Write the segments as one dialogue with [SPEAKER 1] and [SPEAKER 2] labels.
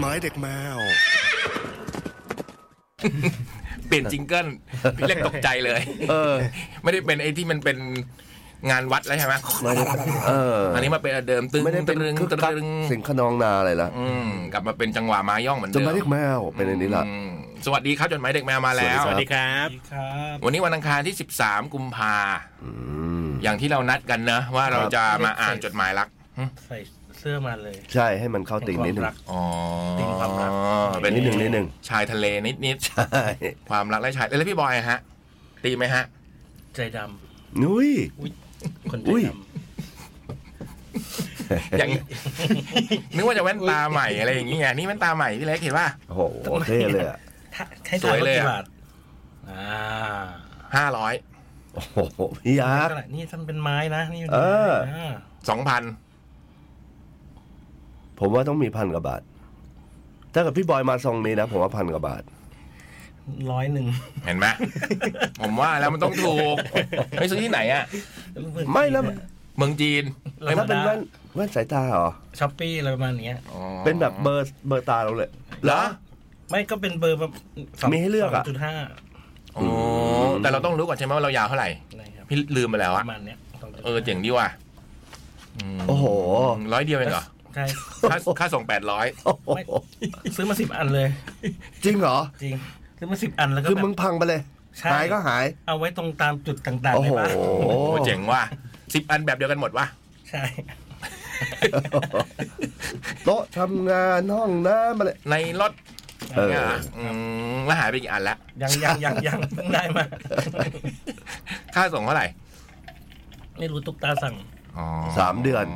[SPEAKER 1] หมายเด็กแมว
[SPEAKER 2] เปลี่ยนจิงเกิลพี่เล็กตกใจเลย
[SPEAKER 3] เออ
[SPEAKER 2] ไม่ได้เป็นไอ้ที่มันเป็นงานวัดแล้วใช่ไหม
[SPEAKER 3] ไม่ได้เออ
[SPEAKER 2] อันนี้มาเป็นอันเดิมตึง
[SPEAKER 3] ไม่ได้เป็น
[SPEAKER 2] ตึง
[SPEAKER 3] คึก
[SPEAKER 2] ตึ
[SPEAKER 3] คัก
[SPEAKER 2] ง
[SPEAKER 3] เสียงขนองนาอะไรล่ะ
[SPEAKER 2] อืมกลับมาเป็นจังหวะมาย่องเหมือน
[SPEAKER 3] จด
[SPEAKER 2] เดิ
[SPEAKER 3] หมาม ยเด็กแมวเป็นอันนี้ล่ะ
[SPEAKER 2] อืมสวัสดีครับจดหมายเด็กแมวมาแล้ว
[SPEAKER 3] สวัสดี
[SPEAKER 4] ครับ
[SPEAKER 2] วันนี้วันอังคารที่ 13 กุมภาอย่างที่เรานัดกันนะ ว่าเราจะมาอ่านจดหมายรัก
[SPEAKER 4] ใส่เสื้อมาเลย
[SPEAKER 3] ใช่ให้มันเข้าติงนิดหนึ่ง
[SPEAKER 4] แห่งความรัก
[SPEAKER 2] อ๋อ
[SPEAKER 4] ติดความรัก
[SPEAKER 2] เป็น
[SPEAKER 3] นิดหนึ่งนิดหนึ่ง
[SPEAKER 2] ชายทะเลนิดนิด
[SPEAKER 3] ใช่
[SPEAKER 2] ๆความรักและชายแล้วพี่บอยฮะ ตีไหมฮะ
[SPEAKER 4] ใจด
[SPEAKER 3] นุ้ย
[SPEAKER 4] ำอุ้ยคนใจ
[SPEAKER 3] อุ้ย
[SPEAKER 4] ด
[SPEAKER 2] อย่าง นึกว่าจะแว่นตาใหม่อะไรอย่างเงี้ยนี่แว่นตาใหม่พี่เล็กเห็นป่ะ
[SPEAKER 3] โอ้โหเท่เลยอ่ะ
[SPEAKER 4] ำถ้าให้
[SPEAKER 2] ส
[SPEAKER 4] ทา
[SPEAKER 2] วน ย
[SPEAKER 4] รถ
[SPEAKER 2] เลยอะ
[SPEAKER 4] กี่บาทอ่า
[SPEAKER 2] ห้าร้อย
[SPEAKER 3] โอ้โหพี่ยักษ์
[SPEAKER 4] เท่าไหร่นี่ท่านเป็นไม้นะนี่
[SPEAKER 3] เออ
[SPEAKER 4] า
[SPEAKER 2] สองพัน
[SPEAKER 3] ผมว่าต้องมีพันกว่าบาท ถ้าเกับพี่บอยมาทรงนี้นะ ผมว่าพันกว่าบาท
[SPEAKER 4] ร้อยหนึ่ง
[SPEAKER 2] เห็นไหม ผมว่าแล้วมันต้องถูกไม่ซื้อที่ไหนอ่ะ
[SPEAKER 3] ไม่แล้ว
[SPEAKER 2] เมืองจีน
[SPEAKER 3] แล้วเป็นแว่นแว่นสายตาเหรอ
[SPEAKER 4] ช้อปปี้อะไรประมาณเนี้ย
[SPEAKER 2] อ๋อ
[SPEAKER 3] เป็นแบบเบอร์เบอร์ตาเราเลย
[SPEAKER 2] เหรอ
[SPEAKER 4] ไม่ก็เป็นเบอร์แบบ
[SPEAKER 3] มีให้เลือกอะ
[SPEAKER 4] จุดห้า
[SPEAKER 2] โอ้แต่เราต้องรู้ก่อนใช่ไหมว่าเรายาวเท่าไหร่
[SPEAKER 4] นะครับ
[SPEAKER 2] พี่ลืมไปแล้ว
[SPEAKER 4] ป
[SPEAKER 2] อะ
[SPEAKER 4] ระมาณเนี้ย2.5
[SPEAKER 2] เออเจ๋งดีว่ะม
[SPEAKER 3] โอ้โห
[SPEAKER 2] ร้อยเดียวเองเหรอ
[SPEAKER 4] ใช่
[SPEAKER 2] ค่าค่าส่งแปดร้อย
[SPEAKER 3] โอ้โห
[SPEAKER 4] ซื้อมาสิบอันเลย
[SPEAKER 3] จริงเหรอ
[SPEAKER 4] จริงซื้อมาสิบอันแล้วก็
[SPEAKER 3] คือ
[SPEAKER 4] แบบ
[SPEAKER 3] มึงพังไปเลย
[SPEAKER 4] ใช่
[SPEAKER 3] หายก็หาย
[SPEAKER 4] เอาไว้ตรงตามจุดต่างๆ
[SPEAKER 3] โอ้
[SPEAKER 4] ใน
[SPEAKER 3] โห
[SPEAKER 4] บ้าน
[SPEAKER 2] เจ๋งว่ะสิบอันแบบเดียวกันหมดว่ะ
[SPEAKER 4] ใช่
[SPEAKER 3] โต๊ะทำงานห้องน้ำอะไร
[SPEAKER 2] ในรถ
[SPEAKER 3] เออ
[SPEAKER 2] เนี่ยเหรอมแล้วหายไปกี่อันละ
[SPEAKER 4] ยังยังยังยังเพิ่งได้มา
[SPEAKER 2] ค่าส่งเท่าไหร่
[SPEAKER 4] ไม่รู้ตุ๊กตาสั่ง
[SPEAKER 2] อ๋อ
[SPEAKER 3] สามเดือน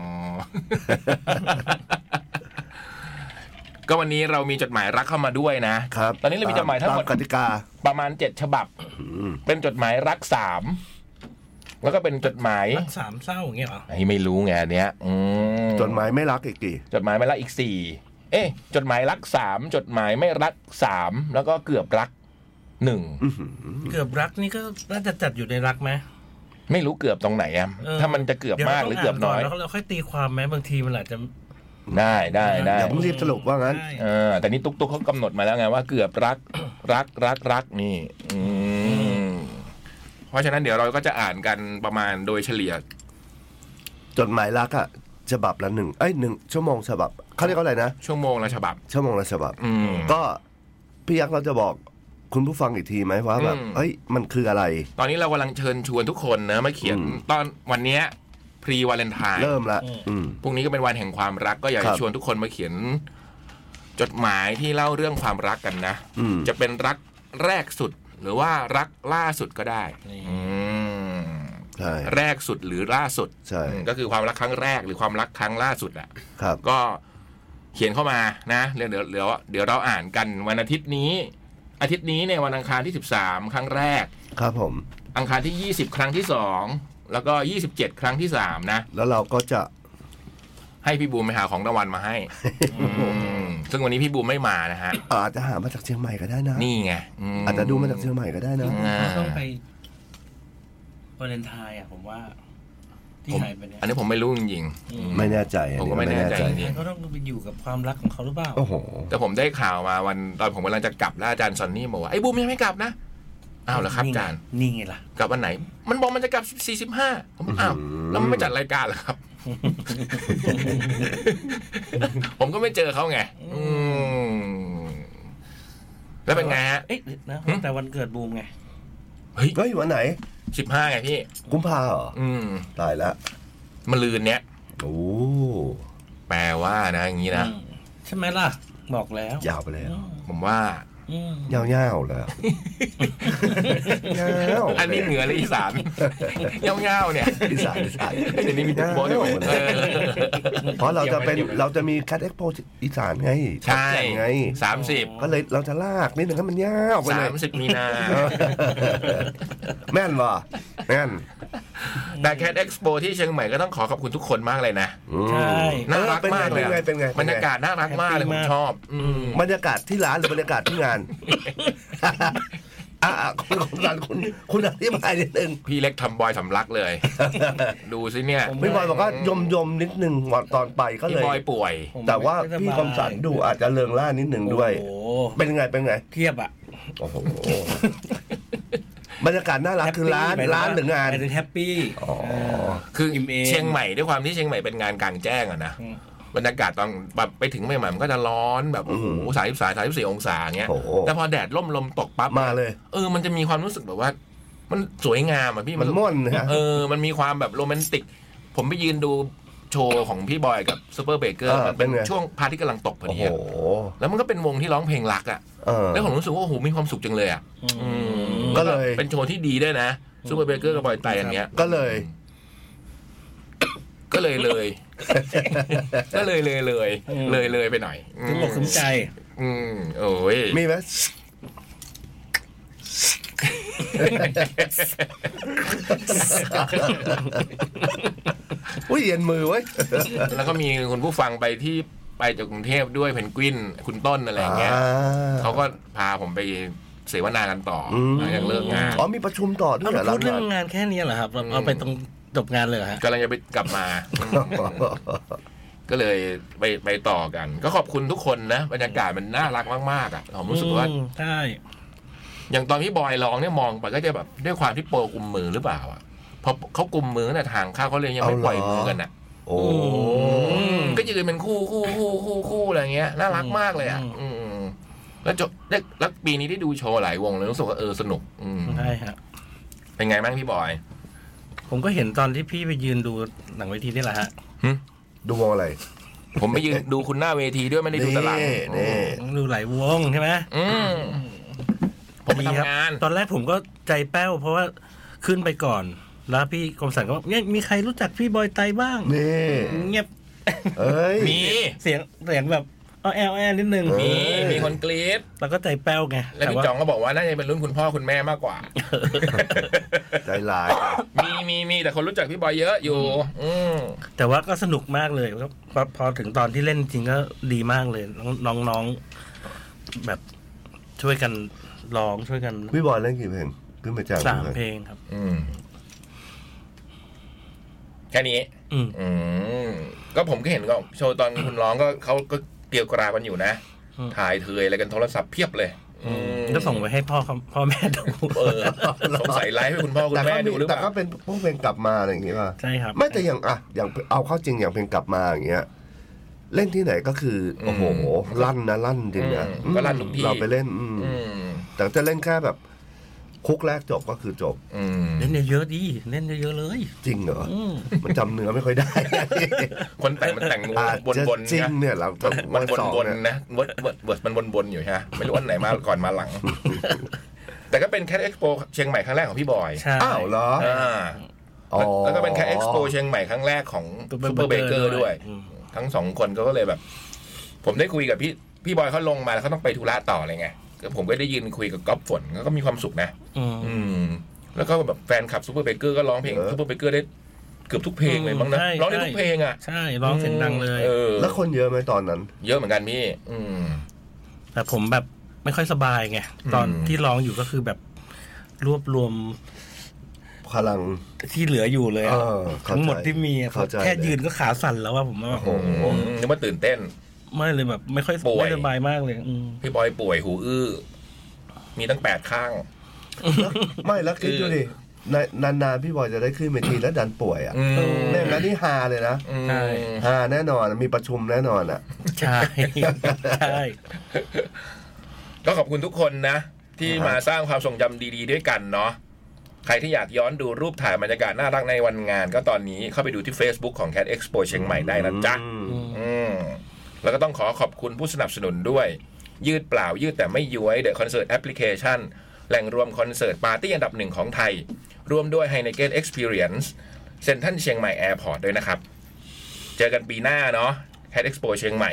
[SPEAKER 2] ก็วันนี้เรามีจดหมายรักเข้ามาด้วยนะ
[SPEAKER 3] ครับ
[SPEAKER 2] ตอนนี้เรามีจดหมายทั้งหมด
[SPEAKER 3] ตกติกา
[SPEAKER 2] ประมาณเจ็ดฉบับ เป็นจดหมายรักสามแล้วก็เป็นจดหมาย
[SPEAKER 4] รักสามเศร้าอย่างเงี้ยเหรอ
[SPEAKER 2] ไอ้ไม่รู้ไงอันเนี้ยอืม
[SPEAKER 3] จดหมายไม่รักอีกกี่
[SPEAKER 2] จดหมายไม่รักอีกสี่เอ๊ะ จดหมายรักสามจดหมายไม่รักสามแล้วก็เกือบรักหนึ่ง
[SPEAKER 4] เกือบรักนี่ก็น่าจะจัดอยู่ในรักไหม
[SPEAKER 2] ไม่รู้เกือบตรงไหนอะ
[SPEAKER 4] เออ
[SPEAKER 2] ถ้ามันจะเกือบมากหรือเกือบน้อย
[SPEAKER 4] ดี๋วเราต้งาก่แล้วเราค่อยตีความไหมบางทีมันอาจจะ
[SPEAKER 2] ได้ได้ได้
[SPEAKER 3] อย่าเพิ่งรีบสรุปว่างั้น
[SPEAKER 4] ใช่
[SPEAKER 2] เออแต่นี่ตุ๊กตุ๊กเขากำหนดมาแล้วไงว่าเกือบรัก รักรักรักนี่ อืมเพราะฉะนั้นเดี๋ยวเราก็จะอ่านกันประมาณโดยเฉลี่ย
[SPEAKER 3] จดหมายรักอะฉบับละหนึ่งเอ้ยหนึ่งชั่วโมงฉบับเขาเรียกว่าอะไรนะ
[SPEAKER 2] ชั่วโมงละฉบับ
[SPEAKER 3] ชั่วโมงละฉบับ
[SPEAKER 2] อืม
[SPEAKER 3] ก็พี่ยักษ์เราจะบอกคุณผู้ฟังอีกทีไหมว่าแบบ
[SPEAKER 2] อืม
[SPEAKER 3] เอ้ยมันคืออะไร
[SPEAKER 2] ตอนนี้เรากำลังเชิญชวนทุกคนนะมาเขียน
[SPEAKER 3] อืม
[SPEAKER 2] ตอนวันเนี้ยพรีวาเลนไทน์
[SPEAKER 3] เริ่มละ อืม
[SPEAKER 2] พรุ่งนี้ก็เป็นวันแห่งความรักก็อยาก
[SPEAKER 3] ครั
[SPEAKER 2] จะ
[SPEAKER 3] บ
[SPEAKER 2] ชวนทุกคนมาเขียน จดหมายที่เล่าเรื่องความรักกันนะ
[SPEAKER 3] อืม
[SPEAKER 2] จะเป็นรักแรกสุด หรือว่ารักล่าสุดก็ได้
[SPEAKER 4] นี่
[SPEAKER 2] อืม
[SPEAKER 3] ใช่
[SPEAKER 2] แรกสุดหรือล่าสุด
[SPEAKER 3] ใช่
[SPEAKER 2] อืมก็คือความรักครั้งแรกหรือความรักครั้งล่าสุดอ่ะ
[SPEAKER 3] ครับ
[SPEAKER 2] ก็เขียนเข้ามานะเดี๋ยวเดี๋ยวเดี๋ยวเดี๋ยวเราอ่านกันวันอาทิตย์นี้ อาทิตย์นี้เนี่ยวันอังคารที่ 13 ครั้งแรก
[SPEAKER 3] ครับผม
[SPEAKER 2] อังคารที่ 20 ครั้งที่ 2 แล้วก็ 27 ครั้งที่ 3 นะ
[SPEAKER 3] แล้วเราก็จะ
[SPEAKER 2] ให้พี่บูมไปหาของรางวัลมาให้อืมซึ่งวันนี้พี่บูมไม่มานะฮะ
[SPEAKER 3] อาจจะหามาจากเชียงใหม่ก็ได้นะ
[SPEAKER 2] นี่ไงม
[SPEAKER 3] อาจจะดูมาจากเชียงใหม่ก็ได้นะ
[SPEAKER 2] อืม
[SPEAKER 4] ต้องไปวาเลนไทน์อ่ะผมว่า ที่
[SPEAKER 2] ผม
[SPEAKER 4] หายไปเนี่ย
[SPEAKER 2] อันนี้ผมไม่รู้จริง
[SPEAKER 3] ไม่แน่ใจอัน
[SPEAKER 2] ผม
[SPEAKER 3] นี้
[SPEAKER 2] ก็ไม่แน่ใจ
[SPEAKER 4] วาเลนไทน์เขาต้องไปอยู่กับความรักของเขาหรือเปล่า
[SPEAKER 3] โอ้โห
[SPEAKER 2] ๆแต่ผมได้ข่าวมาวันตอนผมกำลังจะกลับแล้วอาจารย์ซอนนี่บอกว่าไอ้บูมยังไม่กลับนะอ้าวเหรอครับอาจารย์
[SPEAKER 4] นี่ไงล่ะ
[SPEAKER 2] กลับวันไหน มันบอกมันจะกลับ 45ผมอ้าว
[SPEAKER 3] อื้อหือ
[SPEAKER 2] แล้วมันไม่จัดรายการเหรอครับ ผมก็ไม่เจอเขาไง อืมแล้วเป็นไงฮะ
[SPEAKER 4] เอ๊ะนะ
[SPEAKER 2] หึ
[SPEAKER 4] แต่วันเกิดบูมไง
[SPEAKER 2] เฮ้ย
[SPEAKER 3] ก็อยู่วันไหน
[SPEAKER 2] 15ไงพี่
[SPEAKER 3] กุมภาเหรอ
[SPEAKER 2] อืม
[SPEAKER 3] ตายละ
[SPEAKER 2] มะลืนเนี้ย
[SPEAKER 3] โอ้
[SPEAKER 2] แปลว่านะอย่างนี้นะ
[SPEAKER 4] อืมใช่ไหมล่ะ บอกแล้ว
[SPEAKER 3] ยาวไปแล้ว
[SPEAKER 2] ผมว่า
[SPEAKER 4] อืม
[SPEAKER 3] ยาวๆเลยอะยาว
[SPEAKER 2] อันนี้เหนือหรืออีสานเงี้ยวๆเนี่ย
[SPEAKER 3] อีสานอีสาน
[SPEAKER 2] เดี๋ยวนี้มีตุ๊กโบทด้วย
[SPEAKER 3] ยาว
[SPEAKER 2] เอ
[SPEAKER 3] เลย
[SPEAKER 2] อ
[SPEAKER 3] เพราะเราจะเป็นเราจะมีคัดเอ็กโปอีสานไง
[SPEAKER 2] ใช่
[SPEAKER 3] ขอนแก่นไง
[SPEAKER 2] สามสิบ
[SPEAKER 3] ก็เลยเราจะลากนิดหนึ่งให้มันยาวไปเล
[SPEAKER 2] สาย มสิบมีนา
[SPEAKER 3] แม่นบ่แม่น
[SPEAKER 2] แต่แคดเอ็กซ์โปที่เชียงใหม่ก็ต้องขอขอบคุณทุกคนมากเลยนะ
[SPEAKER 3] อืม
[SPEAKER 4] ใช่
[SPEAKER 2] น่ารัก
[SPEAKER 3] เป็นไง
[SPEAKER 2] มากเลยอะ
[SPEAKER 3] เป็นไงเป็นไง
[SPEAKER 2] บรรยากาศน่ารักมากเลยผ
[SPEAKER 4] Happy
[SPEAKER 2] ม
[SPEAKER 4] มาก
[SPEAKER 2] ชอบ อืม
[SPEAKER 3] บรรยากาศที่ร้านหรือบรรยากาศที่งาน อ่ะ อ่ะอ่ะคุณคุณรันคุณคุณอธิบายนิดนึง
[SPEAKER 2] พี่เล็กทำบอยสำลักเลย ดูสิเนี่ย
[SPEAKER 4] ผม
[SPEAKER 3] พี่บอยบอกว่ายมยมๆนิดนึงตอนไปก็
[SPEAKER 2] พี่
[SPEAKER 3] เลย
[SPEAKER 2] บอยป่วย
[SPEAKER 4] ผม
[SPEAKER 3] แต่ว่า
[SPEAKER 4] ไสบย
[SPEAKER 3] พี่คมสันดูอาจจะเลิงล่านิดหนึ่งด้วย
[SPEAKER 4] โอ้โห
[SPEAKER 3] เป็นไงเป็นไง
[SPEAKER 4] เทียบอะ
[SPEAKER 3] โอ้โหบรรยากาศน่ารักคือร้าน
[SPEAKER 4] แฮปปี้
[SPEAKER 3] ร้านหรืองาน
[SPEAKER 4] ไปถึงแฮปปี้
[SPEAKER 3] อ๋ออ่
[SPEAKER 4] า
[SPEAKER 2] คือ
[SPEAKER 4] อิ่มเอม
[SPEAKER 2] เชียงใหม่ด้วยความที่เชียงใหม่เป็นงานกลางแจ้งอะนะ
[SPEAKER 4] อืม
[SPEAKER 2] บรรยากาศตอนแบบไปถึงใหม่ๆมันก็จะร้อนแบบโอ้โหสามสิบสามสามสิบสี่องศาเงี้ย
[SPEAKER 3] โอ้โห
[SPEAKER 2] แต่พอแดดล่มลมตกปั๊บ
[SPEAKER 3] มาเลย
[SPEAKER 2] เออมันจะมีความรู้สึกแบบว่า มันสวยงามอะพี่
[SPEAKER 3] มัน
[SPEAKER 2] รู้สึก
[SPEAKER 3] ม่วนนะฮะ
[SPEAKER 2] เออ มันมีความแบบโรแมนติก ผมไปยืนดูโชว์ของพี่บอยกับซูเปอร์เบเกอร์
[SPEAKER 3] อ่า
[SPEAKER 2] มันเป็น
[SPEAKER 3] เป็นไง
[SPEAKER 2] ช่วงพระอาที่กำลังตกพอ
[SPEAKER 3] โอ้
[SPEAKER 2] ดี
[SPEAKER 3] โห
[SPEAKER 2] อะแล้วมันก็เป็นวงที่ร้องเพลงรักอ่ะ
[SPEAKER 3] เออ
[SPEAKER 2] แล้วผมรู้สึกว่าโอ้โหมีความสุขจังเลยอ่ะอืม
[SPEAKER 3] ก็เลย
[SPEAKER 2] เป็นโชว์ที่ดีด้วยนะซูเปอร์เบเกอร์กับบอยไตอันเนี้ย
[SPEAKER 3] ก็ เลย
[SPEAKER 2] ก็เลยเลย ก็เลยเลยเลย
[SPEAKER 4] อืม
[SPEAKER 2] เลยเลยไปหน่อยอื
[SPEAKER 4] สม
[SPEAKER 2] ม
[SPEAKER 4] อกสมใจ
[SPEAKER 2] อืมโอ้ย
[SPEAKER 3] มีไหมอุ้ยเย็นมือเว้ย
[SPEAKER 2] แล้วก็มีคุณผู้ฟังไปที่ไปจากกรุงเทพด้วยเพนกวินคุณต้นอะไรอย่างเงี้ย เขาก็พาผมไปเสวนากันต่ออ
[SPEAKER 3] ม
[SPEAKER 2] หลังจากเลิกงาน
[SPEAKER 3] อ๋อมีประชุมต่อด้วย
[SPEAKER 4] เอา
[SPEAKER 3] เหรอ
[SPEAKER 4] เราพูดเรื่
[SPEAKER 3] ห
[SPEAKER 4] อ
[SPEAKER 3] ลัง
[SPEAKER 4] ง
[SPEAKER 3] ๆ
[SPEAKER 4] งานแค่นี้เหรอครับเราเอาไปตรงจบงานเลยเหรอฮะ
[SPEAKER 2] กำลังจะไปกลับ มา ก็เลยไปไปต่อกัน ก็ขอบคุณทุกคนนะบรรยากาศมันน่ารักมากๆอ่ะผมรู้สึกว่า
[SPEAKER 4] อืมใช่
[SPEAKER 2] อย่างตอนพี่บอยร้องเนี่ยมองไปก็จะแบบด้วยความที่โปรกุมมือหรือเปล่าอ่ะพอเขากุมมือน่ะทางเข้าเขาเลยยังไม่ปล่อยมือกันอ่ะ
[SPEAKER 3] โอ้
[SPEAKER 2] ก็ยืนเป็นคู่คู่คู่คู่คู่อะไรเงี้ยน่ารักมากเลยอ่ะอืมแล้วจบแล้วปีนี้ได้ดูโชว์หลายวงเลยรู้สึกว่าเออสนุก อืม
[SPEAKER 4] ใช่ฮะ
[SPEAKER 2] เป็นไงบ้างพี่บอย
[SPEAKER 4] ผมก็เห็นตอนที่พี่ไปยืนดูหนังเวทีนี่แหละฮะ
[SPEAKER 3] ดูมองอะไร
[SPEAKER 2] ผมไปยืนดูคุณหน้าเวทีด้วยไม่ได้ดูตาราง
[SPEAKER 3] นี่นี่
[SPEAKER 4] ผมดูหลายวงใช่ไหม
[SPEAKER 2] อืมผมไป
[SPEAKER 4] ดีครั
[SPEAKER 2] ทำงาน
[SPEAKER 4] ตอนแรกผมก็ใจแป้ว เพราะว่าขึ้นไปก่อน แล้วพี่กรมสันก็บอกเนี่ยมีใครรู้จักพี่บอยไตบ้าง
[SPEAKER 3] นี่
[SPEAKER 4] เงียบ
[SPEAKER 3] เอ้ย
[SPEAKER 2] มี
[SPEAKER 4] เสียงเสียงแบบอ้อแอลแอลนิดนึง
[SPEAKER 3] เอ
[SPEAKER 2] มี
[SPEAKER 3] อ
[SPEAKER 2] มีคนกรี๊ด
[SPEAKER 4] แล้วก็ใจแป้วไง
[SPEAKER 2] แล้วพี่
[SPEAKER 4] ว่า
[SPEAKER 2] จ่องก็บอกว่าน่าจะเป็นรุ่นคุณพ่อคุณแม่มากกว่า
[SPEAKER 3] ใจหลาย
[SPEAKER 2] มีมีมีแต่คนรู้จักพี่บอยเยอะอยู่ อืม
[SPEAKER 4] แต่ว่าก็สนุกมากเลยครับพอพอถึงตอนที่เล่นจริงก็ดีมากเลยน้องน้องๆแบบช่วยกันร้องช่วยกัน
[SPEAKER 3] พี่บอยเล่นกี่เพลงขึ้นไปจาก
[SPEAKER 4] สามเพลงครับ
[SPEAKER 2] อืมแค่นี้
[SPEAKER 4] อืม
[SPEAKER 2] อืมก็ผมก็เห็นก็โชว์ตอนคุณร้องก็เขาก็เกลียวกราวกันอยู่นะ
[SPEAKER 4] อืม
[SPEAKER 2] ถ่ายเทยอะไรกันโทรศัพท์เพียบเลย อืม
[SPEAKER 4] ก็ส่งไปให้พ่อเขาพ่อแม่ดู
[SPEAKER 2] เออสงสัยไลฟ์ให้คุณพ่อคุณ
[SPEAKER 3] แต่
[SPEAKER 2] แม่
[SPEAKER 3] ก็มี
[SPEAKER 2] ดูหรือเป
[SPEAKER 3] แต่
[SPEAKER 2] ล่า
[SPEAKER 3] ก็เป็นพวกเพลงกลับมาอะไรอย่างเงี้ยป่ะ
[SPEAKER 4] ใช่ครับ
[SPEAKER 3] ไม่แต่อย่างอ่ะอย่างเอาเข้าจริงอย่างเพลงกลับมาอย่างเงี้ย เล่นที่ไหนก็คืออโอ้โหลั่นนะลั่นจริงนะ
[SPEAKER 2] อืมก็รันทุกที่
[SPEAKER 3] เราไปเล่นอืม
[SPEAKER 2] อืม
[SPEAKER 3] แต่จะเล่นแค่แบบ คุกแรกจบก็คือจบ
[SPEAKER 2] อืม
[SPEAKER 4] เล่นเยอะๆดีเล่นเยอะๆเลย
[SPEAKER 3] จริงเหรอ
[SPEAKER 4] อืม
[SPEAKER 3] มันจำเนื้อไม่ค่อยได้
[SPEAKER 2] คนแต่งมันแต่ง
[SPEAKER 3] อาจ
[SPEAKER 2] บน
[SPEAKER 3] จะ
[SPEAKER 2] บนๆ
[SPEAKER 3] จริง
[SPEAKER 2] นะ
[SPEAKER 3] เนี่ยเราจะ
[SPEAKER 2] มันบ
[SPEAKER 3] ส
[SPEAKER 2] น
[SPEAKER 3] อง
[SPEAKER 2] บน
[SPEAKER 3] เย
[SPEAKER 2] ๆนะเวิร์ดเวิร์ดเวิร์ดมันบนบนๆอยู่ฮะไม่รู้อันไหนมาก่อนมาหลัง แต่ก็เป็นแคทเอ็กซ์โปเชียงใหม่ครั้งแรกของพี่บอย
[SPEAKER 4] ใช่
[SPEAKER 3] อ้าวเหรอ
[SPEAKER 2] อ่า
[SPEAKER 3] อ๋อ
[SPEAKER 2] แล้วก็เป็นแคทเอ็กซ์โปเชียงใหม่ครั้งแรกของซูเปอร์เบเกอร์ด้วย
[SPEAKER 4] อืม
[SPEAKER 2] ทั้งสองคนก็เลยแบบ ผมได้คุยกับพี่พี่บอยเขาลงมาแล้วเขาต้องไปธุระต่ออะไรเงี้ยก็ผมก็ได้ยินคุยกับก๊อฟฝนก็มีความสุขนะ
[SPEAKER 4] อืม
[SPEAKER 2] อืม แล้วก็แบบแฟนคลับซูเปอร์เบเกอร์ก็ร้องเพลง
[SPEAKER 3] เออ
[SPEAKER 2] ซูเปอร์เบเกอร์ได้เกือบทุกเพลงเลยมั้งนะ
[SPEAKER 4] ใช่
[SPEAKER 2] ร้องได้ทุกเพลงอ่ะ
[SPEAKER 4] ใช่ร้องเสียงดังเลย
[SPEAKER 2] ออ
[SPEAKER 3] แล้วคนเยอะไหมตอนนั้น
[SPEAKER 2] เยอะเหมือนกันพี่ อืม
[SPEAKER 4] แต่ผมแบบไม่ค่อยสบายไงตอน
[SPEAKER 2] อืม
[SPEAKER 4] ที่ร้องอยู่ก็คือแบบรวบรวม
[SPEAKER 3] พลัง
[SPEAKER 4] ที่เหลืออยู่เลยอะ
[SPEAKER 3] เออเข้าใจ
[SPEAKER 4] ทั้งหมดที่มีอะ
[SPEAKER 3] เข้าใจ
[SPEAKER 4] แค่ยืนก็ขาสั่นแล้วว่าผมว่า
[SPEAKER 3] โอ้โห
[SPEAKER 2] นึกว่าตื่นเต้น
[SPEAKER 4] ไม่เลยแบบ ไม่ค่อย
[SPEAKER 2] ป่วย
[SPEAKER 4] ไม่สบายมากเลยอืม
[SPEAKER 2] พี่บอยป่วยหูอื้อ มีตั้งแปดข้าง
[SPEAKER 3] ไม่แล้วคิดดูดิในนานๆพี่บอยจะได้ขึ้นเวทีแล้วดันป่วยอ่ะ
[SPEAKER 2] อืม
[SPEAKER 3] แม่งแล้วนี่ฮาเลยนะ
[SPEAKER 2] อืม
[SPEAKER 3] ฮาแน่นอนมีประชุมแน่นอนอ่ะ
[SPEAKER 4] ใช่ ใช่
[SPEAKER 2] ก็ขอบคุณทุกคนนะ ที่มาสร้างความทรงจำดีๆด้วยกันเนาะ ใครที่อยากย้อนดูรูปถ่ายบรรยากาศน่ารักในวันงาน ก็ตอนนี้เข้าไปดูที่ Facebook ของ Cat Expo เชียงใหม่ได้นะจ๊ะ
[SPEAKER 4] อืม
[SPEAKER 2] อืมแล้วก็ต้องขอขอบคุณผู้สนับสนุนด้วย ยืดเปล่ายืดแต่ไม่ย้วยเดอะคอนเสิร์ตแอปพลิเคชันแหล่งรวมคอนเสิร์ตปาร์ตี้อันดับหนึ่งของไทย รวมด้วย h e i n e k e n Experience เซ็นทรัลเชียงใหม่แอร์พอร์ตด้วยนะครับ เจอกันปีหน้าเนาะ Cat Expo เชียงใหม่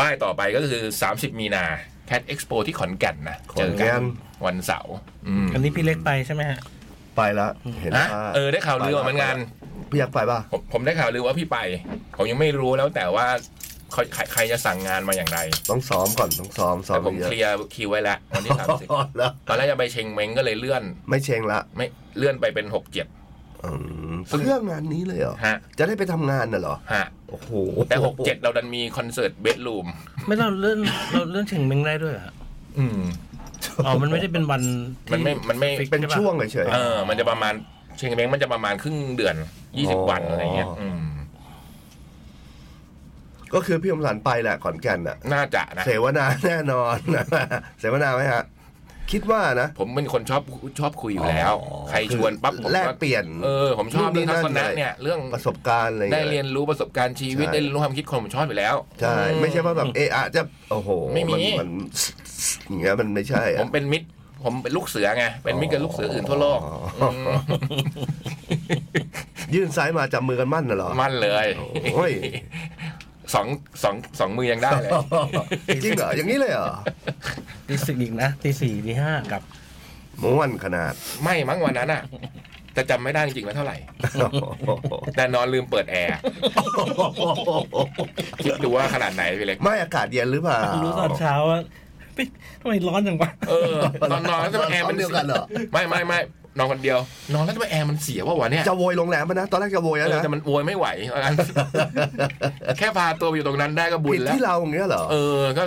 [SPEAKER 2] ป้ายต่อไปก็คือ 30 มีนา Cat Expo ที่ขอนแก่นนะ
[SPEAKER 3] ข
[SPEAKER 2] เจ
[SPEAKER 3] อน
[SPEAKER 2] อ
[SPEAKER 3] แก่น
[SPEAKER 2] กันวันเสาร์อืม
[SPEAKER 4] อันนี้พี่เล็กไปใช่ไหมฮะ
[SPEAKER 3] ไปละเห็น
[SPEAKER 2] นะ
[SPEAKER 3] ว่า
[SPEAKER 2] เออได้ข่าวลือมาเหมือนกัน
[SPEAKER 3] พี่อยากไปป่ะ
[SPEAKER 2] ผมผมได้ข่าวลือว่าพี่ไป ผมยังไม่รู้แล้วแต่ว่า ใครใครใครจะสั่งงานมาอย่างไร
[SPEAKER 3] ต้องซ้อมก่อนต้องซ้อมซ้อ
[SPEAKER 2] แต่
[SPEAKER 3] ม
[SPEAKER 2] ผม
[SPEAKER 3] เย
[SPEAKER 2] เค
[SPEAKER 3] อะ
[SPEAKER 2] ลียร์คิวไว้แล้ว วันที่สามสิบ
[SPEAKER 3] อ๋อแล้ว
[SPEAKER 2] ตอนแรกจะไปเชงเม้งก็เลยเลื่อน
[SPEAKER 3] ไม่เชงละ
[SPEAKER 2] ไม่เลื่อนไปเป็นหกเจ็ด
[SPEAKER 3] อืม
[SPEAKER 2] ซึ่ง
[SPEAKER 3] เรื่องงานนี้เลยเหรอ
[SPEAKER 2] ฮะ
[SPEAKER 3] จะได้ไปทำงานน่ะเหรอ
[SPEAKER 2] ฮะ
[SPEAKER 3] โอ้โห
[SPEAKER 2] แต่หกเจ็ดเราดันมีคอนเสิร์ตเบดรูม
[SPEAKER 4] ไม่เราเลื่อนเราเลื่อนเชงเม้งได้ด้วยเหรอฮะ
[SPEAKER 2] อืม
[SPEAKER 4] อ๋อมันไม่ได้เป็นวันที่
[SPEAKER 2] มันไม่ มันไม่
[SPEAKER 4] ฟิก
[SPEAKER 3] เป็น
[SPEAKER 4] ใปะ
[SPEAKER 3] ช่วงเฉย
[SPEAKER 2] เออ มันจะประมาณเชงเม้งมันจะประมาณครึ่งเดือนยี่สิบวันอะไรเงี้ยอืม
[SPEAKER 3] ๆก็คือพี่อมสันไปแหละขอนแก่นน่ะ
[SPEAKER 2] น่าจะนะ
[SPEAKER 3] เสวนาแน่นอน เสวนาไหมฮะ คิดว่านะ
[SPEAKER 2] ผมเป็นคนชอบชอบคุยอยู่แล้ว
[SPEAKER 3] อ๋อ
[SPEAKER 2] ใครชวนปั๊บผม
[SPEAKER 3] แลกเปลี่ยน
[SPEAKER 2] เออผมชอบ
[SPEAKER 3] นู่
[SPEAKER 2] เรื่อน ง
[SPEAKER 3] นี่
[SPEAKER 2] ทัศ
[SPEAKER 3] นั่
[SPEAKER 2] นะ
[SPEAKER 3] น
[SPEAKER 2] เนี่ย เรื่อง
[SPEAKER 3] ประสบการณ์อะไร
[SPEAKER 2] ได้
[SPEAKER 3] อางงี้
[SPEAKER 2] เรียนรู้ประสบการณ์ชีวิต
[SPEAKER 3] ใช่
[SPEAKER 2] ได้เรียนรู้ความคิดคนผมชอบอยู่แล้ว
[SPEAKER 3] ใช่ไม่ใช่ว่าแบบเอะอะจะโอ้โห
[SPEAKER 2] ไม่มี
[SPEAKER 3] นนอย่างเงี้ยมันไม่ใช่อะ
[SPEAKER 2] ผมเป็นมิตร ผมเป็นลูกเสือไงเป็นมิตรกับลูกเสืออื่นทั่วโลกม
[SPEAKER 3] ยื่นซ้ายมาจับมือกันมั่นน่ะเหรอ
[SPEAKER 2] มั่นเลย
[SPEAKER 3] โอ้ย
[SPEAKER 2] สองสองสองมือยังได้เลย
[SPEAKER 3] จริงเหรออย่างนี้เลยเหรอ
[SPEAKER 4] ตีสี่อีกนะตีสี่ตีห้ากลับ
[SPEAKER 3] ม้วนขนาด
[SPEAKER 2] ไม่มั้งวันนั้นอ่ะ แต่จำไม่ได้จริงๆว่าเท่าไหร่ แต่นอนลืมเปิดแอร์คิดดูว่าขนาดไหนพี่เล็ก
[SPEAKER 3] ไม่อากาศเย็นหรือเปล่า
[SPEAKER 4] รู้ตอนเช้าว่าเฮ้ยทำไมร้อนจังวะ
[SPEAKER 2] เออตอนนอนแล้วทำไมแอร์มัน
[SPEAKER 3] เดียวกันเหรอ
[SPEAKER 2] ไม่ไม่ไม่นอนคนเดียวนอนแล้วทำไมแอร์มันเสียวะวะเนี่ย
[SPEAKER 3] จะโวยโรงแรมมันนะตอนแรกจะโวยแล้ว
[SPEAKER 2] เออ
[SPEAKER 3] นะ
[SPEAKER 2] แต่มันโวยไม่ไหวตอนนั้น แค่พาตัวไปอยู่ตรงนั้นได้ก็บุญ
[SPEAKER 3] ผิด
[SPEAKER 2] แล้ว
[SPEAKER 3] ที่เราอย่างเงี้ยเหรอ
[SPEAKER 2] เออ ก็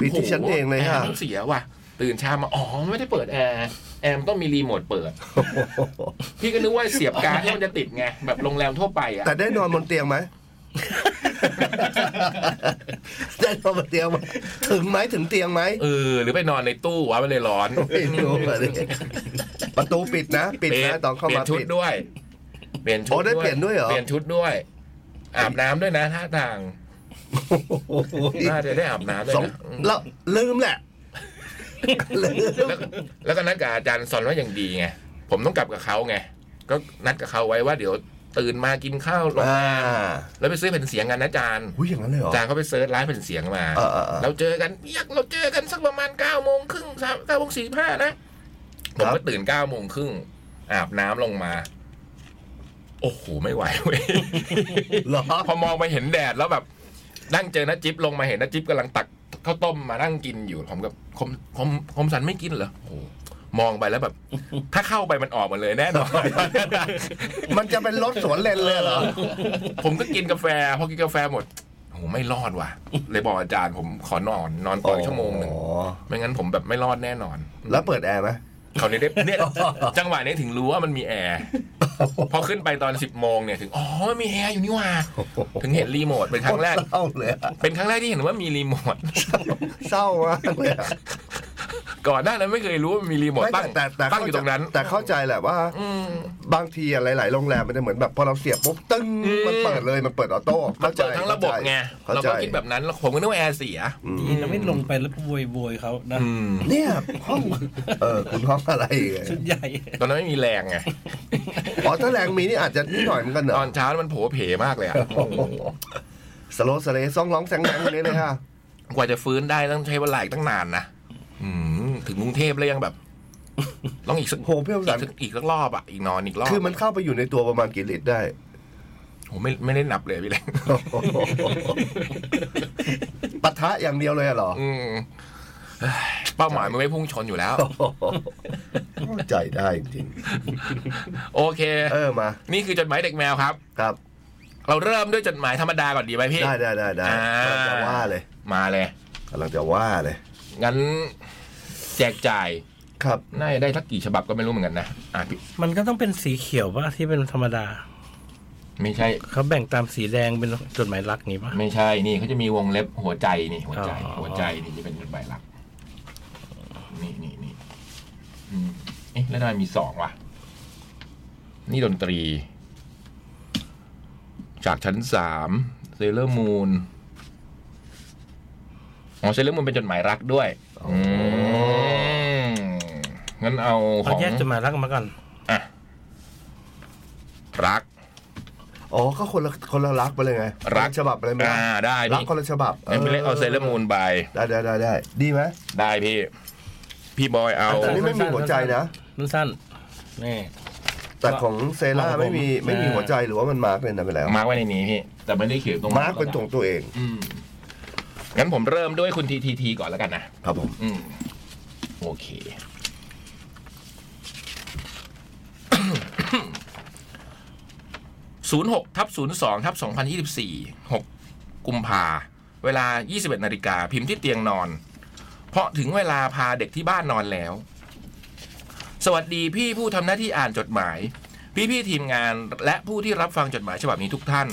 [SPEAKER 3] ผิดที่ฉันเองเลย
[SPEAKER 2] แอ
[SPEAKER 3] ฮะ
[SPEAKER 2] ร์มันเสียว่ะ ตื่นเช้ามา อ๋อ ไม่ได้เปิดแอร์ แอร์มันต้องมีรีโมทเปิด พี่ก็นึกว่าเสียบการ์ดที่มันจะติดไง แบบโรงแรมทั่วไปอ่ะ
[SPEAKER 3] แต่ได้นอนบนเตียงไหม ได้นอนบนเตียงไหมถึงไหมถึงเตียงไหม
[SPEAKER 2] เออ หรือไปนอนในตู้วะมันเลยร้อน
[SPEAKER 3] ไม่รู้อะดิประตูปิดนะ ปิดนะตอนเข้า
[SPEAKER 2] เปลี่ย
[SPEAKER 3] มาน
[SPEAKER 2] ชุด
[SPEAKER 3] ปิด
[SPEAKER 2] ด้วย เปลี่ยนชุด
[SPEAKER 3] โอ้ได้เปลี่ยนด้วยเหรอ
[SPEAKER 2] เปลี่ยนชุดด้วย อาบน้ำด้วยนะท่าทาง น่าจะได้อาบน้ำด้วย
[SPEAKER 3] สอง
[SPEAKER 2] นะอืม
[SPEAKER 3] แล้วลืมแหละลืม
[SPEAKER 2] แล้วแล้วก็นัดกับอาจารย์สอนว่าอย่างดีไง ผมต้องกลับกับเขาไง ก็นัดกับเขาไว้ว่าเดี๋ยวตื่นมากินข้าวลง
[SPEAKER 3] อ่า
[SPEAKER 2] มา แล้วไปซื้อแผ่นเสียงกันนะอาจารย์
[SPEAKER 3] อุ้ยอย่างนั้นเลยเหรอ
[SPEAKER 2] อาจารย์ก็ไปเซิร์ชร้านแผ่นเสียงมา
[SPEAKER 3] เออเออเออ
[SPEAKER 2] เราเจอกันเรียกเราเจอกันสักประมาณเก้าโมงครึ่งสามเก้าโมงสี่ห้านะ
[SPEAKER 3] ค
[SPEAKER 2] ผ
[SPEAKER 3] รับ
[SPEAKER 2] มก็ตื่นเก้าโมงครึ่งอาบน้ำลงมา โอ้โห ไม่ไหวเว้ย
[SPEAKER 3] เหรอ
[SPEAKER 2] พอมองไปเห็นแดดแล้วแบบ นั่งเจอน้าจิ๊บลงมาเห็นน้าจิ๊บกำลังตักข้าวต้มมานั่งกินอยู่ผมกับคมคมคมสันไม่กินเหรอโอ้โหมองไปแล้วแบบ ถ้าเข้าไปมันออกหมดเลยแน่นอน
[SPEAKER 3] มันจะเป็นรถสวนเลนเลยเหรอ
[SPEAKER 2] ผมก็กินกาแฟ พอกินกาแฟหมดโอ้โหไม่รอดว่ะ เลยบอกอาจารย์ผมขอนอนนอนต่ออกชั่วโมงหนึ่ง
[SPEAKER 3] อ๋อ
[SPEAKER 2] ไม่งั้นผมแบบไม่รอดแน่นอน
[SPEAKER 3] แล้วเปิดแอร์ไหม
[SPEAKER 2] เขาวนี้ได้ เนี่ย จังหวะนี้ถึงรู้ว่ามันมีแอร์พอขึ้นไปตอนสิบโมงเนี่ยถึงอ๋อมันมีแอร์อยู่นี่หว่าถึงเห็นรีโมทเป็นครั้งแรก
[SPEAKER 3] เศร้าเลยอะ
[SPEAKER 2] เป็นครั้งแรกที่เห็นว่ามีรีโมท
[SPEAKER 3] เศร้ามากเลยอะ
[SPEAKER 2] ก่อนหน้านั้นไม่เคยรู้ว่ามีรีโมท
[SPEAKER 3] ไม่
[SPEAKER 2] ตั้ง
[SPEAKER 3] แต่แต่
[SPEAKER 2] ตั้งอยู่ตรงนั้น
[SPEAKER 3] แต่เข้าใจแหละว่า
[SPEAKER 2] อืม
[SPEAKER 3] บางทีอะหลาย ๆ โรงแรมมันจะเหมือนแบบพอเราเสียบปุ๊บตึ้ง
[SPEAKER 2] อืม
[SPEAKER 3] มันเปิดเลยมันเปิดออโต้
[SPEAKER 2] มั
[SPEAKER 3] เข้าน ใจ
[SPEAKER 2] เปิดทั้งระบบไง
[SPEAKER 3] เข้า
[SPEAKER 2] เรา
[SPEAKER 3] ใจ
[SPEAKER 2] ก็คิดแบบนั้นแล้วผมก็นึกว่าแอร์เสีย
[SPEAKER 4] นี่เราไม่ลงไปแล้วโวยโวยเขานะ
[SPEAKER 2] อืม
[SPEAKER 3] เนี่ยห้องเออคุณห้องอะไรอ่ะ
[SPEAKER 4] ชุดใหญ่
[SPEAKER 2] ตอนนั้นไม่มีแรงไง
[SPEAKER 3] อ๋อถ้าแรงมีนี่อาจจะนิดหน่อยเหมือนกันเหร
[SPEAKER 2] ต
[SPEAKER 3] อ
[SPEAKER 2] อนเช้ามันโผเพมากเลยอะ
[SPEAKER 3] สโลว์สเลย์ซ่องร้องแสงแดงคนนี้เลยฮะ
[SPEAKER 2] กว่าจะฟื้นได้ต้องใช้เวลาอีกตั้งนานนะอืมถึงกรุงเทพแล้วยังแบบ ต้องอีกสัก
[SPEAKER 3] โหเพี่อน
[SPEAKER 2] อี
[SPEAKER 3] สัน
[SPEAKER 2] กสักอีกสักรอบอ่ะอีกนอนอีกรอบ
[SPEAKER 3] คือมันเข้าไปอยู่ในตัวประมาณกี่ลิตรได้
[SPEAKER 2] ผมไม่ไม่ได้นับเลยพี่เล็ก
[SPEAKER 3] ปะทะอย่างเดียวเลยเหรอ
[SPEAKER 2] อืมเฮ้ยเป้าหมายมันไม่พุ่งชนอยู่แล้ว
[SPEAKER 3] เข้าใจได้จริง
[SPEAKER 2] โอเค
[SPEAKER 3] ๆเออมา
[SPEAKER 2] นี่คือจดหมายเด็กแมวครับ
[SPEAKER 3] ครับ
[SPEAKER 2] เราเริ่มด้วยจดหมายธรรมดาก่อนดีไหมพี่
[SPEAKER 3] ได้ได้ได้ได้
[SPEAKER 2] อ่า
[SPEAKER 3] กำลังจะว่าเลย
[SPEAKER 2] มาเลย
[SPEAKER 3] กำลังจะว่าเลย
[SPEAKER 2] งั้น แจกจ่าย
[SPEAKER 3] ครับ
[SPEAKER 2] น่าจะได้สักกี่ฉบับก็ไม่รู้เหมือนกันนะอ่ะพี่
[SPEAKER 4] มันก็ต้องเป็นสีเขียวป่ะที่เป็นธรรมดา
[SPEAKER 2] ไม่ใช่
[SPEAKER 4] เขาแบ่งตามสีแดงเป็นจดหมายรักนี้ป่ะ
[SPEAKER 2] ไม่ใช่นี่เขาจะมีวงเล็บหัวใจนี่หัวใจ
[SPEAKER 4] อ๋อ
[SPEAKER 2] หัวใจนี่จะเป็นจุดหมายหลัก นี่นี่นี่อืมเอ๊ะแล้วทำไมมีสองวะนี่ดนตรี จากชั้นสามเซเลอร์มูนอ๋อเซเลอร์มูนเป็นจดหมายรักด้วย
[SPEAKER 3] อ๋ออื
[SPEAKER 2] มงั้นเอาข
[SPEAKER 4] เอา
[SPEAKER 2] อง
[SPEAKER 4] แยกจดหมายรักมาก่อน
[SPEAKER 2] อ่ะรัก
[SPEAKER 3] อ๋อ ก็คนละคนละรักไปเลยไง
[SPEAKER 2] รัก
[SPEAKER 3] คนละฉบับไปเลยไหม
[SPEAKER 2] อ่าได้
[SPEAKER 3] รัก
[SPEAKER 2] พี่
[SPEAKER 3] คนละฉบับ
[SPEAKER 2] งั้นไปเล่นเอาเซเลอร์มูนไป
[SPEAKER 3] ได้ได้ได้ได้ดีไหม
[SPEAKER 2] ได้พี่ พี่บอยเอา
[SPEAKER 3] แต่นี่ไม่มีหัวใจนะ
[SPEAKER 4] สั้นๆนี่
[SPEAKER 3] แต่ของเซล่า
[SPEAKER 4] ครับผม
[SPEAKER 3] ไม่มีไม่มีหัวใจหรือว่ามันมาร์กเลยนะไปแล้ว
[SPEAKER 2] มาร์กไว้ในนี้พี่ แต่ไม่ได้เขียนตรง
[SPEAKER 3] มาร์กเป็นของตัวเอง
[SPEAKER 2] อืม งั้นผมเริ่มด้วยคุณทีทีทีก่อนแล้วกันนะ
[SPEAKER 3] ครับผม
[SPEAKER 2] อืม โอเค ศูนย์หกทับศูนย์สองทับสองพันยี่สิบสี่หกกุมภาเวลายี่สิบเอ็ดนาฬิกาพิมพ์ที่เตียงนอน เพราะถึงเวลาพาเด็กที่บ้านนอนแล้ว สวัสดีพี่ผู้ทำหน้าที่อ่านจดหมาย พี่พี่ๆทีมงานและผู้ที่รับฟังจดหมายฉบับนี้ทุกท่าน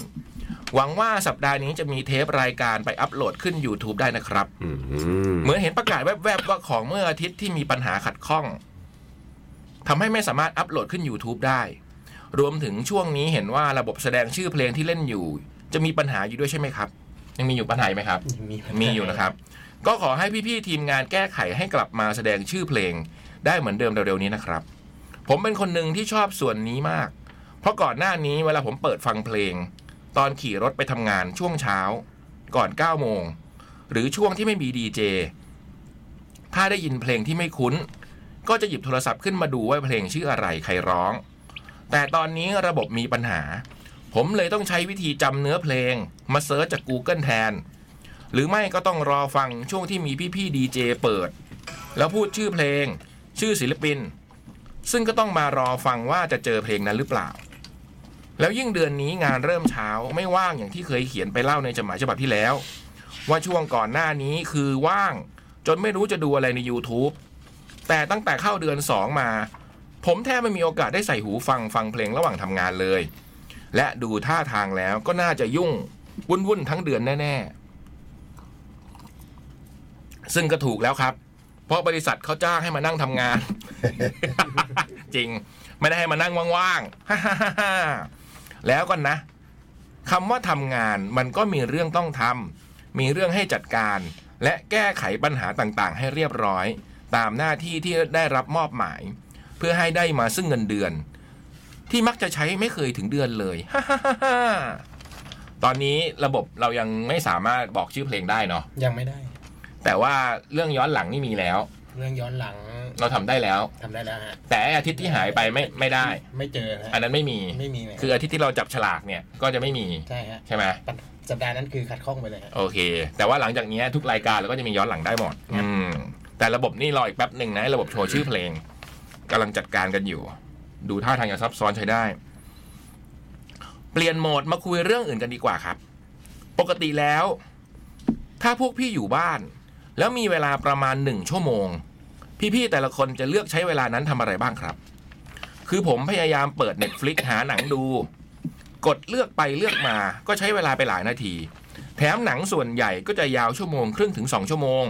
[SPEAKER 2] หวังว่าสัปดาห์นี้จะมีเทปรายการไปอัปโหลดขึ้น YouTube ได้นะครับ
[SPEAKER 3] อืม
[SPEAKER 2] เหมือนเห็นประกาศแวบๆ ว่าของเมื่ออาทิตย์ที่มีปัญหาขัดข้องทำให้ไม่สามารถอัปโหลดขึ้น YouTube ได้ รวมถึงช่วงนี้เห็นว่าระบบแสดงชื่อเพลงที่เล่นอยู่ จะมีปัญหาอยู่ด้วยใช่ไหมครับ ยังมีอยู่ปัญหาไหมครับ
[SPEAKER 1] มี
[SPEAKER 2] มีอยู่นะครับ ก็ขอให้พี่ๆทีมงานแก้ไขให้กลับมาแสดงชื่อเพลง ได้เหมือนเดิมเร็วๆนี้นะครับ ผมเป็นคนหนึ่งที่ชอบส่วนนี้มาก เพราะก่อนหน้านี้เวลาผมเปิดฟังเพลง ตอนขี่รถไปทำงานช่วงเช้า ก่อน 9 โมง หรือช่วงที่ไม่มีดีเจ ถ้าได้ยินเพลงที่ไม่คุ้น ก็จะหยิบโทรศัพท์ขึ้นมาดูว่าเพลงชื่ออะไรใครร้อง แต่ตอนนี้ระบบมีปัญหา ผมเลยต้องใช้วิธีจำเนื้อเพลง มาเซิร์ชจาก Google แทน หรือไม่ก็ต้องรอฟังช่วงที่มีพี่ๆดีเจเปิด แล้วพูดชื่อเพลง ชื่อศิลปิน ซึ่งก็ต้องมารอฟังว่าจะเจอเพลงนั้นหรือเปล่า แล้วยิ่งเดือนนี้งานเริ่มเช้าไม่ว่างอย่างที่เคยเขียนไปเล่าในจดหมายฉบับที่แล้ว ว่าช่วงก่อนหน้านี้คือว่าง จนไม่รู้จะดูอะไรใน YouTube แต่ตั้งแต่เข้าเดือน 2 มา ผมแทบไม่มีโอกาสได้ใส่หูฟังฟังเพลงระหว่างทำงานเลย และดูท่าทางแล้วก็น่าจะยุ่งวุ่นๆทั้งเดือนแน่ๆ ซึ่งก็ถูกแล้วครับ เพราะบริษัทเขาจ้างให้มานั่งทำงาน จริง ไม่ได้ให้มานั่งว่างๆ แล้วกันนะคำว่าทำงานมันก็มีเรื่องต้องทำมีเรื่องให้จัดการ และแก้ไขปัญหาต่างๆ ให้เรียบร้อย ตามหน้าที่ที่ได้รับมอบหมาย เพื่อให้ได้มาซึ่งเงินเดือน ที่มักจะใช้ไม่เคยถึงเดือนเลย ตอนนี้ระบบเรายังไม่สามารถบอกชื่อเพลงได้เนาะ
[SPEAKER 1] ยังไม่ได้
[SPEAKER 2] แต่ว่าเรื่องย้อนหลังนี่มีแล้ว
[SPEAKER 1] เรื่องย้อนหลัง
[SPEAKER 2] เราทำได้แล้ว
[SPEAKER 1] ทำได้แล้วฮะ
[SPEAKER 2] แต่ไอ้อาทิตย์ที่หายไปไม่ไม่ได้
[SPEAKER 1] ไม่เจอฮะ
[SPEAKER 2] อันนั้นไม่มี
[SPEAKER 1] ไม่มีเลยฮะ
[SPEAKER 2] คืออาทิตย์ที่เราจับฉลากเนี่ยก็จะไม่มี
[SPEAKER 1] ใช่ฮะ
[SPEAKER 2] ใช่ไหม
[SPEAKER 1] ปัดสัปดาห์นั้นคือขัดข้องไปเลยฮะ
[SPEAKER 2] โอเค แต่ว่าหลังจากเนี้ยทุกรายการเราก็จะมีย้อนหลังได้หมด
[SPEAKER 1] ครับ
[SPEAKER 2] อืมแต่ระบบนี่รออีกแป๊บหนึ่งนะระบบโชว์ชื่อเพลงกำลังจัดการกันอยู่ ดูท่าทางจะซับซ้อนใช้ได้ เปลี่ยนโหมดมาคุยเรื่องอื่นกันดีกว่าครับ ปกติแล้ว ถ้าพวกพี่อยู่บ้าน แล้วมีเวลาประมาณหนึ่งชั่วโมง พี่ๆแต่ละคนจะเลือกใช้เวลานั้นทำอะไรบ้างครับ คือผมพยายามเปิด Netflix หาหนังดู กดเลือกไปเลือกมา ก็ใช้เวลาไปหลายนาที แถมหนังส่วนใหญ่ก็จะยาวชั่วโมงครึ่งถึงสองชั่วโมง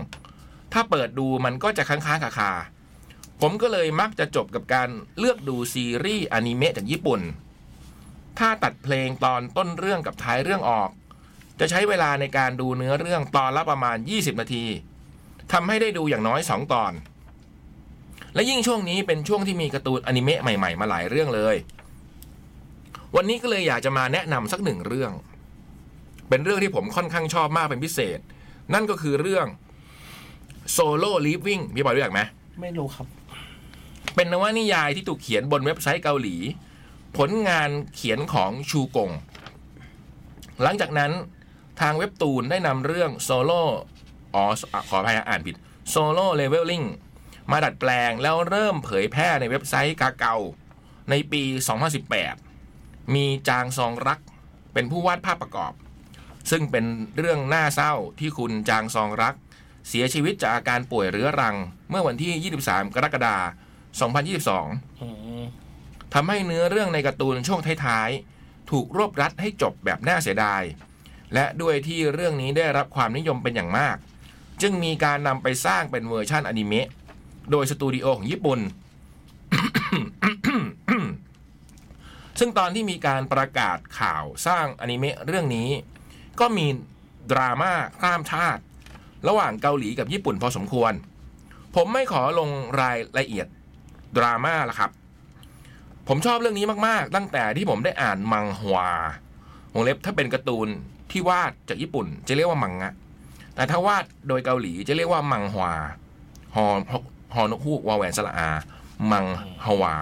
[SPEAKER 2] ถ้าเปิดดูมันก็จะค้างๆคาคาๆผมก็เลยมักจะจบกับการเลือกดูซีรีส์อนิเมะจากญี่ปุ่น ถ้าตัดเพลงตอนต้นเรื่องกับท้ายเรื่องออก จะใช้เวลาในการดูเนื้อเรื่องตอนละประมาณ 20 นาทีทำให้ได้ดูอย่างน้อย 2 ตอน และยิ่งช่วงนี้เป็นช่วงที่มีการ์ตูนอนิเมะใหม่ๆ มาหลายเรื่องเลย วันนี้ก็เลยอยากจะมาแนะนำสักหนึ่งเรื่อง เป็นเรื่องที่ผมค่อนข้างชอบมากเป็นพิเศษ นั่นก็คือเรื่อง Solo Living พี่บอยรู้จักไหม
[SPEAKER 4] ไม่รู้ครับ
[SPEAKER 2] เป็นนวนิยายที่ถูกเขียนบนเว็บไซต์เกาหลี ผลงานเขียนของชูกง หลังจากนั้นทางเว็บตูนได้นำเรื่องโซโล่อ๋ออ่ะขออภัยอ่านผิดโซโล่เลเวลลิ่งมาดัดแปลงแล้วเริ่มเผยแพร่ในเว็บไซต์กาเกาในปี 2018 มีจางซองรัก เป็นผู้วาดภาพประกอบ ซึ่งเป็นเรื่องน่าเศร้าที่คุณจางซองรัก เสียชีวิตจากอาการป่วยเรื้อรัง เมื่อวันที่ 23 กรกฎาคม 2022
[SPEAKER 4] อืม
[SPEAKER 2] ทำให้เนื้อเรื่องในการ์ตูนช่วงท้ายๆ ถูกรวบรัดให้จบแบบน่าเสียดาย และด้วยที่เรื่องนี้ได้รับความนิยมเป็นอย่างมาก จึงมีการนำไปสร้างเป็นเวอร์ชั่นอนิเมะ โดยสตูดิโอของญี่ปุ่น ซึ่งตอนที่มีการประกาศข่าวสร้างอนิเมะเรื่องนี้ ก็มีดราม่าข้ามชาติ ระหว่างเกาหลีกับญี่ปุ่นพอสมควร ผมไม่ขอลงรายละเอียดดราม่าละครับ ผมชอบเรื่องนี้มาก ๆ ตั้งแต่ที่ผมได้อ่านมังฮวาวงเล็บถ้าเป็นการ์ตูนที่วาดจากญี่ปุ่น จะเรียกว่ามังงะ แต่ถ้าวาดโดยเกาหลีจะเรียกว่ามังฮวาฮอฮอฮอนกฮูกวาแหวนสระอา มังฮวา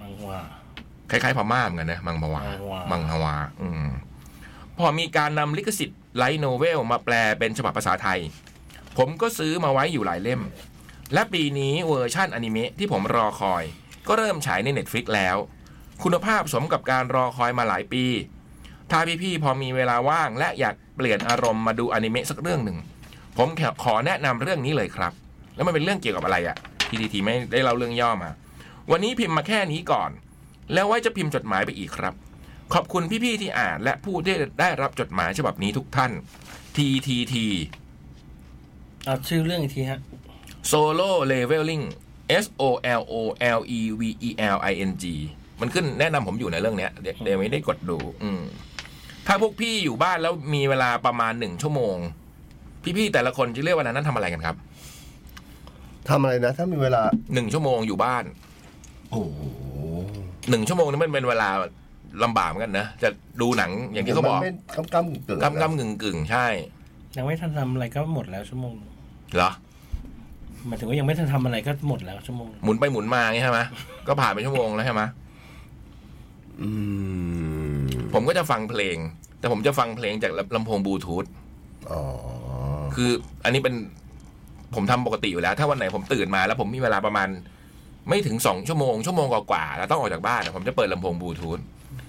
[SPEAKER 4] มังหว่า
[SPEAKER 2] คล้ายๆพม่าเหมือนกันนะมังพวา
[SPEAKER 4] มังฮวา
[SPEAKER 2] มังฮวาอืมพอมีการนำลิขสิทธิ์ ไลท์โนเวลมาแปลเป็นฉบับภาษาไทย ผมก็ซื้อมาไว้อยู่หลายเล่ม และปีนี้เวอร์ชั่นอนิเมะที่ผมรอคอย ก็เริ่มฉายใน Netflix แล้ว คุณภาพสมกับการรอคอยมาหลายปี ถ้าพี่ๆพอมีเวลาว่าง และอยากเปลี่ยนอารมณ์มาดูอนิเมะสักเรื่องหนึ่ง ผมขอขอแนะนำเรื่องนี้เลยครับ แล้วมันเป็นเรื่องเกี่ยวกับอะไรอะ่ะทีทีทีไม่ได้เล่าเรื่องย่อมา วันนี้พิมพ์มาแค่นี้ก่อน แล้วไว้จะพิมพ์จดหมายไปอีกครับ ขอบคุณพี่ๆที่อ่านและผู้ที่ได้รับจดหมายฉบับนี้ทุกท่าน TTT
[SPEAKER 4] เอาชื่อเรื่องอีกทีฮะ
[SPEAKER 2] Solo Leveling S O L O L E V E L I N G มันขึ้นแนะนำผมอยู่ในเรื่องเนี้ยเดี๋ยวเดี๋ยวไม่ได้กดดูอืมถ้าพวกพี่อยู่บ้านแล้วมีเวลาประมาณหนึ่งชั่วโมง พี่ๆแต่ละคนจะเรียกวันนั้นทำอะไรกันครับ
[SPEAKER 3] ทำอะไรนะ ถ้ามีเวลา
[SPEAKER 2] หนึ่งชั่วโมงอยู่บ้าน
[SPEAKER 3] โอ้โห
[SPEAKER 2] หนึ่งชั่วโมงนี่มันเป็นเวลาลำบากเหมือนกันนะจะดูหนังอย่างที่เขาบอก
[SPEAKER 3] มันไม่กำกำกึ่งๆนะ
[SPEAKER 2] กำกำกึ่งกึ่งๆใช่
[SPEAKER 4] ยังไม่ทันทำอะไรก็หมดแล้วชั่วโมงหนึ่ง
[SPEAKER 2] เหรอ
[SPEAKER 4] หมายถึงว่ายังไม่ทันทำอะไรก็หมดแล้วชั่วโมงหนึ่ง
[SPEAKER 2] หมุนไปหมุนมาอย่างเงี้ยใช่ไหมก็ผ่านไปชั่วโมงแล้วใช่ไหม
[SPEAKER 3] อืม
[SPEAKER 2] ผมก็จะฟังเพลง แต่ผมจะฟังเพลงจากลำโพงบลูทูธ
[SPEAKER 3] อ๋อ
[SPEAKER 2] คืออันนี้เป็นผมทำปกติอยู่แล้ว ถ้าวันไหนผมตื่นมาแล้วผมมีเวลาประมาณ ไม่ถึงสองชั่วโมง ชั่วโมงกว่าๆแล้วต้องออกจากบ้านอะผมจะเปิดลำโพงบลูทูธ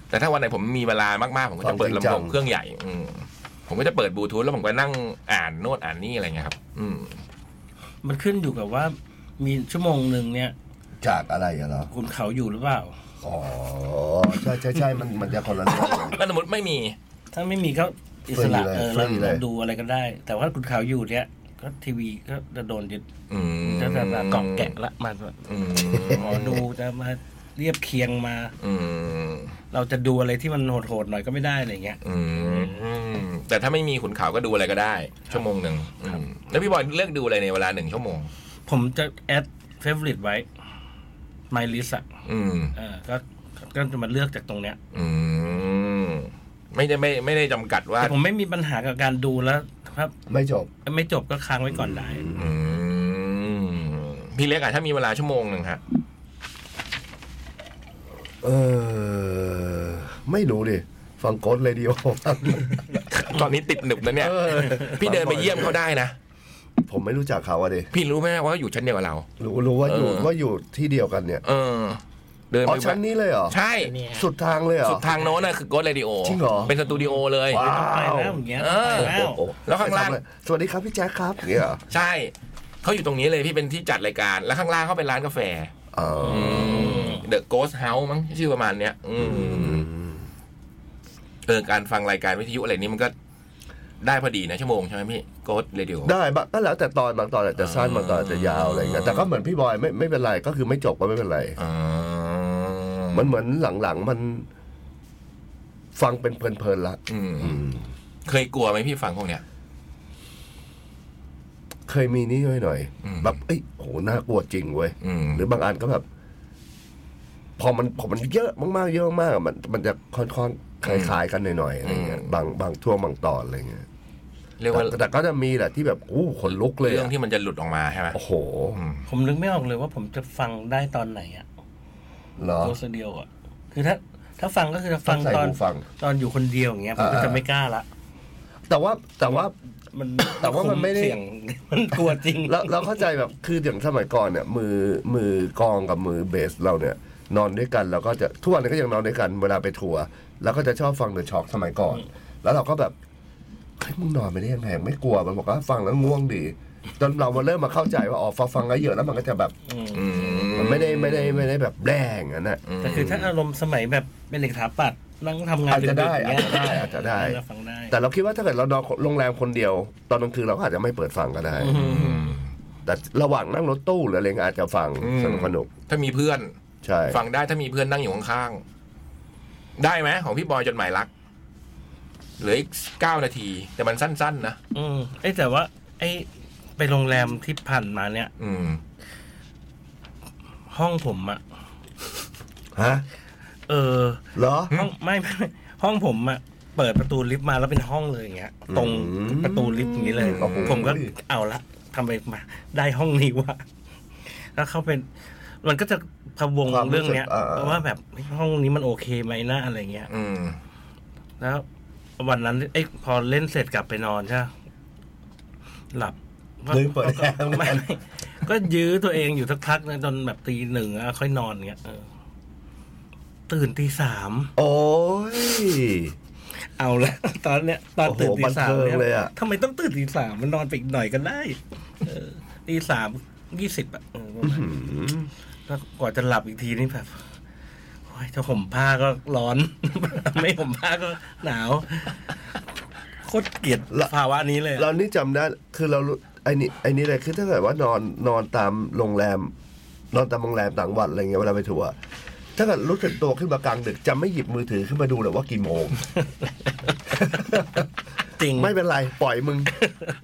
[SPEAKER 2] แต่ถ้าวันไหนผมมีเวลามากๆ ผมก็จะเปิดลำโพงเครื่องใหญ่ อืมผมก็จะเปิดบลูทูธแล้วผมก็นั่งอ่านโน้ตอ่านนี่อะไรเงี้ยครับ อืม
[SPEAKER 4] มันขึ้นอยู่กับว่ามีชั่วโมงหนึ่งเนี่ย
[SPEAKER 3] จากอะไรอะเหรอ
[SPEAKER 4] คุณเขาอยู่หรือเปล่า
[SPEAKER 3] อ๋อใช่ใช่ใช่มันมันจะคนละเรื่องเลย
[SPEAKER 2] ถ้าสมมติไม่มี
[SPEAKER 4] ถ้าไม่มีก็อิส
[SPEAKER 3] ฟ
[SPEAKER 4] ระ
[SPEAKER 3] รีเลย
[SPEAKER 4] เออ
[SPEAKER 3] ฟรี
[SPEAKER 4] เรา
[SPEAKER 3] เลย
[SPEAKER 4] ดูอะไรก็ได้ แต่ว่าคุณเขาอยู่เนี่ยก็ทีวีก็จะโดนยึด
[SPEAKER 2] อืม
[SPEAKER 4] จะจะจะเกาะแกะละมัน
[SPEAKER 2] อืม
[SPEAKER 4] หมอดูจะมาเรียบเคียงมา
[SPEAKER 2] อืม
[SPEAKER 4] เราจะดูอะไรที่มันโหดๆหน่อยก็ไม่ได้อะไรเงี้ย
[SPEAKER 2] อืมแต่ถ้าไม่มีขุนเขาก็ดูอะไรก็ได้ ชั่วโมงหนึ่ง
[SPEAKER 4] ครับ
[SPEAKER 2] อืมแล้วพี่บอยเลือกดูอะไรในเวลาหนึ่งชั่วโมง
[SPEAKER 4] ผมจะแอดเฟ v o r i t e ไว้ My List อะ
[SPEAKER 2] อืม
[SPEAKER 4] เออก็ก็จะมาเลือกจากตรงเนี้ย
[SPEAKER 2] อืม ไม่ได้ไม่ไม่ได้จำกัดว่า
[SPEAKER 4] แต่ผมไม่มีปัญหากับการดูแล้วครับ
[SPEAKER 3] ไม่จบ
[SPEAKER 4] ไม่จบก็ค้างไว้ก่อนได้
[SPEAKER 2] อืม พี่เล็กอะถ้ามีเวลาชั่วโมงหนึ่งฮะ
[SPEAKER 3] เออ ไม่รู้ดิ ฟังโกดเลยดีโอ
[SPEAKER 2] ตอนนี้ติดหนึบนะเนี่ย พี่เดินไปเยี่ยมเขาได้นะ
[SPEAKER 3] ผมไม่รู้จักเขาอะดิ
[SPEAKER 2] พี่รู้ไหมว่าเขาอยู่ชั้นเดียวกับเรา
[SPEAKER 3] รู้รู้ว่าอยู่
[SPEAKER 2] เออ
[SPEAKER 3] ว่าอยู่ที่เดียวกันเนี่ย
[SPEAKER 2] เออ เดิน
[SPEAKER 3] อ๋
[SPEAKER 2] ไป
[SPEAKER 3] อชั้นนี้เลยเหรอ
[SPEAKER 2] ใช่
[SPEAKER 1] นี่ฮะ
[SPEAKER 3] สุดทางเลยเหรอ
[SPEAKER 2] สุดทางโน้นน่ะคือโกดเรดิโอ
[SPEAKER 3] จริงเหรอ
[SPEAKER 2] เป็นสตูดิโอเลย
[SPEAKER 3] ว้า
[SPEAKER 4] ไป
[SPEAKER 3] ว
[SPEAKER 4] แล้วอย่างเงี้ย
[SPEAKER 2] เออ
[SPEAKER 4] ไปแล้ว
[SPEAKER 3] โอ้โห
[SPEAKER 2] แล้วข้างล่าง
[SPEAKER 3] สวัสดีครับพี่แจ๊คครับอย่างเงี้ยเหรอ
[SPEAKER 2] ใช่ เขาอยู่ตรงนี้เลยพี่เป็นที่จัดรายการ แล้วข้างล่างเขาเป็นร้านกาแฟ
[SPEAKER 3] อ๋ออ
[SPEAKER 2] เดอะโกสเฮาส์มั้งชื่อประมาณเนี้ยอืมเออการฟังรายการวิทยุอะไรนี้มันก็ได้พอดีนะชั่วโมงใช่ไหมพี่โกสเรดิโอ
[SPEAKER 3] ได้บางก็แล้วแต่ตอนบางตอนอาจจะสั้นบางตอนอาจจะยาวอะไรเงี้ยแต่ก็เหมือนพี่บอยไม่ไม่เป็นไรก็คือไม่จบก็ไม่เป็นไร มันเหมือนหลังๆมัน ฟังเป็นเพลินๆละ
[SPEAKER 2] อืม เคยกลัวไหมพี่ฟังพวกเนี้ย
[SPEAKER 3] เคยมีนี่หน่อย
[SPEAKER 2] อืม
[SPEAKER 3] ๆแบบเอ้ยโหน่ากลัวจริงเว้ย
[SPEAKER 2] อืม
[SPEAKER 3] หรือบางอันก็แบบ พอมันพอมันเยอะมากๆเยอะมากๆอะมันมันจะค่อนๆคล้ายๆกันหน่อยๆอะไรเงี้ยบางบางช่วงบางตอนอะไรเงี้ย
[SPEAKER 2] เรียกว่า
[SPEAKER 3] แต่แต่ก็จะมีแหละที่แบบอู้ขนลุกเลย
[SPEAKER 2] เรื่อ
[SPEAKER 3] อะ
[SPEAKER 2] งที่มันจะหลุดออกมาใช่ไหม
[SPEAKER 3] โอ้โห
[SPEAKER 2] อืม
[SPEAKER 4] ผมนึกไม่ออกเลยว่าผมจะฟังได้ตอนไหนอะ
[SPEAKER 3] เหรอ
[SPEAKER 4] ตัวคนเดียวอะคือถ้าถ้าฟังก็คือจะฟัง
[SPEAKER 3] ต้องใส่
[SPEAKER 4] ตอน
[SPEAKER 3] หูฟัง
[SPEAKER 4] ตอนอยู่คนเดียวอย่างเงี้ยผมก็
[SPEAKER 3] อ่า
[SPEAKER 4] จะไม่กล้าละ
[SPEAKER 3] แต่ว่าแต่ว่า
[SPEAKER 4] มัน
[SPEAKER 3] แต่ว่ามันไม่ได้
[SPEAKER 4] เสี่ยง มันกลัวจริง
[SPEAKER 3] เราเราเข้าใจแบบคืออย่างสมัยก่อนเนี่ย มือมือกลองกับมือเบสเราเนี่ย นอนด้วยกันเราก็จะทุกวันนี้ก็ยังนอนด้วยกันเวลาไปทัวร์เราก็จะชอบฟังเดอะช็อคสมัยก่อน แล้วเราก็แบบเฮ้ยมึงนอนไปได้ยังไงไม่กลัวมันบอกว่าฟังแล้วง่วงดีจนเราเริ่มมาเข้าใจว่าอ๋อฟังฟังแล้วเยอะแล้วมันก็จะแบบ
[SPEAKER 4] อืม
[SPEAKER 2] อื
[SPEAKER 3] มันไม่ได้ไม่ได้ไม่ได้แบบแรงอันน่ะ
[SPEAKER 4] แต่คือถ้าอารมณ์สมัยแบบเป็นเด็กถาปัดนั่งทำงาน
[SPEAKER 3] อาจจะได้
[SPEAKER 4] กๆย่งเงี้ย
[SPEAKER 3] อาจจะได้อาจจะได้
[SPEAKER 4] เราฟังได้
[SPEAKER 3] แต่เราคิดว่าถ้าเกิดเรานอนโรงแรมคนเดียว ตอนกลางคืนเราก็อาจจะไม่เปิดฟังก็ได้
[SPEAKER 2] อืม
[SPEAKER 3] แต่ระหว่างนั่งรถตู้หรืออะไรเงี้ยอาจจะฟังสนุกสนุก
[SPEAKER 2] ถ้ามีเพื่อน
[SPEAKER 3] ใช่
[SPEAKER 2] ฟังได้ถ้ามีเพื่อนนั่งอยู่ข้างๆ ได้ไหมของพี่บอยจดหมายรัก เหลืออีกเก้านาที แต่มันสั้นๆนะ
[SPEAKER 4] อืมไอ้ยแต่ว่า ไอ้ไปโรงแรมที่ผ่านมาเนี่ย
[SPEAKER 2] อืม
[SPEAKER 4] ห้องผมอะ
[SPEAKER 3] ฮะ
[SPEAKER 4] เออ
[SPEAKER 3] เหรอ
[SPEAKER 4] ห้องไม่ ไม่ไม่ห้องผมอะเปิดประตูลิฟต์มาแล้วเป็นห้องเลยอย่างเงี้ย ตรงประตูลิฟต์อย่างนี้เลย
[SPEAKER 3] โอ้โห
[SPEAKER 4] ผมก็เอาละทำไปมา ได้ห้องนี้วะแล้วเขาเป็น มันก็จะพะวง
[SPEAKER 3] ความรู้สึก
[SPEAKER 4] เรื่องเนี้ย
[SPEAKER 3] เออเออ
[SPEAKER 4] ว่าแบบห้องนี้มันโอเคไหมนะอะไรเงี้ย
[SPEAKER 2] อืม
[SPEAKER 4] แล้ว วันนั้นเอ้ยพอเล่นเสร็จกลับไปนอนใช่ปะหลับก็
[SPEAKER 3] ลืมเปิด
[SPEAKER 4] ก็
[SPEAKER 3] แอร์
[SPEAKER 4] ไม่ไม่ก็ยื้อตัวเองอยู่สักพักนะจนแบบตีหนึ่งอะค่อยนอนเงี้ยเออตื่นตีสาม
[SPEAKER 3] โอ้ย
[SPEAKER 4] เอาละ ตอนเนี้ย ตอนตื่น
[SPEAKER 3] โอ้โห
[SPEAKER 4] ตีสาม
[SPEAKER 3] บันเทิงเลยอะ
[SPEAKER 4] ทำไมต้องตื่นตีสามมันนอนไปอีกหน่อยก็ได้เออตีสามยี่สิบอะเออประมาณ แล้วกว่าจะหลับอีกทีนี่แบบโอ้ยถ้าห่มผ้าก็ร้อน ไม่ห่มผ้าก็หนาว โคตรเกลียด
[SPEAKER 3] ละ
[SPEAKER 4] ภาวะนี้เลยอะ
[SPEAKER 3] เรานี่จำได้คือเรารู้ไอ้นี่ไอ้นี่เลยคือถ้าเกิดว่านอนนอนตามโรงแรม นอนตามโรงแรมต่างจังหวัดอะไรเงี้ยเวลาไปทัวร์ถ้าเกิดรู้สึกตัวขึ้นมากลางดึกจะไม่หยิบมือถือขึ้นมาดูหรอกว่ากี่โมง
[SPEAKER 4] จริง
[SPEAKER 3] ไม่เป็นไร ปล่อยมึง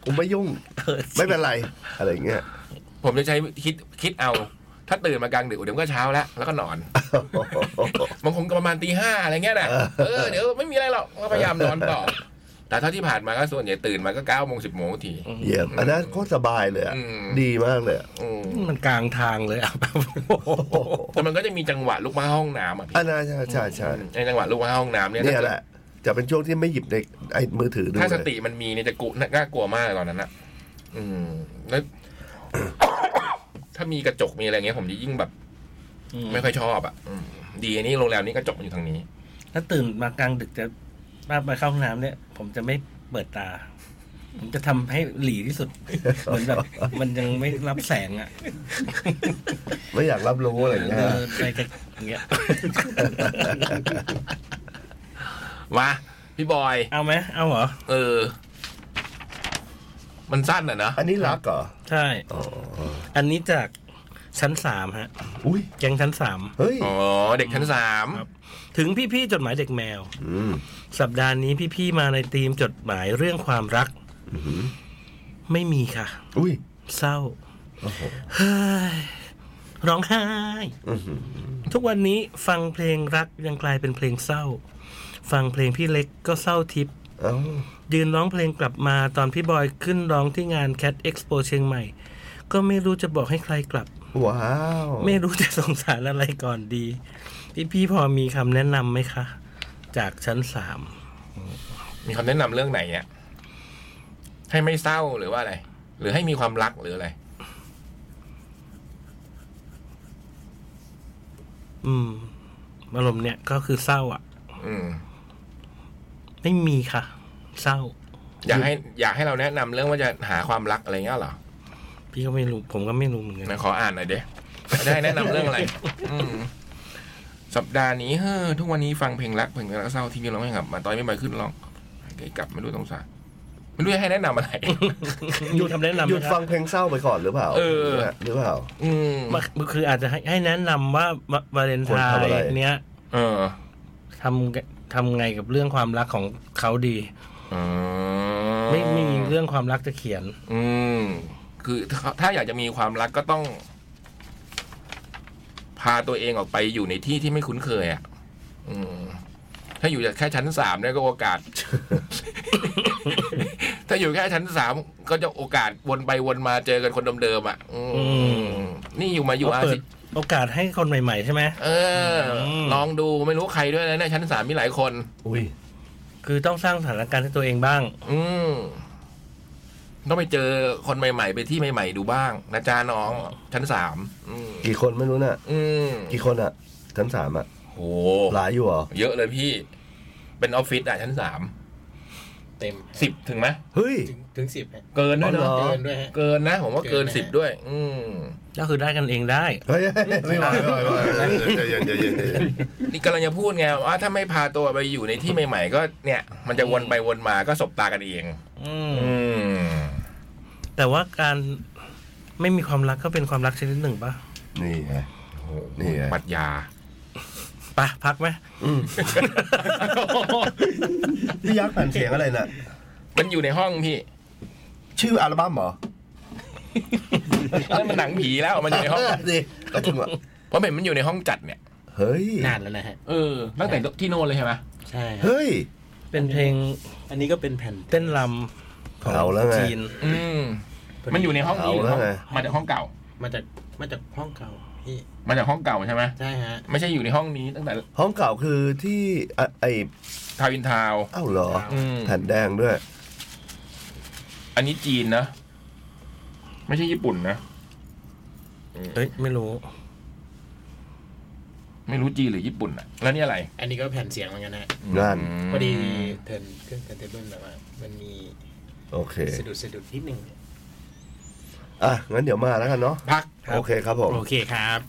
[SPEAKER 3] กูไม่ ยุ่ง
[SPEAKER 4] เออ
[SPEAKER 3] ไม่เป็นไร อะไรเงี้ย
[SPEAKER 2] ผมจะใช้คิดคิดเอา ถ้าตื่นมากลางดึกเดี๋ยวมันก็เช้าแล้ว แล้วก็นอน บางคนก็ประมาณตีห้าอะไรเงี้ยนะเออเดี๋ยวไม่มีอะไรหรอกก็พยายามนอนต่อ แต่เท่าที่ผ่านมาก็ส่วนใหญ่ตื่นมาก็เก้าโมงสิบโมงที
[SPEAKER 3] เยี่ยมอันนั้นโคตรสบายเลยอะ
[SPEAKER 2] อืม
[SPEAKER 3] ดีมากเลยอะ
[SPEAKER 2] อืม
[SPEAKER 4] มันกลางทางเลย อ่ะแบบโอ้โห
[SPEAKER 2] แต่มันก็จะมีจังหวะลุกมาห้องน้ำอ่ะพี่
[SPEAKER 3] อันนั้นใช่ใช่ใช่
[SPEAKER 2] ในจังหวะลุกมาห้องน้ำเนี่ย
[SPEAKER 3] เนี่ยแหละ จะเป็นช่วงที่ไม่หยิบในไอ้มือถือดู
[SPEAKER 2] ถ้าส
[SPEAKER 3] เลย
[SPEAKER 2] ติมันมีเนี่ยจะกุน่ากลัวมากเลยตอนนั้นนะอืมแล้ว ถ้ามีกระจกมีอะไรเงี้ยผมจะยิ่งแบบ ไม่ค่อยชอบอ่ะอืมดีอันนี้โรงแรมนี้กระจกมันอยู่ทางนี้
[SPEAKER 4] ถ้าตื่นมากลางดึกจะมาไปเข้าห้องน้ำเนี่ย ผมจะไม่เปิดตา ผมจะทำให้หลีที่สุด เหมือนแบบ มันยังไม่รับแสงอ่ะ
[SPEAKER 3] ไม่อยากรับรู้อะไรเงี้ย
[SPEAKER 4] เดินไปกันอย่างเงี้ย
[SPEAKER 2] มาพี่บอย
[SPEAKER 4] เอาไหมเอาเหรอ
[SPEAKER 2] เออ มันสั้นอ่ะนะ
[SPEAKER 3] อันนี้รักเหรอ
[SPEAKER 4] ใช่
[SPEAKER 3] อ๋อ
[SPEAKER 4] อันนี้จากชั้นสามฮะ
[SPEAKER 3] อุ้ย
[SPEAKER 4] แก๊งชั้นสาม
[SPEAKER 3] เฮ้ย
[SPEAKER 2] อ๋อเด็กชั้นสาม
[SPEAKER 4] ครับ ถึงพี่ๆจดหมายเด็กแมว
[SPEAKER 3] อืม
[SPEAKER 4] สัปดาห์นี้พี่ๆมาในธีมจดหมายเรื่องความรัก ไม่มีค่ะ
[SPEAKER 3] อุ้ย
[SPEAKER 4] เศร้า
[SPEAKER 3] โอ้โห
[SPEAKER 4] เฮ้ยร้องไห้
[SPEAKER 3] อื้อหือ
[SPEAKER 4] ทุกวันนี้ฟังเพลงรักยังกลายเป็นเพลงเศร้า ฟังเพลงพี่เล็กก็เศร้าทิพย์
[SPEAKER 3] เอ้า
[SPEAKER 4] ยืนร้องเพลงกลับมาตอนพี่บอยขึ้นร้องที่งาน Cat Expo เชียงใหม่ ก็ไม่รู้จะบอกให้ใครกลับ
[SPEAKER 3] ว้าว
[SPEAKER 4] ไม่รู้จะสงสารอะไรก่อนดี พี่พี่ๆพอมีคำแนะนำไหมคะ จากชั้นสาม
[SPEAKER 2] มีคำแนะนำเรื่องไหนเนี่ยให้ไม่เศร้าหรือว่าอะไร หรือให้มีความรักหรืออะไร
[SPEAKER 4] อืมอารมณ์เนี่ยก็คือเศร้าอ่ะ
[SPEAKER 2] อืม
[SPEAKER 4] ไม่มีค่ะ เศร้า
[SPEAKER 2] อยากให้ อยากให้เราแนะนำเรื่องว่าจะหาความรักอะไรเงี้ยเหรอ
[SPEAKER 4] พี่ก็ไม่รู้ ผมก็ไม่รู้เหมือนกัน
[SPEAKER 2] นะขออ่านหน่อยเด้จะให้แนะนำเรื่อง อะไร อืมสัปดาห์นี้เฮ้อทุกวันนี้ฟังเพลงรักเพลงรักเศร้าที่มีร้องให้กลับมาตอนไม่ไปขึ้นร้องไอ้กลับไม่รู้สงสารไม่รู้จะให้แนะนำอะไร
[SPEAKER 4] หยุดทำแนะนำ
[SPEAKER 3] หยุด
[SPEAKER 4] นะค
[SPEAKER 3] ฟั
[SPEAKER 4] รับ
[SPEAKER 3] งเพลงเศร้าไปก่อนหรือเปล่า
[SPEAKER 2] เออ
[SPEAKER 3] หรือเปล่า
[SPEAKER 2] อืม
[SPEAKER 4] มันคืออาจจะให้ให้แนะนำว่าวาวาเลน
[SPEAKER 3] ค
[SPEAKER 4] ไท
[SPEAKER 3] วรทำอะไร
[SPEAKER 4] น์เนี้ย
[SPEAKER 2] เออ
[SPEAKER 4] ทำทำไงกับเรื่องความรักของเขาดี
[SPEAKER 2] อ๋อ
[SPEAKER 4] ไม่ไมมีเรื่องความรักจะเขียน
[SPEAKER 2] อืม คือถ้าถ้าอยากจะมีความรักก็ต้อง พาตัวเองออกไปอยู่ในที่ที่ไม่คุ้นเคยอ่ะ อืม ถ้าอยู่แค่ชั้นสามเนี่ยก็โอกาส ถ้าอยู่แค่ชั้นสามก็จะโอกาสวนไปวนมาเจอกันคนเดิมๆอ่ะ อื
[SPEAKER 4] อื
[SPEAKER 2] ม
[SPEAKER 4] ม
[SPEAKER 2] นี่อยู่มาอยู่อา
[SPEAKER 4] เปิ
[SPEAKER 2] ซิ
[SPEAKER 4] ดโอกาสให้คนใหม่ๆใช่ไหม
[SPEAKER 2] เอออ
[SPEAKER 4] ม
[SPEAKER 2] ลองดูไม่รู้ใครด้วยนะเนี่ยชั้นสามมีหลายคน
[SPEAKER 3] อุ้ย
[SPEAKER 4] คือต้องสร้างสถานการณ์ให้ตัวเองบ้าง
[SPEAKER 2] อืมต้องไปเจอคนใหม่ ๆ ไปที่ใหม่ ๆ ดูบ้างนะจ๊ะน้อง ชั้นสามอืม
[SPEAKER 3] กี่คนไม่รู้น่ะ
[SPEAKER 2] อืม
[SPEAKER 3] กี่คนอ่ะชั้นสามอ่ะ
[SPEAKER 2] โห
[SPEAKER 3] หลายอยู่เหรอ
[SPEAKER 2] เยอะเลยพี่ เป็นออฟฟิศอ่ะชั้นสาม
[SPEAKER 1] เต็ม
[SPEAKER 2] สิบถึงไหม
[SPEAKER 3] เฮ้ย
[SPEAKER 1] ถึงถึงสิบฮะ
[SPEAKER 2] เกินด้วย
[SPEAKER 3] อ๋อ
[SPEAKER 2] เนาะ
[SPEAKER 3] หร
[SPEAKER 1] เกินด้วยฮะ
[SPEAKER 2] เกินนะ ผมว่าเกิน
[SPEAKER 1] เกินนะ
[SPEAKER 2] สิบด้วย อืม
[SPEAKER 4] ก็คือได้กันเองได้
[SPEAKER 3] เฮ้ยเฮ้ยไม่ไหวไม่ไหวไม่ไหวใจเย็นใจเย็นใจเย็น
[SPEAKER 2] นี่กำลังจะพูดไงว่าถ้าไม่พาตัวไปอยู่ในที่ใหม่ ๆ ก็เนี่ย มันจะวนไปวนมาก็สบตากันเอง
[SPEAKER 4] อืม
[SPEAKER 2] อืม
[SPEAKER 4] แต่ว่าการไม่มีความรักก็เป็นความรักชนิดหนึ่งปะ
[SPEAKER 3] นี่ไง
[SPEAKER 2] โห
[SPEAKER 3] นี่ไง
[SPEAKER 2] ปรัดยา
[SPEAKER 4] ปะพักไหม
[SPEAKER 3] อืมพี่ยักษ์ผ่านเสียงอะไรน่ะ
[SPEAKER 2] มันอยู่ในห้องพี่
[SPEAKER 3] ชื่ออัลบั้มเหรอ
[SPEAKER 2] นั่นมันหนังผีแล้วมันอยู่ในห้อง
[SPEAKER 3] นี่ก็ถึงว่า
[SPEAKER 2] เพราะเห็นมันอยู่ในห้องจัดเนี่ย
[SPEAKER 3] เฮ้ย
[SPEAKER 1] นานแล้วนะฮะ
[SPEAKER 2] เออตั้งแต่ที่โน่นเลยใช่ไหม
[SPEAKER 1] ใช่ฮะ
[SPEAKER 3] เฮ้ย
[SPEAKER 4] เป็นเพลง
[SPEAKER 1] อันนี้ก็เป็นแผ่น
[SPEAKER 4] เต้นรำของ
[SPEAKER 3] เอาแล้วไง
[SPEAKER 4] จีน
[SPEAKER 2] อืม มันอยู่ในห้องนี้หรือห้อง
[SPEAKER 3] เอาแล้วไง
[SPEAKER 2] มาจากห้องเก่า
[SPEAKER 1] มาจากมาจากห้องเก่า พี่
[SPEAKER 2] มาจากห้องเก่าใช่ไหม
[SPEAKER 1] ใช่ฮะ
[SPEAKER 2] ไม่ใช่อยู่ในห้องนี้ตั้งแต่
[SPEAKER 3] ห้องเก่าคือที่อ่ะไอ
[SPEAKER 2] ทาวินทาวน์
[SPEAKER 3] เอ้าเหรอ
[SPEAKER 2] อืม
[SPEAKER 3] แผ่นแดงด้วย
[SPEAKER 2] อันนี้จีนนะ ไม่ใช่ญี่ปุ่นนะ
[SPEAKER 4] เฮ้ย ไม่รู้
[SPEAKER 2] ไม่รู้จีนหรือญี่ปุ่นอะแล้วนี่อะไร
[SPEAKER 1] อันนี้ก็แผ่นเสียงเหมือนกันฮะ
[SPEAKER 3] นั่น
[SPEAKER 2] ม
[SPEAKER 1] พอดีเทิร์นเครื่องเทิร์นเทเบิลแบบว่า มันมี
[SPEAKER 3] โอเค
[SPEAKER 1] สะดุดสะดุดนิดนึง
[SPEAKER 3] อ่ะ งั้นเดี๋ยวมาแล้วกันเนาะ
[SPEAKER 1] พัก
[SPEAKER 3] โอเคครับผม
[SPEAKER 1] โอเคครับ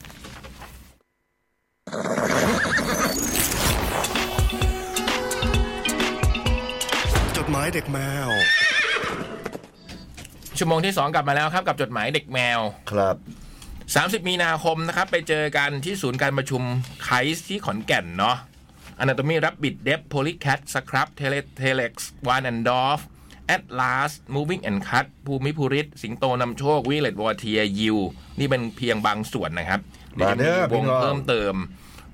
[SPEAKER 3] จดหมายเด็กแมว
[SPEAKER 2] ชั่วโมงที่ 2 กลับมาแล้วครับ กับจดหมายเด็กแมว
[SPEAKER 3] ครับ
[SPEAKER 2] 30 มีนาคมนะครับ ไปเจอกันที่ศูนย์การประชุมไคส์ที่ขอนแก่นเนาะ Anatomy Rabbit d e p Polycat Scrub Tele- Telex One and Dorf Atlas Moving and Cut ภูมิภูริศสิงโตนำโชควิเลตวอเทียยิวนี่เป็นเพียงบางส่วนนะครับ
[SPEAKER 3] มาเด้อ
[SPEAKER 2] ดี๋ยวจะวง
[SPEAKER 3] พี่น้อง
[SPEAKER 2] เพิ่มเติม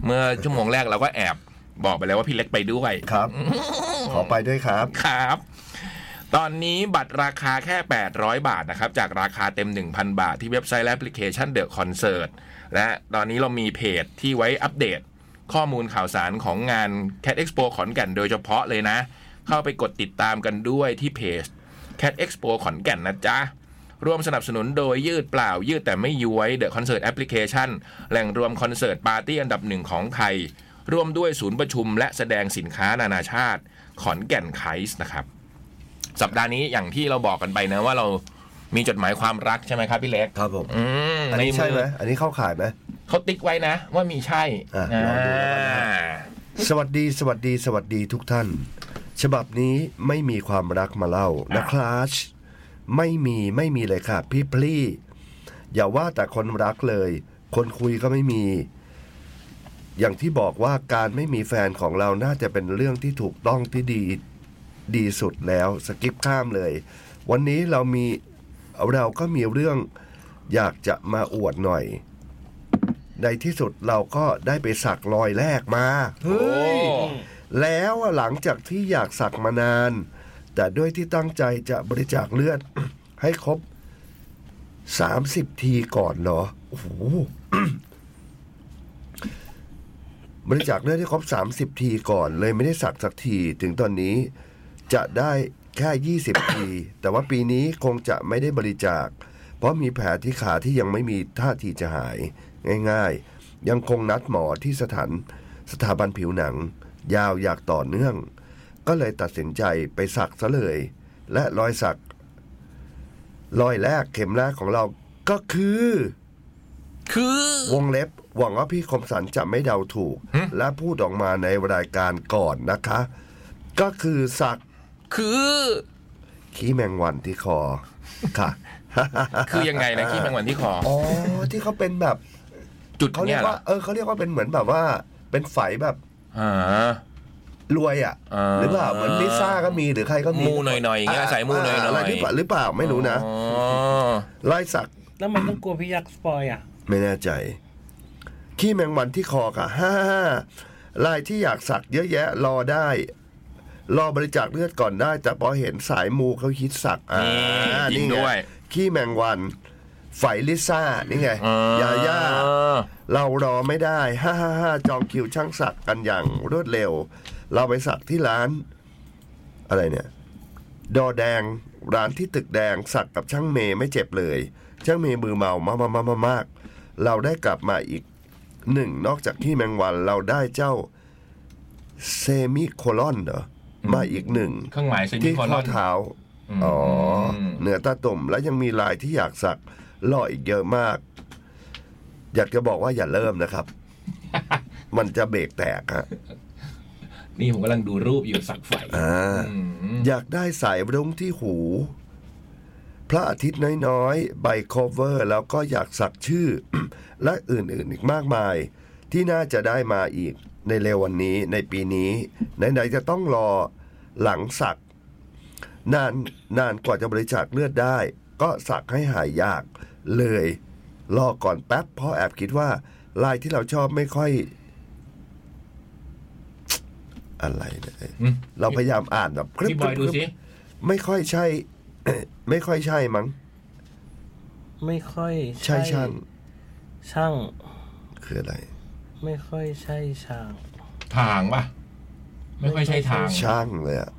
[SPEAKER 2] เมื่อชั่วโมงแรกเราก็แอบบอกไปแล้วว่าพี่เล็กไปด้วย
[SPEAKER 3] ครับ ขอไปด้วยครับ
[SPEAKER 2] ครับ ตอนนี้บัตรราคาแค่ 800 บาทนะครับ จากราคาเต็ม 1,000 บาทที่เว็บไซต์และแอปพลิเคชันเดอะคอนเสิร์ต และตอนนี้เรามีเพจที่ไว้อัปเดต ข้อมูลข่าวสารของงาน Cat Expo ขอนแก่นโดยเฉพาะเลยนะ เข้าไปกดติดตามกันด้วยที่เพจ Cat Expo ขอนแก่นนะจ๊ะ ร่วมสนับสนุนโดยยืดเปล่า ยืดแต่ไม่ย้วยเดอะคอนเสิร์ตแอปพลิเคชันแหล่งรวมคอนเสิร์ตปาร์ตี้อันดับหนึ่งของไทย ร่วมด้วยศูนย์ประชุมและแสดงสินค้านานาชาติ ขอนแก่นไคส์นะครับ สัปดาห์นี้อย่างที่เราบอกกันไปนะว่าเรามีจดหมายความรักใช่ไหมครับพี่เล็ก
[SPEAKER 3] ครับผม
[SPEAKER 2] อืม
[SPEAKER 3] อันนี้
[SPEAKER 2] อ
[SPEAKER 3] ใช่ไหมอันนี้เข้าข่ายไหม
[SPEAKER 2] เขาติ๊กไว้นะ ว่ามีใช่
[SPEAKER 3] อ่ะลองดูแล้วกันนะ
[SPEAKER 2] อ่า
[SPEAKER 3] สวัสดีสวัสดีสวัสดีทุกท่าน ฉบับนี้ไม่มีความรักมาเล่านะคลาชไม่มีไม่มีเลยค่ะ พี่พลี่ อย่าว่าแต่คนรักเลย คนคุยก็ไม่มี อย่างที่บอกว่าการไม่มีแฟนของเราน่าจะเป็นเรื่องที่ถูกต้องที่ดีดีสุดแล้วสกิปข้ามเลย วันนี้เรามีเราก็มีเรื่องอยากจะมาอวดหน่อย ในที่สุดเราก็ได้ไปสักรอยแรกมา
[SPEAKER 2] โอ้
[SPEAKER 3] แล้วอะหลังจากที่อยากสักมานาน แต่ด้วยที่ตั้งใจจะบริจาคเลือด ให้ครบ 30 ทีก่อนเหรอโอ้โห บริจาคเลือดให้ครบ 30 ทีก่อน เลยไม่ได้สักสักทีถึงตอนนี้จะได้แค่ 20 ที แต่ว่าปีนี้คงจะไม่ได้บริจาค เพราะมีแผลที่ขาที่ยังไม่มีท่าทีจะหาย ง่ายๆ ยังคงนัดหมอที่สถาน สถาบันผิวหนัง ยาวอยากต่อเนื่อง ก็เลยตัดสินใจไปสักซะเลย และรอยสัก รอยแรกเข็มแรกของเราก็คือ
[SPEAKER 2] คือ
[SPEAKER 3] วงเล็บหวังว่าพี่คมสันจะไม่เดาถูก และพูดออกมาในรายการก่อนนะคะ ก็คือสัก
[SPEAKER 2] คือ
[SPEAKER 3] ขี้แมงวันที่คอค่ะ
[SPEAKER 2] คือยังไงนะขี้แมงวันที่คอ
[SPEAKER 3] อ๋อที่เขาเป็นแบบ
[SPEAKER 2] จุด
[SPEAKER 3] เขาเรี
[SPEAKER 2] เนี่
[SPEAKER 3] ก
[SPEAKER 2] ยยเหร
[SPEAKER 3] ว่า
[SPEAKER 2] อ
[SPEAKER 3] เออเขาเรียกว่าเป็นเหมือนแบบว่า เป็นไฝแบบ
[SPEAKER 2] อ่า
[SPEAKER 3] รวยอ่ะ
[SPEAKER 2] อ่า
[SPEAKER 3] หรือเปล่าเหมือนลิซ่าก็มีหรือใครก็มี
[SPEAKER 2] มูหน่อยๆอย่างเงี้ยสายมูหน่อยๆ
[SPEAKER 3] ะไรที่ปะหรือเปล่าไม่รู้นะ
[SPEAKER 2] อ๋อ
[SPEAKER 3] รอยสัก
[SPEAKER 4] แล้วมันต้องกลัวพี่ยักษ์สปอยอ่ะ
[SPEAKER 3] ไม่แน่ใจ ขี้แมงวันที่คอค่ะ ฮ่าฮ่าฮ่าลายที่อยากสักเยอะแยะรอได้ รอบริจาคเลือดก่อนได้ แต่พอเห็นสายมูเขาคิดสักอ่า
[SPEAKER 2] จริ
[SPEAKER 3] นี่
[SPEAKER 2] ง
[SPEAKER 3] ไง
[SPEAKER 2] ด้วย
[SPEAKER 3] ขี้แมงวัน ไฝลิซ่า นี่ไง
[SPEAKER 2] อ่
[SPEAKER 3] ยาย่า เรารอไม่ได้ ฮ่าฮ่าฮ่าจองคิวช่างสักกันอย่างรวดเร็ว เราไปสักที่ร้าน อะไรเนี่ย ดอแดง ร้านที่ตึกแดง สักกับช่างเมย์ไม่เจ็บเลย ช่างเมย์มือเมามากมากมากมากมากเราได้กลับมาอีกหนึ่งนอกจากที่แมงวันเราได้เจ้าเซมิโคลอนเหรอ มาอีกหนึ่ง
[SPEAKER 2] เครื่องหมายเซมิ
[SPEAKER 3] ที่
[SPEAKER 2] คอนล
[SPEAKER 3] ข้
[SPEAKER 2] อ
[SPEAKER 3] อน เท้า อ๋อ เหนือตาตุ่มและยังมีลายที่อยากสักรออีกเยอะมาก อยากจะบอกว่าอย่าเริ่ม นะครับ มันจะเบรกแตกฮะ
[SPEAKER 2] นี่ผมกำลังดูรูปอยู่สักไฟ
[SPEAKER 3] อ่า
[SPEAKER 2] อืม
[SPEAKER 3] อยากได้สายรุ้งที่หู พระอาทิตย์น้อยๆ ใบคอเวอร์แล้วก็อยากสักชื่อ และอื่นๆอีกมากมาย ที่น่าจะได้มาอีกในเร็ววันนี้ในปีนี้ไหนๆจะต้องรอหลังสัก นานนานกว่าจะบริจาคเลือดได้ ก็สักให้หายยากเลย รอก่อนแป๊บเพราะแอบคิดว่า ลายที่เราชอบไม่ค่อย อะไรเนี่ย
[SPEAKER 2] อืม
[SPEAKER 3] เราพยายามอ่านแบบกรึ๊
[SPEAKER 2] พี่บอยดูสิ
[SPEAKER 3] ไม่ค่อยใช่ ไม่ค่อยใช่มั้ง
[SPEAKER 4] ไม่ค่อย
[SPEAKER 3] ใช่ช่าง
[SPEAKER 4] ช่าง
[SPEAKER 3] คืออะไร
[SPEAKER 4] ไม่ค่อยใช่ช่าง
[SPEAKER 2] ทางปะไม่ค่อยใช่ทาง
[SPEAKER 3] ช่างเลยอะ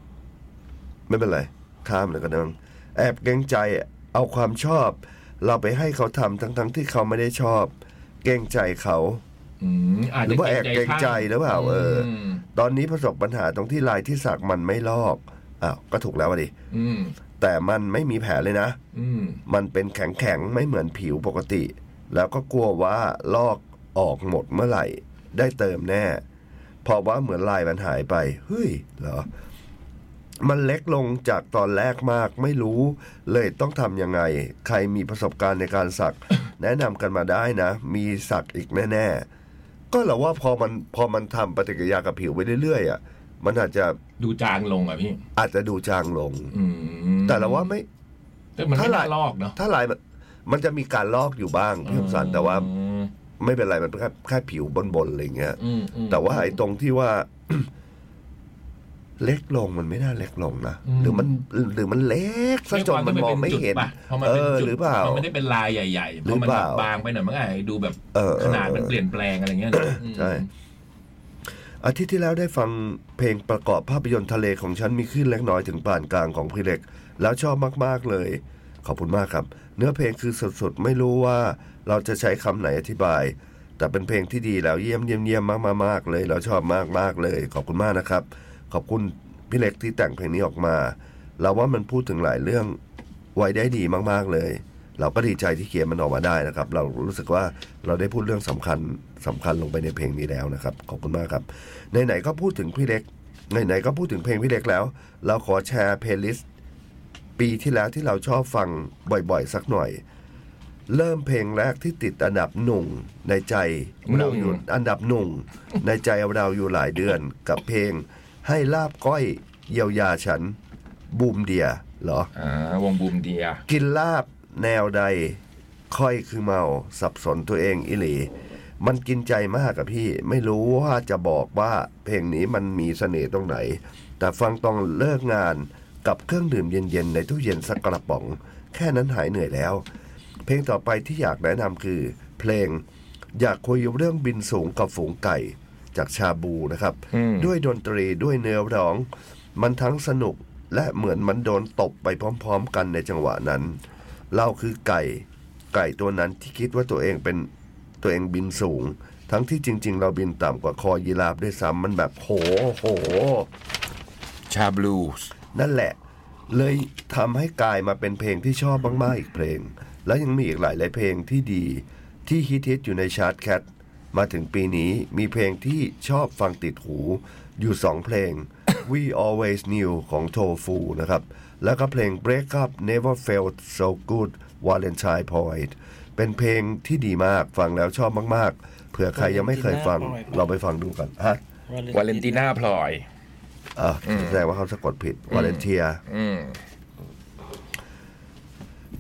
[SPEAKER 3] ไม่เป็นไรข้ามเลยก็ได้มั้งแอบเกรงใจเอาความชอบ เราไปให้เขาทำทั้งๆที่เขาไม่ได้ชอบ เกรงใจเขา
[SPEAKER 2] อืมอาจ
[SPEAKER 3] หรื
[SPEAKER 2] จะ
[SPEAKER 3] อว่าแอบเกรงใจหรือเปล่าเอออ
[SPEAKER 2] ม
[SPEAKER 3] ตอนนี้ประสบปัญหาตรงที่ลายที่สักมันไม่ลอกอ้าวก็ถูกแล้วอะดิ
[SPEAKER 2] อืม
[SPEAKER 3] แต่มันไม่มีแผลเลยนะ
[SPEAKER 2] อืม
[SPEAKER 3] มันเป็นแข็งๆไม่เหมือนผิวปกติ แล้วก็กลัวว่าลอกออกหมดเมื่อไหร่ ได้เติมแน่ เพราะว่าเหมือนลายมันหายไป เฮ้ยเหรอ มันเล็กลงจากตอนแรกมากไม่รู้ เลยต้องทำยังไง ใครมีประสบการณ์ในการสัก แนะนำกันมาได้นะ มีสักอีกแน่ ๆ ก็เราว่าพอมันพอมันทำปฏิกิริยากับผิวไปเรื่อยๆอ่ะมันอาจจะ
[SPEAKER 2] ดูจางลงอ่ะพี่
[SPEAKER 3] อาจจะดูจางลง
[SPEAKER 2] อืม
[SPEAKER 3] แต่เราว่าไม่
[SPEAKER 2] แต่มันไม่
[SPEAKER 3] ถ้าหลา
[SPEAKER 2] น่าย ลอกเนาะ
[SPEAKER 3] ถ้าลายมันมันจะมีการลอกอยู่บ้างพี่คมสันแต่ว่า
[SPEAKER 2] อืม
[SPEAKER 3] ไม่เป็นไร มันแค่แค่ผิวบนๆอะไรอย่างเงี้ย
[SPEAKER 2] อืมอืม
[SPEAKER 3] แต่ว่าไอ้ตรงที่ว่า เล็กลงมันไม่น่าเล็กลงนะ
[SPEAKER 2] อืม
[SPEAKER 3] หรือมันหรือมันเล็กซะจนมันมองไม่เห็น
[SPEAKER 2] เพราะมัน
[SPEAKER 3] เอ
[SPEAKER 2] เป็
[SPEAKER 3] อ
[SPEAKER 2] นจุด
[SPEAKER 3] หรือเปล่า
[SPEAKER 2] มันไม่ได้เป็นลายใหญ่ๆ
[SPEAKER 3] หรือ
[SPEAKER 2] มั
[SPEAKER 3] เปล่า
[SPEAKER 2] แบบบางไปหน่อยมันก็อาจจะดูแบบ
[SPEAKER 3] เออ
[SPEAKER 2] ขนาดมันเปลี่ยนแปลงอะไรเงี้ยนะอืม
[SPEAKER 3] ใช่ อาทิตย์ที่แล้วได้ฟังเพลงประกอบภาพยนตร์ทะเลของฉันมีขึ้นเล็กน้อยถึงปานกลางของพี่เล็ก แล้วชอบมากๆเลย ขอบคุณมากครับ เนื้อเพลงคือสดๆ ไม่รู้ว่าเราจะใช้คำไหนอธิบาย แต่เป็นเพลงที่ดีแล้วเยี่ยมเยี่ยมเยี่ยมมากๆๆเลย เราชอบมากมากๆเลย ขอบคุณมากนะครับ ขอบคุณพี่เล็กที่แต่งเพลงนี้ออกมา เราว่ามันพูดถึงหลายเรื่องไว้ได้ดีมากๆเลย เราก็ดีใจที่เขียนมันออกมาได้นะครับ เรารู้สึกว่าเราได้พูดเรื่องสำคัญสำคัญลงไปในเพลงนี้แล้วนะครับ ขอบคุณมากครับไหนๆก็พูดถึงพี่เล็กไหนๆก็พูดถึงเพลงพี่เล็กแล้ว เราขอแชร์เพลย์ลิสต์ปีที่แล้วที่เราชอบฟังบ่อยๆ สักหน่อย เริ่มเพลงแรกที่ติดอันดับหนุ่งในใจ
[SPEAKER 2] หนุ่
[SPEAKER 3] เรา
[SPEAKER 2] ง
[SPEAKER 3] อยู่อันดับหนุ่งในใจเราอยู่หลายเดือนกับเพลง ให้ลาบก้อยเยียวยาฉันบูมเดียเหรอ
[SPEAKER 2] อ่าวงบูมเดีย
[SPEAKER 3] กินลาบแนวใด ค่อยคือเมา สับสนตัวเองอิหลี มันกินใจมากอะพี่ ไม่รู้ว่าจะบอกว่าเพลงนี้มันมีเสน่ห์ตรงไหน แต่ฟังตอนเลิกงานกับเครื่องดื่มเย็นๆ ในตู้เย็นสักกระป๋อง แค่นั้นหายเหนื่อยแล้ว เพลงต่อไปที่อยากแนะนำคือ เพลง อยากคุยเรื่องบินสูงกับฝูงไก่จากชาบูนะครับ
[SPEAKER 2] อืม
[SPEAKER 3] ด้วยดนตรีด้วยเนื้อร้อง มันทั้งสนุกและเหมือนมันโดนตบไปพร้อมๆกันในจังหวะนั้น เราคือไก่ ไก่ตัวนั้นที่คิดว่าตัวเองเป็นตัวเองบินสูง ทั้งที่จริง ๆ เราบินต่ำกว่าคอยีราฟด้วยซ้ำมันแบบโหโห
[SPEAKER 2] ชาบลูส์
[SPEAKER 3] นั่นแหละ เลยทำให้กลายมาเป็นเพลงที่ชอบมากๆอีกเพลง แล้วยังมีอีกหลายหลายๆเพลงที่ดี ที่ฮิตฮิตๆอยู่ในชาร์ตแคทมาถึงปีนี้มีเพลงที่ชอบฟังติดหู อยู่สองเพลง We Always Knew ของโทฟูนะครับ แล้วก็เพลง Break Up Never Felt So Good Valentine Point เป็นเพลงที่ดีมากฟังแล้วชอบมากๆ เผื่อใครยังไม่เคยฟังเราไปฟังดูกันฮะ
[SPEAKER 2] วาเลนติน่าพลอย
[SPEAKER 3] อ่ะแสดงว่าเขาสะกดผิด Valentia
[SPEAKER 2] อืม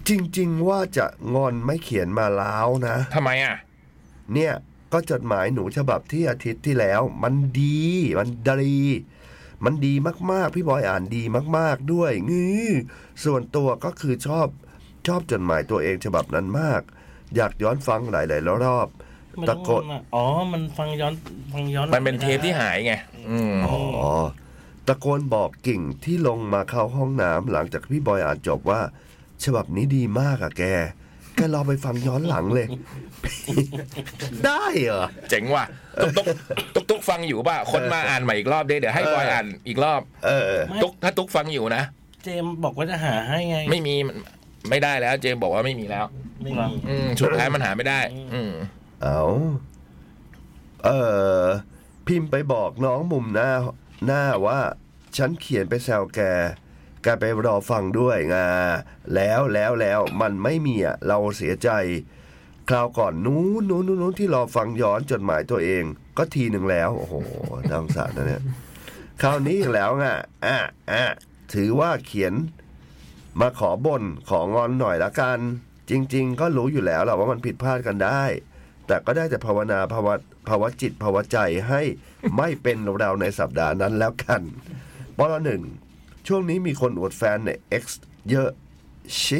[SPEAKER 3] จริงๆว่าจะงอนไม่เขียนมาแล้วนะ
[SPEAKER 2] ทำไมอ่ะ
[SPEAKER 3] เนี่ยก็จดหมายหนูฉบับที่อาทิตย์ที่แล้ว มันดีมันดีมันดีมากๆ พี่บอยอ่านดีมากๆด้วยงื้อส่วนตัวก็คือชอบชอบจดหมายตัวเองฉบับนั้นมาก อยากย้อนฟังหลายๆรอบ
[SPEAKER 4] มัน
[SPEAKER 3] ตะโกน
[SPEAKER 4] อ่ะอ๋อ มันฟังย้อนฟังย้อน
[SPEAKER 2] มันเป็นเทปที่หายไง อืม
[SPEAKER 3] อ๋อ ตะโกนบอกกิ่งที่ลงมาเข้าห้องน้ำหลังจากพี่บอยอ่านจบว่า ฉบับนี้ดีมากอะแก แกรองไปฟังย้อนหลังเลย ได้เหรอ
[SPEAKER 2] เจ๋งว่ะ ตุ๊กตุ๊กตุ๊กตุ๊กฟังอยู่ป่ะ คนมาอ่านใหม่อีกรอบดิเดี๋ยวให้บอยอ่านอีกรอบ
[SPEAKER 3] เออ
[SPEAKER 2] ตุ๊กถ้าตุ๊กฟังอยู่นะ
[SPEAKER 4] เจมส์บอกว่าจะหาให้ไง
[SPEAKER 2] ไม่มีมันไม่ได้แล้ว เจมส์บอกว่าไม่มีแล้ว
[SPEAKER 1] ไม่มี
[SPEAKER 2] อืมสุดท้ายมันหาไม่ได้ อืม
[SPEAKER 3] เอาเออ พิมพ์ไปบอกน้องมุมหน้าหน้าว่า ฉันเขียนไปแซวแก แกไปรอฟังด้วยไงาแล้วแล้วแล้วมันไม่มีอ่ะ เราเสียใจ คราวก่อนนู้นนู้นนู้นนู้นที่รอฟังย้อนจดหมายตัวเอง ก็ทีหนึ่งแล้ว โอ้โหน่าสงสารนะเนี่ย คราวนี้อีกแล้วไงอ่ะอ่ะถือว่าเขียน มาขอบนของอนหน่อยละกัน จริง ๆ ก็รู้อยู่แล้วแหละว่ามันผิดพลาดกันได้ แต่ก็ได้แต่ภาวนาภาวะภาวะจิตภาวะใจให้ไม่เป็นเราในสัปดาห์นั้นแล้วกัน ปอหนึ่งช่วงนี้มีคนอวดแฟนใน X เยอะชิ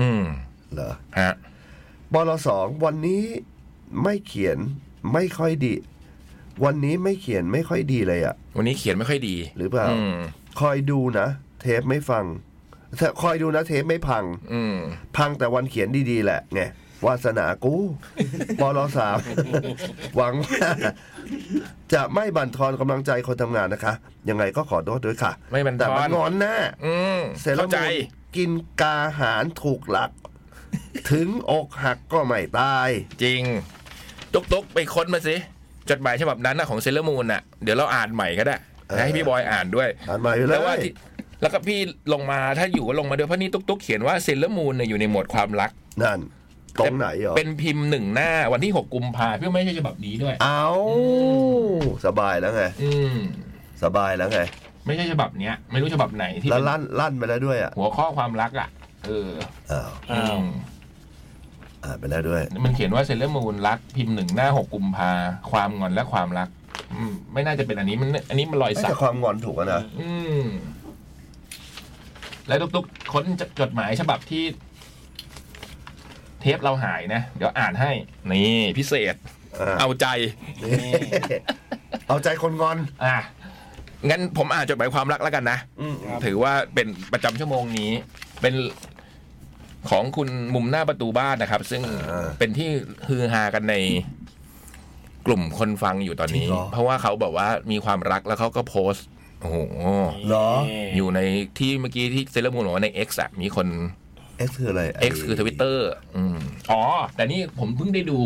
[SPEAKER 2] อืม
[SPEAKER 3] เหรอ
[SPEAKER 2] ฮะ
[SPEAKER 3] ปลสองวันนี้ ไม่เขียนไม่ค่อยดี วันนี้ไม่เขียนไม่ค่อยดีเลยอะ
[SPEAKER 2] วันนี้เขียนไม่ค่อยดี
[SPEAKER 3] หรือเปล่า
[SPEAKER 2] อืม
[SPEAKER 3] คอยดูนะ เทปไม่ฟังแต่คอยดูนะ เทปไม่พัง
[SPEAKER 2] อืม
[SPEAKER 3] พังแต่วันเขียนดีๆแหละไงวาสนากูปลสามหวังว่าจะไม่บั่นทอนกำลังใจคนทำงานนะคะ ยังไงก็ขอโทษด้วยค่ะ
[SPEAKER 2] ไม่บันท
[SPEAKER 3] แต่
[SPEAKER 2] อ
[SPEAKER 3] มัน
[SPEAKER 2] น
[SPEAKER 3] งอนหน้า
[SPEAKER 2] อืม
[SPEAKER 3] เสร็จแล้ว
[SPEAKER 2] เข้าใจ
[SPEAKER 3] กินกาหารถูกหลัก ถึงอกหักก็ไม่ตาย
[SPEAKER 2] จริง ตุ๊กตุ๊กไปค้นมาสิ จดหมายฉบับนั้นนะของเซเลอร์มูนอ่ะ เดี๋ยวเราอ่านใหม่ก็ได้
[SPEAKER 3] เออ
[SPEAKER 2] ให้พี่บอยอ่านด้วย
[SPEAKER 3] อ่านมาอยู่เล
[SPEAKER 2] แล้วว่าย ที่แล้วก็พี่ลงมาถ้าอยู่ก็ลงมาด้วยเพราะนี่ตุ๊กตุ๊กเขียนว่าเซเลอร์มูนเนี่ยอยู่ในหมวดความรัก
[SPEAKER 3] นั่นตรงไหนเหรอ
[SPEAKER 2] เป็นพิมพ์หนึ่งหน้าวันที่หกกุมภาพี่ไม่ใช่ฉบับนี้ด้วย
[SPEAKER 3] เอาสบายแล้วไง
[SPEAKER 2] อืม
[SPEAKER 3] สบายแล้วไง
[SPEAKER 2] ไม่ใช่ฉบับเนี้ย ไม่รู้ฉบับไหนที่
[SPEAKER 3] แล้ว
[SPEAKER 2] เป็น
[SPEAKER 3] ลั่นลั่นไปแล้วด้วยอ่ะ
[SPEAKER 2] หัวข้อความรักอ่ะเออ
[SPEAKER 3] อ้าว
[SPEAKER 2] อ
[SPEAKER 4] อ้าว
[SPEAKER 2] ม
[SPEAKER 3] อ่านไปแล้วด้วย
[SPEAKER 2] มันเขียนว่าเซเลอร์มูนรักพิมพ์หนึ่งหน้าหกกุมภาความงอนและความรัก อืม ไม่น่าจะเป็นอันนี้มัน อันนี้มันรอยสัก
[SPEAKER 3] แต่ความงอนถูกอะนะ
[SPEAKER 2] อืม แล้วตุ๊กๆค้นจจดหมายฉบับที่ เทปเราหายนะ เดี๋ยวอ่านให้ นี่พิเศษ
[SPEAKER 3] อ่า
[SPEAKER 2] เอาใจ
[SPEAKER 3] นี่ เอาใจคนงอน
[SPEAKER 2] อ่ะ งั้นผมอ่านจดหมายความรักแล้วกันนะ
[SPEAKER 3] อืม
[SPEAKER 2] ถือว่าเป็นประจำชั่วโมงนี้ เป็นของคุณมุมหน้าประตูบ้านนะครับ ซึ่ง
[SPEAKER 3] า
[SPEAKER 2] เป็นที่ฮือฮากันในกลุ่มคนฟังอยู่ตอน
[SPEAKER 3] จ
[SPEAKER 2] นี้
[SPEAKER 3] ริงเหรอ
[SPEAKER 2] เพราะว่าเขาบอกว่ามีความรักแล้วเขาก็โพสต์ โอ้โห
[SPEAKER 3] เหรอ
[SPEAKER 2] อยู่ในที่เมื่อกี้ที่เซเลอร์มูนบอกว่าใน X อะมีคน
[SPEAKER 3] X คืออะไร
[SPEAKER 2] X คือทวิตเตอร์อ๋อ แต่นี่ผมเพิ่งได้ดู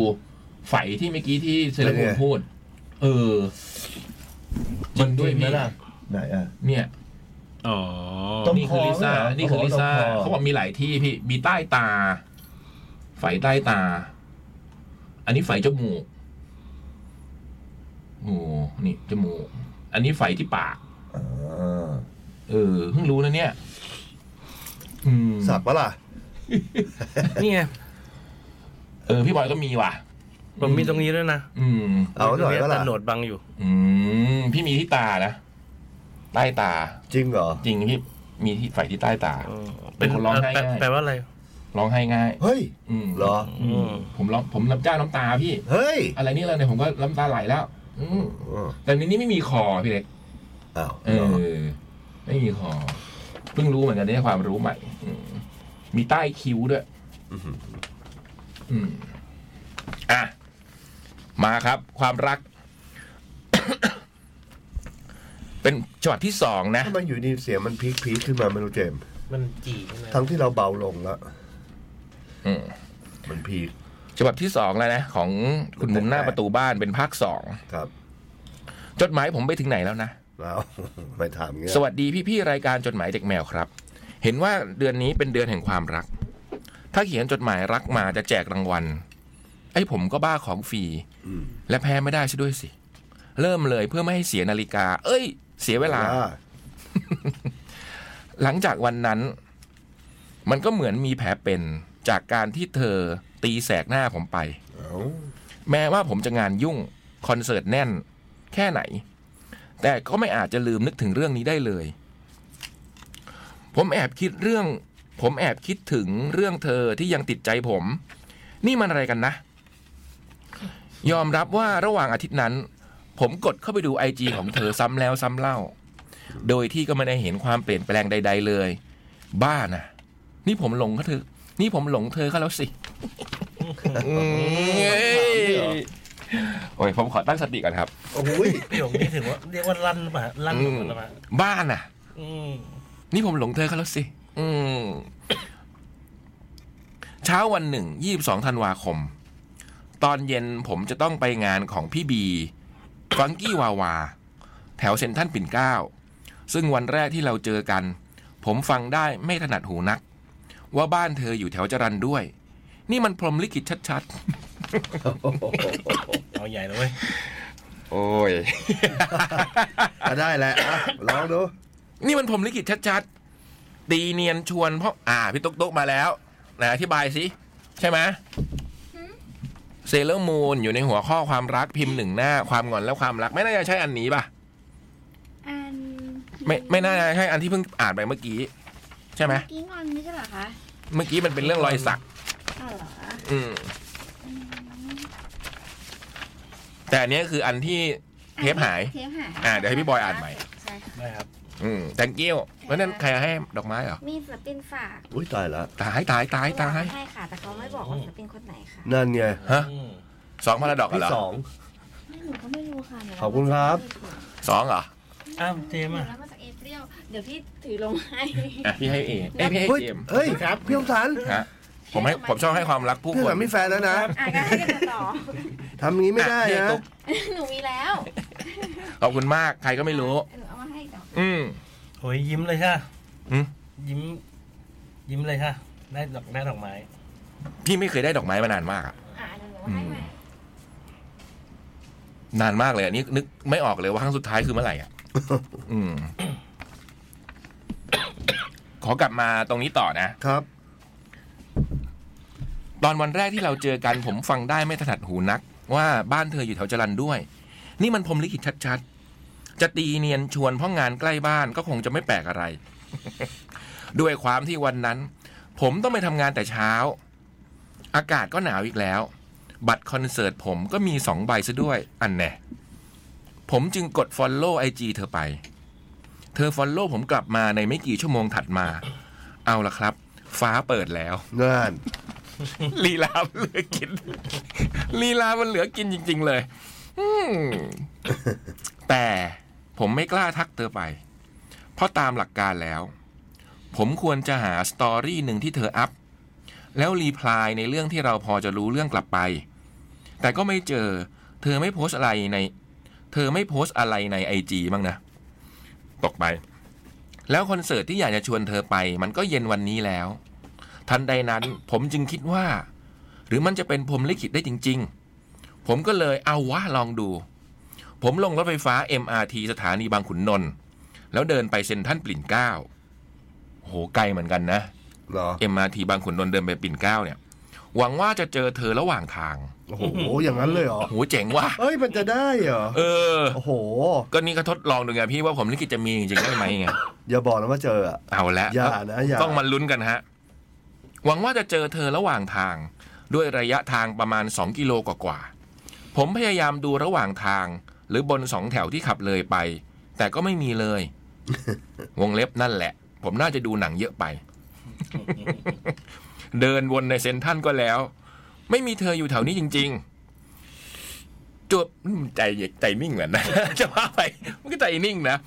[SPEAKER 2] ไฝ่ที่เมื่อกี้ที่เซเลอร์มูน
[SPEAKER 3] เป็นไง
[SPEAKER 2] พูด เออ มันด้วย
[SPEAKER 3] ไหม
[SPEAKER 2] พี่
[SPEAKER 3] ล่ะไหนอ่ะ
[SPEAKER 2] เนี่ย
[SPEAKER 4] อ๋อ
[SPEAKER 3] ต้ ง
[SPEAKER 2] นี่คือ
[SPEAKER 3] คอ
[SPEAKER 2] ลิซ่า
[SPEAKER 3] เหรอ
[SPEAKER 2] นี่คือลิซ่า
[SPEAKER 3] ต้องคอ
[SPEAKER 2] เขาบอกมีหลายที่พี่ มีใต้ตา ไฝ่ใต้ตา อันนี้ไฝ่จมูกโอ้นี่จมูก อันนี้ไฝ่ที่ปาก
[SPEAKER 3] อ่า
[SPEAKER 2] เออ เพิ่งรู้นะเนี่ย อืม
[SPEAKER 3] สักปะล่ะ
[SPEAKER 4] นี่ไง
[SPEAKER 2] เออ พี่บอยก็มีว่ะ
[SPEAKER 4] ผมมีตรงนี้ด้วยนะ
[SPEAKER 2] อืม
[SPEAKER 3] เอาหน่อยปะล่ะ
[SPEAKER 4] โหนดบังอยู่
[SPEAKER 2] อืม พี่มีที่ตานะ ใต้ตา
[SPEAKER 3] จริงเหรอ
[SPEAKER 2] จริงพี่ มีที่ไฝ่ที่ใต้ตา
[SPEAKER 4] เออ
[SPEAKER 2] เป็นคนร้องไห้
[SPEAKER 4] แปล
[SPEAKER 2] ง่าย
[SPEAKER 4] แปลว่าอะไร
[SPEAKER 2] ร้องไห้ง่าย
[SPEAKER 3] เฮ้ย
[SPEAKER 2] อืม
[SPEAKER 3] เหรอ
[SPEAKER 2] อืมผมร้องผมรับจ้างน้ำตาพี่
[SPEAKER 3] เฮ้ย
[SPEAKER 2] อะไรนี่เลยเนี่ยผมก็น้ำตาไหลแล้ว อืม
[SPEAKER 3] อ้าว
[SPEAKER 2] แต่ในนี้ไม่มีคอพี่เล็ก
[SPEAKER 3] อ้าว
[SPEAKER 2] เอ
[SPEAKER 3] เหรอ
[SPEAKER 2] อ ไม่มีคอ เพิ่งรู้เหมือนกันได้ความรู้ใหม่ อืมมีใต้คิ้วด้วย อืมอ่ะ มาครับ ความรัก เป็นฉบับที่สองนะ
[SPEAKER 3] ทำไมอยู่ดีเสียงมันพีคพีคขึ้นมาไม่รู้เจมส์
[SPEAKER 1] มันจีใช่ไหม
[SPEAKER 3] ทั้งที่เราเบาลงแล้ว
[SPEAKER 2] อืม
[SPEAKER 3] มันพีค
[SPEAKER 2] ฉบับที่สองแล้วนะ ของคุณมุมหน้าประตูบ้านเป็นภาคสอง
[SPEAKER 3] ครับ
[SPEAKER 2] จดหมายผมไปถึงไหนแล้วนะ
[SPEAKER 3] แล้วไม่ถามเงี้ย
[SPEAKER 2] สวัสดีพี่ๆรายการจดหมายเด็กแมวครับ เห็นว่าเดือนนี้เป็นเดือนแห่งความรัก ถ้าเขียนจดหมายรักมาจะแจกรางวัล ไอ้ผมก็บ้าของฟรีและแพ้ไม่ได้ซะด้วยสิ เริ่มเลยเพื่อไม่ให้เสียนาฬิกา เอ้ย เสียเวลา
[SPEAKER 3] อ่
[SPEAKER 2] หลังจากวันนั้น มันก็เหมือนมีแผลเป็นจากการที่เธอตีแสกหน้าผมไป
[SPEAKER 3] เอ้า
[SPEAKER 2] แม้ว่าผมจะงานยุ่ง คอนเสิร์ตแน่น แค่ไหน แต่ก็ไม่อาจจะลืมนึกถึงเรื่องนี้ได้เลย ผมแอบคิดเรื่อง ผมแอบคิดถึงเรื่องเธอที่ยังติดใจผม นี่มันอะไรกันนะ ยอมรับว่าระหว่างอาทิตย์นั้น ผมกดเข้าไปดูไอจีของเธอซ้ำแล้วซ้ำเล่า โดยที่ก็ไม่ได้เห็นความเปลี่ยนแปลงใด ๆเลย บ้านะนี่ผมหลงเขาเธอ นี่ผมหลงเธอเขาแล้วสิ โอ้ยผมขอตั้งสติก่อนครับ
[SPEAKER 3] โอ้ย
[SPEAKER 4] พี่หยงนี่ถือว่าเรียกว่าลั่นหรือเปล่าลั่นหรือเปล่า
[SPEAKER 2] บ้านอ่ะ
[SPEAKER 4] อืม
[SPEAKER 2] นี่ผมหลงเธอเขาแล้วสิ อืม เช้าวันหนึ่งยี่บสองธันวาคม ตอนเย็นผมจะต้องไปงานของพี่บีฟังกี้วาวา แถวเซ็นทรัลปิ่นเกล้า ซึ่งวันแรกที่เราเจอกัน ผมฟังได้ไม่ถนัดหูนัก ว่าบ้านเธออยู่แถวจรันด้วย นี่มันพรหมลิขิตชัดๆ
[SPEAKER 4] เอาใหญ่เลยเว้ย
[SPEAKER 2] โอ้ย
[SPEAKER 3] อ่ะได้แหละอ่ะลองดู
[SPEAKER 2] นี่มันผมลิขิตชัดๆ ตีเนียนชวนเพราะอ่าพี่ตุ๊กตุ๊กมาแล้วนะอธิบายสิ ใช่ไหมเซเลอร์มูนอยู่ในหัวข้อความรักพิมพ์หนึ่งหน้าความงอนและความรัก ไม่น่าจะใช่อันนี้ป่ะ
[SPEAKER 5] อัน
[SPEAKER 2] ไม่ไม่น่าจะใช่อันที่เพิ่งอ่านไปเมื่อกี้ ใช่ไหม
[SPEAKER 5] เมื่อกี้งอนไม่ใช่เหรอคะ
[SPEAKER 2] เมื่อกี้มันเป็นเรื่องรอยสัก
[SPEAKER 5] อ๋อเหรอ
[SPEAKER 2] อืม แต่อันเนี้ยคืออันที่เทปหาย
[SPEAKER 5] เทปหาย
[SPEAKER 2] อ่ะเดี๋ยวให้พี่บอยอ่านใหม่
[SPEAKER 5] ใช่ค่ะ
[SPEAKER 4] ได้ครับ
[SPEAKER 2] อืมแตงกิ้วแล้วนั่นใครให้ดอกไม้เหรอ
[SPEAKER 5] มีศิลปินฝาก
[SPEAKER 3] อุ้ยตายละ
[SPEAKER 2] ตายตายตายตาย
[SPEAKER 5] ใช่ค่ะ แต่เขาไม่บอกว่าศิลปินคนไหนค่ะ
[SPEAKER 3] นั่นไง
[SPEAKER 2] ฮะสองมรดก
[SPEAKER 3] พี่
[SPEAKER 2] เหรอ
[SPEAKER 3] สอง
[SPEAKER 5] ไม่หนูก็ไม่รู้ค่ะหนู
[SPEAKER 3] ขอบคุณครับ
[SPEAKER 2] สองเหรอ
[SPEAKER 4] อ้าวเจมส์อะ
[SPEAKER 5] หนูรับมาจากเอเปรียวเดี๋ยวพี่ถือลงให้
[SPEAKER 2] อ่ะพี่ให้เอเอ้ยพี่ให้
[SPEAKER 3] เฮ้ย
[SPEAKER 2] เจมส์
[SPEAKER 3] เฮ้ยพี่อมสัน
[SPEAKER 2] ฮะผมให้ผมชอบให้ความรักผู้
[SPEAKER 3] พี่อม
[SPEAKER 2] ค
[SPEAKER 3] สั
[SPEAKER 2] น
[SPEAKER 3] นมีแฟนแล้วนะ
[SPEAKER 5] อ่ะก็ให้กันต่อ
[SPEAKER 3] ทำอย่างนี้ไม่ได้
[SPEAKER 2] อ่พี่อ้
[SPEAKER 3] นะ
[SPEAKER 2] ตุ๊ก
[SPEAKER 5] หนูมีแล้ว
[SPEAKER 2] ขอบคุณมากใครก็ไม่รู้
[SPEAKER 5] หนูเอามาให้ต่อ
[SPEAKER 2] อืม
[SPEAKER 4] โอ้ยยิ้มเลยค่ะ
[SPEAKER 2] หืม
[SPEAKER 4] ยิ้ม ยิ้มเลยค่ะ ได้ดอกได้ดอกไม้
[SPEAKER 2] พี่ไม่เคยได้ดอกไม้มานานมากอะ
[SPEAKER 5] อ่ะเดี๋ยวหนูให้ใหม่
[SPEAKER 2] นานมากเลยอันนี้นึกไม่ออกเลยว่าครั้งสุดท้ายคือเมื่อไหร่ อ่ะ อืม ขอกลับมาตรงนี้ต่อนะ
[SPEAKER 3] ครับ
[SPEAKER 2] ตอนวันแรกที่เราเจอกันผมฟังได้ไม่ถนัดหูนัก ว่าบ้านเธออยู่แถวจรันด้วย นี่มันพรหมลิขิตชัดๆ จะตีเนียนชวนเพราะงานใกล้บ้านก็คงจะไม่แปลกอะไร ด้วยความที่วันนั้น ผมต้องไปทำงานแต่เช้า อากาศก็หนาวอีกแล้ว บัตรคอนเสิร์ตผมก็มีสองใบซะด้วย อันแน่ผมจึงกด Follow IG เธอไป เธอ Follow ผมกลับมาในไม่กี่ชั่วโมงถัดมา เอาละครับ ฟ้าเปิดแล้ว
[SPEAKER 3] งาน
[SPEAKER 2] ลีลามันเหลือกิน ลีลามันเหลือกินจริง ๆ เลยอืมแต่ผมไม่กล้าทักเธอไป เพราะตามหลักการแล้ว ผมควรจะหาสตอรี่หนึ่งที่เธออัพ แล้วรีプライในเรื่องที่เราพอจะรู้เรื่องกลับไป แต่ก็ไม่เจอ เธอไม่โพสต์อะไรใน เธอไม่โพสต์อะไรในไอจีบ้างนะ ตกไป แล้วคอนเสิร์ตที่อยากจะชวนเธอไป มันก็เย็นวันนี้แล้ว ทันใดนั้นผมจึงคิดว่า หรือมันจะเป็นผมลิขิตได้จริง ๆ ผมก็เลยเอาวะลองดู ผมลงรถไฟฟ้า MRT สถานีบางขุนนนท์แล้วเดินไปเซ็นทรัลปิ่นเกล้าโหไกลเหมือนกันนะ
[SPEAKER 3] เหรอ
[SPEAKER 2] MRT บางขุนนนท์เดินไปปิ่นเกล้าเนี่ย หวังว่าจะเจอเธอระหว่างทาง
[SPEAKER 3] โอ้โหอย่างนั้นเลยเหรอ
[SPEAKER 2] โหเจ๋งว่ะ
[SPEAKER 3] เอ้ยมันจะได้เหรอ
[SPEAKER 2] เออ
[SPEAKER 3] โอ้โห
[SPEAKER 2] ก็นี่ก็ทดลองดูไงพี่ว่าผมลิขิตจะมีจริงๆได้ไหมไง
[SPEAKER 3] อย่าบอกนะว่าเจออ่ะ
[SPEAKER 2] เอาละ
[SPEAKER 3] อย่านะอย่า
[SPEAKER 2] ต้องมาลุ้นกันฮะ หวังว่าจะเจอเธอระหว่างทาง ด้วยระยะทางประมาณ 2 กิโลกว่าๆผมพยายามดูระหว่างทาง หรือบนสองแถวที่ขับเลยไป แต่ก็ไม่มีเลย วงเล็บนั่นแหละ ผมน่าจะดูหนังเยอะไป เดินวนในเซนทรันก็แล้ว ไม่มีเธออยู่แถวนี้จริง ๆจวบอืมใจเย็นใจนิ่งเหมือนนะ จะว่าไปมันก็ใจนิ่งนะ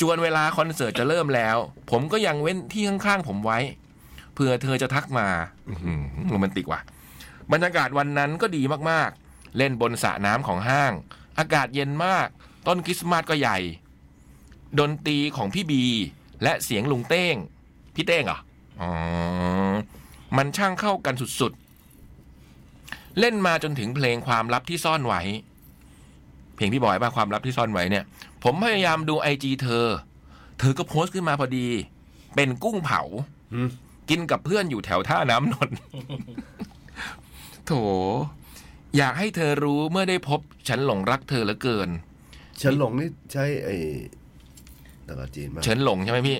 [SPEAKER 2] จวนเวลาคอนเสิร์ตจะเริ่มแล้ว ผมก็ยังเว้นที่ข้างๆผมไว้เผื่อเธอจะทักมาอื้อหือโรแมนติกว่ะบรรยากาศวันนั้นก็ดีมากๆ เล่นบนสระน้ำของห้าง อากาศเย็นมาก ต้นคริสต์มาสก็ใหญ่ ดนตรีของพี่บี และเสียงลุงเต้ง พี่เต้งเหรออ๋อ มันช่างเข้ากันสุดๆ เล่นมาจนถึงเพลงความลับที่ซ่อนไว้ เพลงพี่บอยป่ะความลับที่ซ่อนไว้เนี่ย ผมพยายามดูไอจีเธอ เธอก็โพสต์ขึ้นมาพอดี เป็นกุ้งเผา
[SPEAKER 3] หืม
[SPEAKER 2] กินกับเพื่อนอยู่แถวท่าน้ำนนท์ โถ อยากให้เธอรู้เมื่อได้พบ ฉันหลงรักเธอเหลือเกิน
[SPEAKER 3] ฉันหลงนี่ใช่ไอ้ตลาดจีนมา
[SPEAKER 2] เฉินหลงใช่ไหมพี่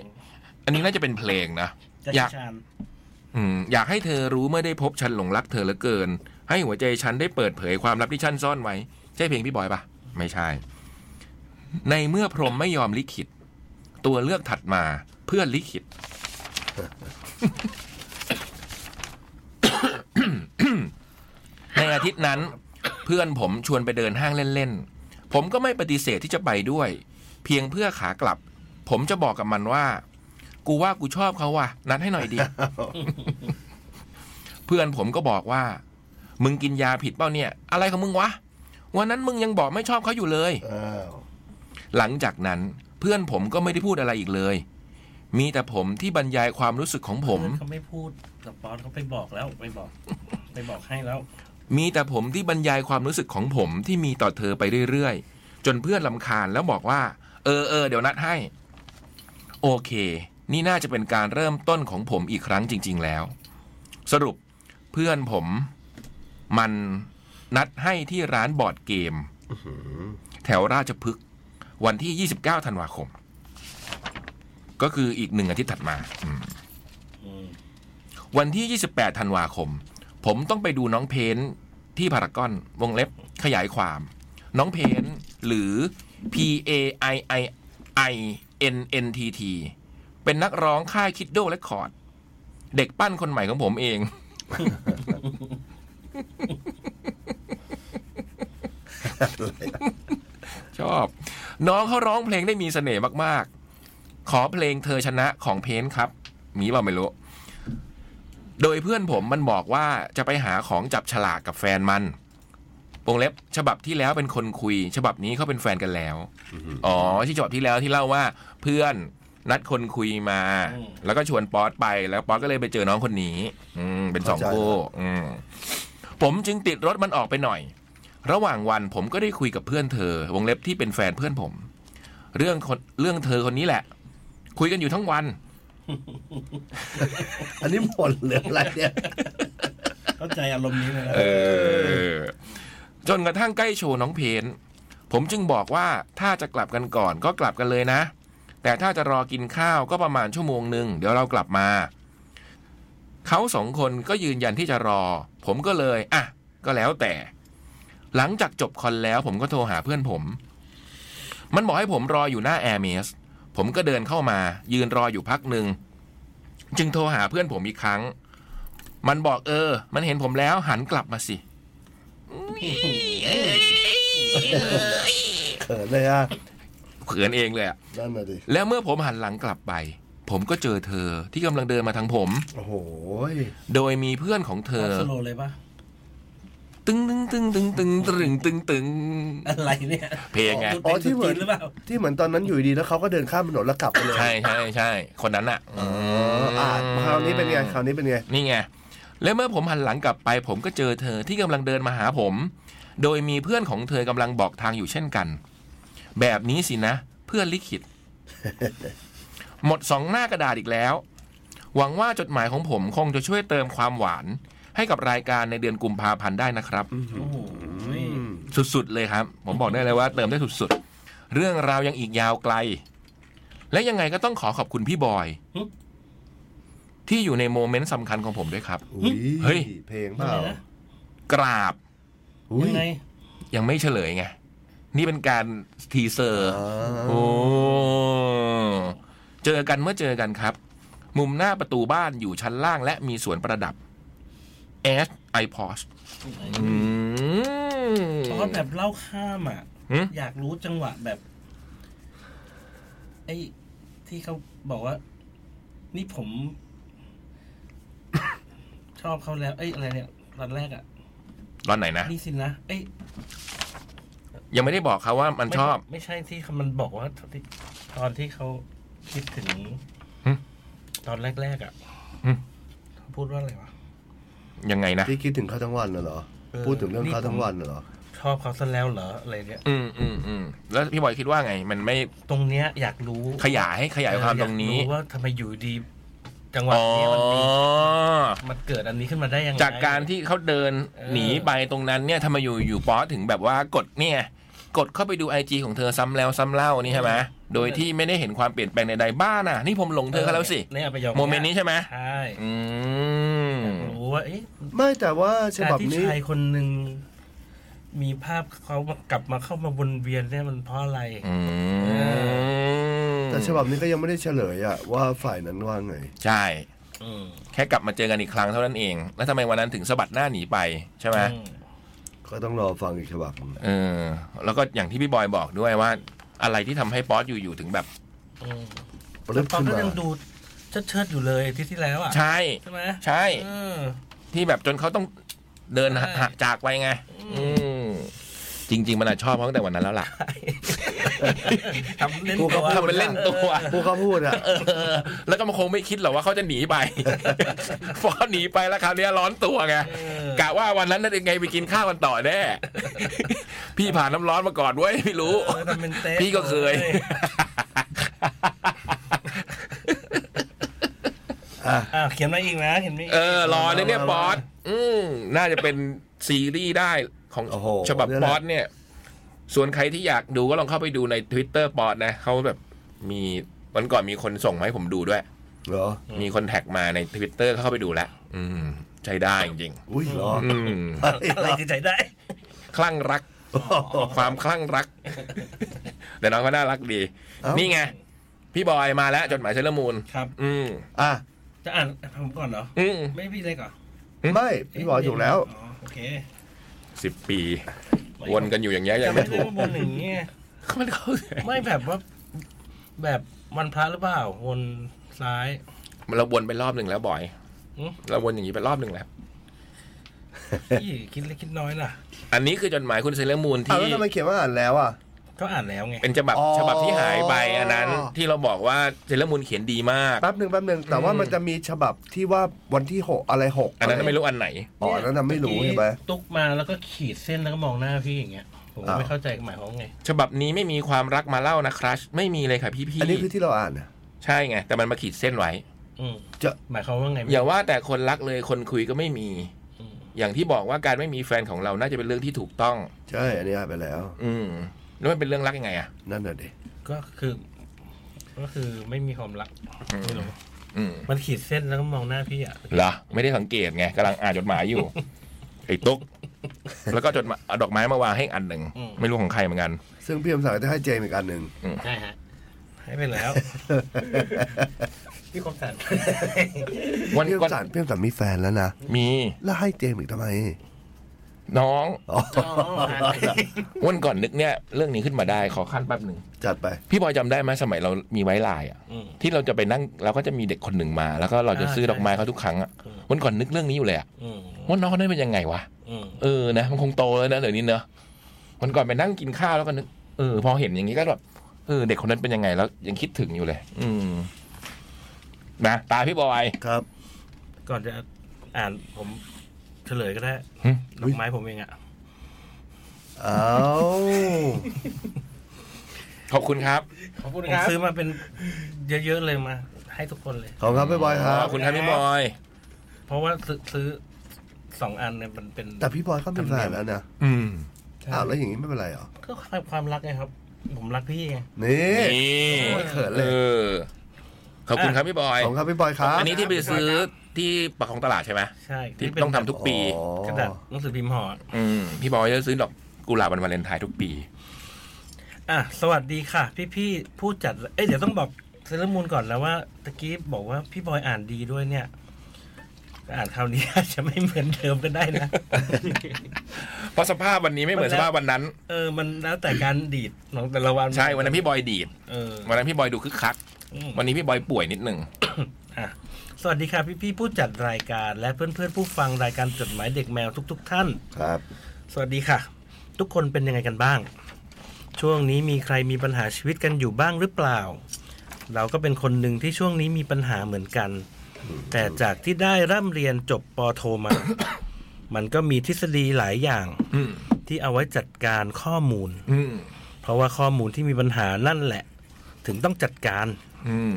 [SPEAKER 2] อันนี้น่าจะเป็นเพลงนะ
[SPEAKER 4] จะ
[SPEAKER 2] อยาก
[SPEAKER 4] ชาน
[SPEAKER 2] อืมอยากให้เธอรู้เมื่อได้พบฉันหลงรักเธอเหลือเกิน ให้หัวใจฉันได้เปิดเผยความลับที่ฉันซ่อนไว้ ใช่เพลงพี่บอยปะไม่ใช่ ในเมื่อพรหมไม่ยอมลิขิต ตัวเลือกถัดมาเพื่อนลิขิต ในอาทิตย์นั้น เพื่อนผมชวนไปเดินห้างเล่นๆ ผมก็ไม่ปฏิเสธที่จะไปด้วย เพียงเพื่อขากลับ ผมจะบอกกับมันว่า กูว่ากูชอบเขาว่ะ นัดให้หน่อยดี เพื่อนผมก็บอกว่า มึงกินยาผิดเปล่าเนี่ย อะไรของมึงวะ วันนั้นมึงยังบอกไม่ชอบเขาอยู่เลย
[SPEAKER 3] อ้าว
[SPEAKER 2] หลังจากนั้นเพื่อนผมก็ไม่ได้พูดอะไรอีกเลย มีแต่ผมที่บรรยายความรู้สึกของผม
[SPEAKER 4] เพื่อนเขาไม่พูดแต่ปอนเขาไปบอกแล้วไปบอก ไปบอกให้แล้ว
[SPEAKER 2] มีแต่ผมที่บรรยายความรู้สึกของผมที่มีต่อเธอไปเรื่อยๆ จนเพื่อนลำคาญแล้วบอกว่า เออเออเดี๋ยวนัดให้ โอเค นี่น่าจะเป็นการเริ่มต้นของผมอีกครั้งจริง ๆ แล้ว สรุปเพื่อนผม มันนัดให้ที่ร้านบอร์ดเกม แถวราชพฤกษ์วันที่ 29 ธันวาคม ก็คืออีกหนึ่งอาทิตย์ถัดมาอืม
[SPEAKER 4] อืม
[SPEAKER 2] วันที่ 28 ธันวาคม ผมต้องไปดูน้องเพนที่พารากอน วงเล็บขยายความ น้องเพนหรือ P A I I I N N T T เป็นนักร้องค่ายคิดโดและคอร์ด เด็กปั้นคนใหม่ของผมเอง ชอบ น้องเขาร้องเพลงได้มีเสน่ห์มาก ๆ ขอเพลงเธอชนะของเพนครับ มีเปล่าไม่รู้ โดยเพื่อนผมมันบอกว่าจะไปหาของจับฉลากกับแฟนมันวงเล็บ ฉบับที่แล้วเป็นคนคุย ฉบับนี้เขาเป็นแฟนกันแล้ว อ๋อที่ฉบับที่แล้วที่เล่าว่าเพื่อนนัดคนคุยมา
[SPEAKER 4] อืม
[SPEAKER 2] แล้วก็ชวนป๊อตไปแล้วป๊อตก็เลยไปเจอน้องคนนี้ อืมเป็นสอง
[SPEAKER 3] เข้าใจ
[SPEAKER 2] คู่อืมผมจึงติดรถมันออกไปหน่อย ระหว่างวันผมก็ได้คุยกับเพื่อนเธอ วงเล็บที่เป็นแฟนเพื่อนผม เรื่องคนเรื่องเธอคนนี้แหละ คุยกันอยู่ทั้งวัน
[SPEAKER 3] อันนี้หมดเหลืออะไรเนี่ย
[SPEAKER 4] เข้าใจอารมณ์นี้เลยนะ
[SPEAKER 2] เออ จนกระทั่งใกล้โชว์น้องเพนผมจึงบอกว่าถ้าจะกลับกันก่อนก็กลับกันเลยนะ แต่ถ้าจะรอกินข้าวก็ประมาณชั่วโมงหนึ่งเดี๋ยวเรากลับมา เขาสองคนก็ยืนยันที่จะรอ ผมก็เลยอ่ะก็แล้วแต่ หลังจากจบคอนแล้วผมก็โทรหาเพื่อนผม มันบอกให้ผมรออยู่หน้าแอร์เมสผมก็เดินเข้ามา ยืนรออยู่พักหนึ่งจึงโทรหาเพื่อนผมอีกครั้ง มันบอกเออ มันเห็นผมแล้วหันกลับมาสิ
[SPEAKER 3] เขินเลยอ่ะ
[SPEAKER 2] เขินเองเลยอะ
[SPEAKER 3] นั่นน่ะดิ
[SPEAKER 2] แล้วเมื่อผมหันหลังกลับไป ผมก็เจอเธอที่กำลังเดินมาทางผม
[SPEAKER 3] โอ้โห
[SPEAKER 2] โดยมีเพื่อนของเธอ
[SPEAKER 4] สโลเลยปะ
[SPEAKER 2] ตึงตึงตึงตึงตึงตึงตึงตึง
[SPEAKER 4] อะไรเนี่ย
[SPEAKER 2] เพลงไง
[SPEAKER 4] อ๋
[SPEAKER 3] อ๋
[SPEAKER 4] อ
[SPEAKER 3] อ
[SPEAKER 4] ที่
[SPEAKER 3] ที่เห
[SPEAKER 4] เหมื
[SPEAKER 3] มือน
[SPEAKER 4] อ
[SPEAKER 3] น
[SPEAKER 4] หรือเปล่า
[SPEAKER 3] ที่เหมือนตอนนั้นอยู่ดีแล้วเขาก็เดินข้ามถนนแล้วกลับไปเลย
[SPEAKER 2] ใช่ใช่ใช่คนนั้นอ่ะ
[SPEAKER 3] อ๋ออ่ะคราวนี้เป็นไงคราวนี้เป็นไง
[SPEAKER 2] นี่ไง แล้วเมื่อผมหันหลังกลับไป ผมก็เจอเธอที่กำลังเดินมาหาผม โดยมีเพื่อนของเธอกำลังบอกทางอยู่เช่นกัน แบบนี้สินะ เพื่อนลิ ขิต หมดสองหน้ากระดาษอีกแล้ว หวังว่าจดหมายของผมคงจะช่วยเติมความหวาน ให้กับรายการในเดือนกุมภาพันธ์ได้นะครับ
[SPEAKER 4] โอ้โห
[SPEAKER 2] สุดๆ เลยครับ ผมบอกได้เลยว่าเติมได้สุดๆ เรื่องราวยังอีกยาวไกล และยังไงก็ต้องขอขอบคุณพี่บอย ที่อยู่ในโมเมนต์สำคัญของผมด้วยครับ
[SPEAKER 3] อุ๊ย
[SPEAKER 2] เฮ้ย
[SPEAKER 3] เพลงเปล่า
[SPEAKER 4] อะไรนะ
[SPEAKER 2] กราบ
[SPEAKER 3] อุ๊ย
[SPEAKER 4] ยังไง
[SPEAKER 2] ยังไม่เฉลยไง นี่เป็นการทีเซอร์
[SPEAKER 3] อ๋อ
[SPEAKER 2] โอ้ เจอกันเมื่อเจอกันครับ มุมหน้าประตูบ้านอยู่ชั้นล่างและมีสวนประดับแอสไอพอสอืม
[SPEAKER 4] เพราะแบบเล่าข้ามอ่ะ
[SPEAKER 2] หืม
[SPEAKER 4] อยากรู้จังหวะแบบ ไอ้ ที่เขาบอกว่า นี่ผม ชอบเขาแล้ว เอ้ย อะไรเนี่ยตอนแรกอ่ะ
[SPEAKER 2] ร้อนไหนนะ
[SPEAKER 4] นี่สินะ เอ้ย
[SPEAKER 2] ยังไม่ได้บอกเขาว่ามัน
[SPEAKER 4] ไม่
[SPEAKER 2] ชอบ
[SPEAKER 4] ไม่ใช่ที่มันบอกว่าที่ตอนที่เขาคิดถึง
[SPEAKER 2] หืม
[SPEAKER 4] ตอนแรก ๆ อ่ะ
[SPEAKER 2] หืม
[SPEAKER 4] เขาพูดว่าอะไรวะ
[SPEAKER 2] ยังไงนะ
[SPEAKER 3] ที่คิดถึงเขาทั้งวันน่ะเหรอ
[SPEAKER 4] เออ
[SPEAKER 3] พูดถึงเรื่องเขาทั้งวันน่ะเหรอ
[SPEAKER 4] ชอบเขาซะแล้วเหรอ อะไรเนี่ย
[SPEAKER 2] อืมอืมอืมแล้วพี่บอยคิดว่าไง มันไม่
[SPEAKER 4] ตรงเนี้ย อยากรู้
[SPEAKER 2] ขยายให้ขยายความตรงนี้
[SPEAKER 4] อยากว่าทำไมอยู่ดี จังหวะ
[SPEAKER 2] อ๋อ
[SPEAKER 4] เนี้ยมันมี มันเกิดอันนี้ขึ้นมาได้ยังไง
[SPEAKER 2] จากการที่เขาเดิน
[SPEAKER 4] เออ
[SPEAKER 2] หนีไปตรงนั้นเนี่ยทำไมอยู่อยู่ป๊อถึงแบบว่ากดเนี่ย กดเข้าไปดูไอจของเธอซ้ำแล้วซ้ำเล่านี่ใช่ไหมโดยที่ไม่ได้เห็นความเปลี่ยนแปลงใดๆบ้าน่ะ นี่ผมหลงเธอเขาแล้วสิ
[SPEAKER 4] เนี่ยประโยค
[SPEAKER 2] โมเมนต์นี้ใช่ไหม
[SPEAKER 4] ใช่
[SPEAKER 2] อืม
[SPEAKER 4] รู้ว่าเอ๊ะ
[SPEAKER 3] ไม่แต่ว่าฉ
[SPEAKER 4] การ
[SPEAKER 3] บับ
[SPEAKER 4] ที่
[SPEAKER 3] นี้
[SPEAKER 4] ชายคนหนึ่งมีภาพเขากลับมาเข้ามาวนเวียนเนี่ยมันเพราะอะไร
[SPEAKER 2] อืม
[SPEAKER 3] แต่ฉบับนี้ก็ยังไม่ได้เฉลยอะว่าฝ่ายนั้นว่าไง
[SPEAKER 2] ใช่
[SPEAKER 4] อืม
[SPEAKER 2] แค่กลับมาเจอกันอีกครั้งเท่านั้นเอง แล้วทำไมวันนั้นถึงสะบัดหน้าหนีไปใช่ไหม
[SPEAKER 4] อืม
[SPEAKER 3] ก็ต้องรอฟังอีกฉบับหนึ่ง
[SPEAKER 2] เออแล้วก็อย่างที่พี่บอยบอกด้วยว่า อะไรที่ทำให้ป๊อตอยู่ๆถึงแบบ
[SPEAKER 4] อืม
[SPEAKER 3] ปลึก
[SPEAKER 4] ตอน
[SPEAKER 3] ขึ้น
[SPEAKER 4] ก็
[SPEAKER 3] มา
[SPEAKER 4] ยังดูเชิดเชิดๆอยู่เลยอาที่ที่แล้วอ่ะ
[SPEAKER 2] ใช่
[SPEAKER 4] ใช่ไหม
[SPEAKER 2] ใช่
[SPEAKER 4] เออ
[SPEAKER 2] ที่แบบจนเขาต้องเดินหะ
[SPEAKER 4] ใช่
[SPEAKER 2] หักจากไปไง อืมจริง ๆ มันอะชอบเขาตั้งแต่วันนั้นแล้วล่ะ
[SPEAKER 4] ทำเล่นตัว
[SPEAKER 2] ทำเป็นเล่นตัว
[SPEAKER 3] พวกเขาพูดอะ
[SPEAKER 2] เออ แล้วก็มันคงไม่คิดหรอกว่าเขาจะหนีไป พอหนีไปแล้วคราวเนี้ยร้อนตัวไง
[SPEAKER 4] เออก
[SPEAKER 2] ะว่าวันนั้นนั่นยังไงไปกินข้าวกันต่อแน่ พี่ผ่านน้ำร้อนมาก่อนเว้ยพี่รู้
[SPEAKER 4] เออทำเป็นเต้น
[SPEAKER 2] พี่ก็เคย
[SPEAKER 3] อ่ะ
[SPEAKER 4] อ่ะเขียนมาอีกนะเขียนมาอีก
[SPEAKER 2] เออรอเลยเนี่ยบอสอืมน่าจะเป็นซีรีส์ได้ของ
[SPEAKER 3] โอ้โห
[SPEAKER 2] ฉบับ
[SPEAKER 3] เนี่ย
[SPEAKER 2] บ
[SPEAKER 3] แหละ
[SPEAKER 2] อสเนี่ย ส่วนใครที่อยากดูก็ลองเข้าไปดูใน Twitter บอสนะเขาแบบมีวันก่อนมีคนส่งมาให้ผมดูด้วย
[SPEAKER 3] เหรอ
[SPEAKER 2] มีคนแท็กมาใน Twitter เข้าไปดูแล้วอืม ใช้ได้จริง
[SPEAKER 3] อุ้ยเหรอ
[SPEAKER 2] ๆอืม
[SPEAKER 3] เฮ้ย
[SPEAKER 4] อะไรคือใจได้
[SPEAKER 2] คลั่งรัก ความคลั่งรัก แต่น้องก็น่ารักดี
[SPEAKER 3] เอ้านี่
[SPEAKER 2] นี่ไง พี่บอยมาแล้วจดหมายเชลมูล
[SPEAKER 4] ครับ
[SPEAKER 2] อืม
[SPEAKER 3] อ่ะ
[SPEAKER 4] จะอ่านผมก่อนเหรอ
[SPEAKER 2] อืม
[SPEAKER 4] ไม่พี่เล็กเหรอ
[SPEAKER 3] ไม่พี่บอยถูกแล้ว
[SPEAKER 4] อ๋อโอเค
[SPEAKER 2] สิบปี วนกันอยู่อย่างเงี้ยยัง
[SPEAKER 4] จำไม่
[SPEAKER 2] ไม่
[SPEAKER 4] ได้
[SPEAKER 2] ถูก
[SPEAKER 4] ว่าบนอย่างเงี้ย
[SPEAKER 2] มันเข้าใจ
[SPEAKER 4] ไม่แบบว่า แบบวันพระหรือเปล่าวนซ้าย
[SPEAKER 2] เราวนไปรอบหนึ่งแล้วบอย
[SPEAKER 4] อืม
[SPEAKER 2] เราวนอย่างนี้ไปรอบหนึ่งแล้ว
[SPEAKER 4] พี่คิดเล็กคิดน้อยล่ะ
[SPEAKER 2] อันนี้คือจดหมายคุณเซเลอร์มูน
[SPEAKER 3] อ้าว
[SPEAKER 2] ที่
[SPEAKER 3] แล้วทำไมเขียนว่าอ่านแล้วอ่ะ
[SPEAKER 4] ก็อ่านแล้วไง
[SPEAKER 2] เป็นฉบับ
[SPEAKER 3] อ๋อ
[SPEAKER 2] ฉบับที่หายไปอันนั้น ที่เราบอกว่าเซเลอร์มูนเขียนดีมาก
[SPEAKER 3] แป๊บหนึ่งแป๊บหนึ่งแต่ว่า
[SPEAKER 2] อืม
[SPEAKER 3] มันจะมีฉบับที่ว่าวันที่หกอะไรหก
[SPEAKER 2] อันนั้นไม่รู้อันไหน
[SPEAKER 3] อ๋ออันนั้นนะไม่รู้ใช่ไหม
[SPEAKER 4] ตุกมาแล้วก็ขีดเส้นแล้วก็มองหน้าพี่อย่างเงี้ย ผมก็
[SPEAKER 3] อ้าว
[SPEAKER 4] ไม่เข้าใจหมายความว่าไง
[SPEAKER 2] ฉบับนี้ไม่มีความรักมาเล่านะครัชไม่มีเลยค่ะพี่พี่
[SPEAKER 3] อันนี้คือที่เราอ่านนะ
[SPEAKER 2] ใช่ไง แต่มันมาขีดเส้นไว้
[SPEAKER 4] อืม
[SPEAKER 3] จะ
[SPEAKER 4] หมายความว่าไงไม่
[SPEAKER 2] อย่าว่าแต่คนรักเลยคนคุยก็ไม่มี
[SPEAKER 4] อืม
[SPEAKER 2] อย่างที่บอกว่าการไม่มีแฟนของเราน่าจะเป็นเรื่องที่ถูกต้อง
[SPEAKER 3] ใช่อันนี้อ่านไปแล้ว
[SPEAKER 2] อืมแล้วมันเป็นเรื่องรักยังไงอ่ะ
[SPEAKER 3] นั่นน่ะดิ
[SPEAKER 4] ก็คือ ก็คือไม่มีความรักไม่รู้
[SPEAKER 2] อืม
[SPEAKER 4] มันขีดเส้นแล้วก็มองหน้าพี่อ่ะ
[SPEAKER 2] เหรอไม่ได้สังเกตไงกำลังอ่านจดหมาย อยู่ ไอ้ตุ๊กแล้วก็จดหมายเอาดอกไม้มาวางให้อันหนึ่ง
[SPEAKER 4] อืม
[SPEAKER 2] ไม่รู้ของใครเหมือนกัน
[SPEAKER 3] ซึ่งพี่คำสั่งก็จะให้เจมอีกอันหนึ่ง
[SPEAKER 1] ใช่ฮะ
[SPEAKER 4] ให้ไปแล้ว พี่คมสัน
[SPEAKER 2] วัน
[SPEAKER 3] พี่
[SPEAKER 2] วัน
[SPEAKER 3] คำสั่งพี่คำสั่งมีแฟนแล้วนะ
[SPEAKER 2] มี
[SPEAKER 3] แล้วให้เจมอีกทำไม
[SPEAKER 2] น้อง
[SPEAKER 3] อ๋อ
[SPEAKER 2] วันก่อนนึกเนี่ย เรื่องนี้ขึ้นมาได้ขอขั้นแป๊บหนึ่ง
[SPEAKER 3] จัดไป
[SPEAKER 2] พี่บอยจำได้ไหมสมัยเรามีไว้ลายอ่ะ
[SPEAKER 4] อืม
[SPEAKER 2] ที่เราจะไปนั่งเราก็จะมีเด็กคนหนึ่งมา แล้วก็เราจะ
[SPEAKER 4] อ่า
[SPEAKER 2] ซื้อดอกไม้เขาทุกครั้งอ่ะ
[SPEAKER 4] อืม
[SPEAKER 2] วันก่อนนึกเรื่องนี้อยู่เลยอ่ะ
[SPEAKER 4] อืม
[SPEAKER 2] ว่าน้องคนนั้นเป็นยังไงวะ
[SPEAKER 4] อืม
[SPEAKER 2] เออนะมันคงโตแล้วนะเดี๋ยวนี้เนอะวันก่อนไปนั่งกินข้าวแล้วก็นึกเออพอเห็นอย่างนี้ก็แบบเออเด็กคนนั้นเป็นยังไงแล้วยังคิดถึงอยู่เลย อืมนะตาพี่บอย
[SPEAKER 3] ครับ
[SPEAKER 4] ก่อนจะอ่านผมเฉลยก็ได้
[SPEAKER 2] หึ
[SPEAKER 4] ดอกไม้ผมเองอ่ะ
[SPEAKER 3] เอา
[SPEAKER 2] ขอบคุณครับ
[SPEAKER 1] ขอบคุณ
[SPEAKER 4] ผม
[SPEAKER 1] ครับ
[SPEAKER 4] ซื้อมาเป็นเยอะๆเลยมา ให้ทุกคนเลย
[SPEAKER 3] ขอบคุณครับพี่บอยครั
[SPEAKER 2] ข
[SPEAKER 3] บ
[SPEAKER 2] อบคุณครับพี่บอย
[SPEAKER 4] เพราะว่าซื้อซื้อสองอันเนี่ยมันเป็น
[SPEAKER 3] แต่พี่บอยเขามีแฟนแล้วนะ
[SPEAKER 2] อืม
[SPEAKER 3] อ้าวแล้วอย่างนี้ไม่เป็นไรเหรอ
[SPEAKER 4] ก็ความรักไงครับ ผมรักพี่ไง
[SPEAKER 3] นี่
[SPEAKER 2] นี่
[SPEAKER 3] เขินเล
[SPEAKER 2] เอย อขอบคุณครับพี่บอย
[SPEAKER 3] ขอบคุณครับพี่บอยครับ
[SPEAKER 2] อันนี้ที่ไปซื้อที่ปากของตลาดใช่ไหม
[SPEAKER 4] ใช่
[SPEAKER 2] ที่
[SPEAKER 4] เป็น
[SPEAKER 2] ต้องทำทุกปี
[SPEAKER 3] อ๋อก
[SPEAKER 4] ระดาษหนังสือพิมพ์ห่อ
[SPEAKER 2] อืมพี่บอยจะซื้อดอกกุหลาบวันวาเลนไทน์ทุกปี
[SPEAKER 4] อ่ะ สวัสดีค่ะ พี่ๆผู้จัด เอ้ยเดี๋ยวต้องบอกเซเลอร์มูนก่อนแล้วว่าตะกี้บอกว่าพี่บอยอ่านดีด้วยเนี่ย อ่านคราวนี้ อาจจะไม่เหมือนเดิมก็ได้นะ
[SPEAKER 2] เพราะสภาพวันนี้ไม่เหมือนสภาพวันนั้น
[SPEAKER 4] เออ มันแล้วแต่การดีดของแต่ละวัน
[SPEAKER 2] ใช่วันนั้นพี่บอยดีด
[SPEAKER 4] เออ
[SPEAKER 2] วันนั้นพี่บอยดูคึกคัก
[SPEAKER 4] อืม
[SPEAKER 2] วันนี้พี่บอยป่วยนิดหนึ่ง
[SPEAKER 4] อ่ะสวัสดีครับพี่พี่ๆผู้จัดรายการและเพื่อนๆผู้ฟังรายการจดหมายเด็กแมวทุกๆทท่าน
[SPEAKER 3] ครับ
[SPEAKER 4] สวัสดีค่ะ ทุกคนเป็นยังไงกันบ้าง ช่วงนี้มีใครมีปัญหาชีวิตกันอยู่บ้างหรือเปล่า เราก็เป็นคนหนึ่งที่ช่วงนี้มีปัญหาเหมือนกัน แต่จากที่ได้ร่ำเรียนจบปโทมา มันก็มีทฤษฎีหลายอย่าง
[SPEAKER 2] อืม
[SPEAKER 4] ที่เอาไว้จัดการข้อมูล
[SPEAKER 2] อืม
[SPEAKER 4] เพราะว่าข้อมูลที่มีปัญหานั่นแหละ ถึงต้องจัดการ
[SPEAKER 2] อืม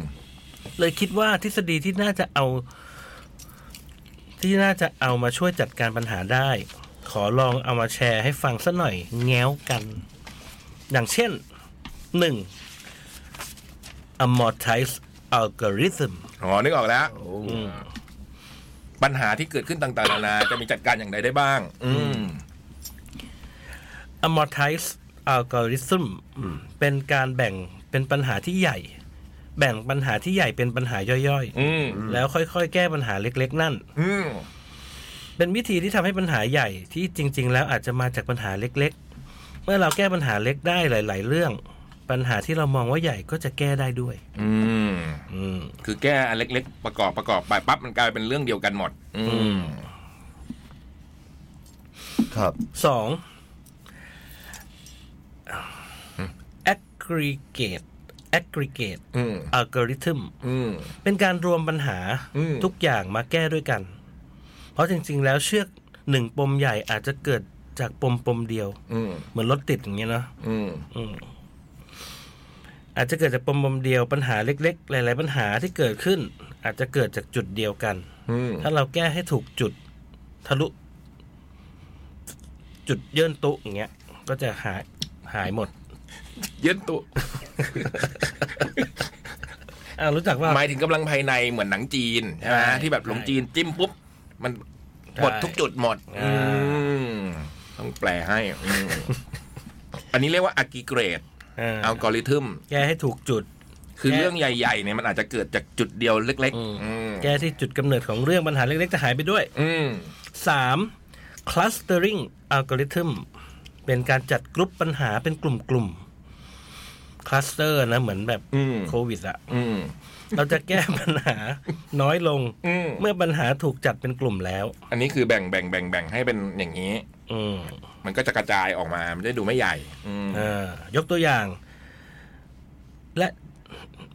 [SPEAKER 4] เลยคิดว่าทฤษฎีที่น่าจะเอา ที่น่าจะเอามาช่วยจัดการปัญหาได้ ขอลองเอามาแชร์ให้ฟังสักหน่อย แง้วกัน อย่างเช่น 1. amortize algorithm
[SPEAKER 2] อ๋อนึกออกแล้ว
[SPEAKER 4] อืม
[SPEAKER 2] ปัญหาที่เกิดขึ้นต่างๆนานาจะมีจัดการอย่างไรได้บ้าง อืม
[SPEAKER 4] amortize algorithm เป็นการแบ่งเป็นปัญหาที่ใหญ่ แบ่งปัญหาที่ใหญ่เป็นปัญหาย่อย
[SPEAKER 2] อืม
[SPEAKER 4] ๆ แล้วค่อยๆ แก้ปัญหาเล็กๆ นั่น
[SPEAKER 2] อืม
[SPEAKER 4] เป็นวิธีที่ทำให้ปัญหาใหญ่ที่จริง ๆ แล้วอาจจะมาจากปัญหาเล็ก ๆ เมื่อเราแก้ปัญหาเล็กได้หลาย ๆ เรื่อง ปัญหาที่เรามองว่าใหญ่ก็จะแก้ได้ด้วย
[SPEAKER 2] อืม
[SPEAKER 4] อืม
[SPEAKER 2] คือแก้อันเล็กๆ ประกอบประกอบไปปั๊บมันกลายเป็นเรื่องเดียวกันหมด อืม
[SPEAKER 3] ครับ
[SPEAKER 4] สอง aggregate aggregate
[SPEAKER 2] อืม
[SPEAKER 4] algorithm
[SPEAKER 2] อืม
[SPEAKER 4] เป็นการรวมปัญหา
[SPEAKER 2] อืม
[SPEAKER 4] ทุกอย่างมาแก้ด้วยกัน เพราะจริง ๆ แล้วเชือกหนึ่งปมใหญ่อาจจะเกิดจากปมปมเดียว
[SPEAKER 2] อืม
[SPEAKER 4] เหมือนรถติดอย่างเงี้ยเนาะ
[SPEAKER 2] อืม
[SPEAKER 4] อืมอาจจะเกิดจากปมปมเดียวปัญหาเล็ก ๆ หลาย ๆ ปัญหาที่เกิดขึ้น อาจจะเกิดจากจุดเดียวกัน
[SPEAKER 2] อืม
[SPEAKER 4] ถ้าเราแก้ให้ถูกจุด ทะลุ จุดเยื่นตุอย่างเงี้ย ก็จะหายหายหมด
[SPEAKER 2] เย็นตุ
[SPEAKER 4] อ่าวรู้จักว่า
[SPEAKER 2] หมายถึงกำลังภายในเหมือนหนังจีนใช่ไหม
[SPEAKER 4] ใช่
[SPEAKER 2] ที่แบบหลงจีนจิ้มปุ๊บ มัน
[SPEAKER 4] ใช่
[SPEAKER 2] หมดทุกจุดหมด
[SPEAKER 4] อ่า
[SPEAKER 2] อืมต้องแปลให้อืม อันนี้เรียกว่าอากิเกรด
[SPEAKER 4] เออ
[SPEAKER 2] อัลกอริทึม
[SPEAKER 4] แก้ให้ถูกจุด
[SPEAKER 2] คือ
[SPEAKER 4] แก้
[SPEAKER 2] เรื่องใหญ่ๆเนี่ยมันอาจจะเกิดจากจุดเดียวเล็ก
[SPEAKER 4] อืม
[SPEAKER 2] ๆ อืม
[SPEAKER 4] แก้ที่จุดกำเนิดของเรื่องปัญหาเล็กๆจะหายไปด้วย
[SPEAKER 2] อืม
[SPEAKER 4] 3. clustering algorithm เป็นการจัดกรุ๊ปปัญหาเป็นกลุ่มๆ cluster นะ เหมือนแบบ
[SPEAKER 2] อืม
[SPEAKER 4] โควิดอะ
[SPEAKER 2] อืม
[SPEAKER 4] เราจะแก้ปัญหา น้อยลง
[SPEAKER 2] อืม
[SPEAKER 4] เมื่อปัญหาถูกจัดเป็นกลุ่มแล้ว
[SPEAKER 2] อันนี้คือแบ่งแบ่งแบ่งแบ่งให้เป็นอย่างนี้
[SPEAKER 4] อืม
[SPEAKER 2] มันก็จะกระจายออกมามันจะดูไม่ใหญ่ อืม
[SPEAKER 4] อ่ายกตัวอย่าง และ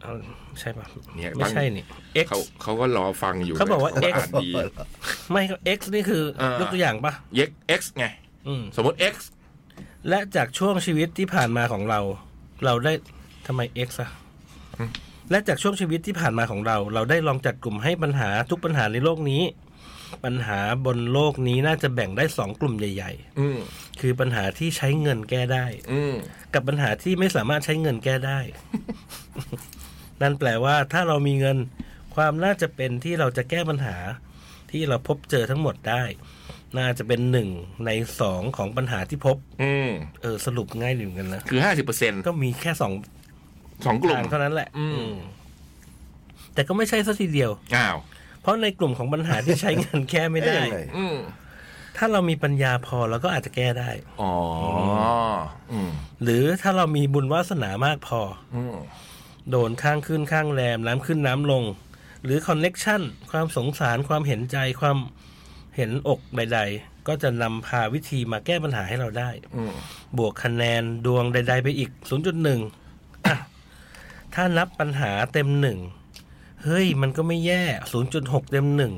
[SPEAKER 4] เอาใช่ปะ
[SPEAKER 2] เนี่ย
[SPEAKER 4] ไม่
[SPEAKER 2] บาง
[SPEAKER 4] ใช่นี่ x
[SPEAKER 2] เขาเขาก็รอฟังอยู่
[SPEAKER 4] เขาบอกว่า
[SPEAKER 2] ขอ่านดี
[SPEAKER 4] ไม่ x นี่คืออา ยกตัวอย่างปะ
[SPEAKER 2] เอ็ก X ไง
[SPEAKER 4] อืม
[SPEAKER 2] สมมติ X
[SPEAKER 4] และจากช่วงชีวิตที่ผ่านมาของเรา เราได้ทำไม X อะและจากช่วงชีวิตที่ผ่านมาของเรา เราได้ลองจัดกลุ่มให้ปัญหาทุกปัญหาในโลกนี้ ปัญหาบนโลกนี้น่าจะแบ่งได้สองกลุ่มใหญ่
[SPEAKER 2] อืม
[SPEAKER 4] ๆ คือปัญหาที่ใช้เงินแก้ได้
[SPEAKER 2] อืม
[SPEAKER 4] กับปัญหาที่ไม่สามารถใช้เงินแก้ได้ นั่นแปลว่าถ้าเรามีเงินความน่าจะเป็นที่เราจะแก้ปัญหา ที่เราพบเจอทั้งหมดได้ น่าจะเป็นหนึ่งในสองของปัญหาที่พบ
[SPEAKER 2] อืม
[SPEAKER 4] เออสรุปง่ายดีเหมือนกันนะ
[SPEAKER 2] คือห้าสิบเปอร์เซ็นต์
[SPEAKER 4] ก็มีแค่สอง
[SPEAKER 2] สองกลุ่ม
[SPEAKER 4] ทางเท่านั้นแหละ
[SPEAKER 2] อืม
[SPEAKER 4] อืมแต่ก็ไม่ใช่สัทีเดียว
[SPEAKER 2] อ้าว
[SPEAKER 4] เพราะในกลุ่มของปัญหาที่ใช้เงินแก้ไม่ได้
[SPEAKER 3] เอ๊ะยังไง
[SPEAKER 2] อืม
[SPEAKER 4] ถ้าเรามีปัญญาพอเราก็อาจจะแก้ได้
[SPEAKER 2] อ๋ออืม
[SPEAKER 4] หรือถ้าเรามีบุญวาสนามากพอ
[SPEAKER 2] อืม
[SPEAKER 4] โดนข้างขึ้นข้างแรมน้ำขึ้นน้ำลง หรือคอนเน็ชันความสงสารความเห็นใจความเห็นอกใดๆ ก็จะนำพาวิธีมาแก้ปัญหาให้เราได้
[SPEAKER 2] อืม
[SPEAKER 4] บวกคะแนนดวงใด ๆ ไปอีก 0.1อ่ะถ้านับปัญหาเต็มหนึ่ง เฮ้ย มันก็ไม่แย่ 0.6 เต็มหนึ่ง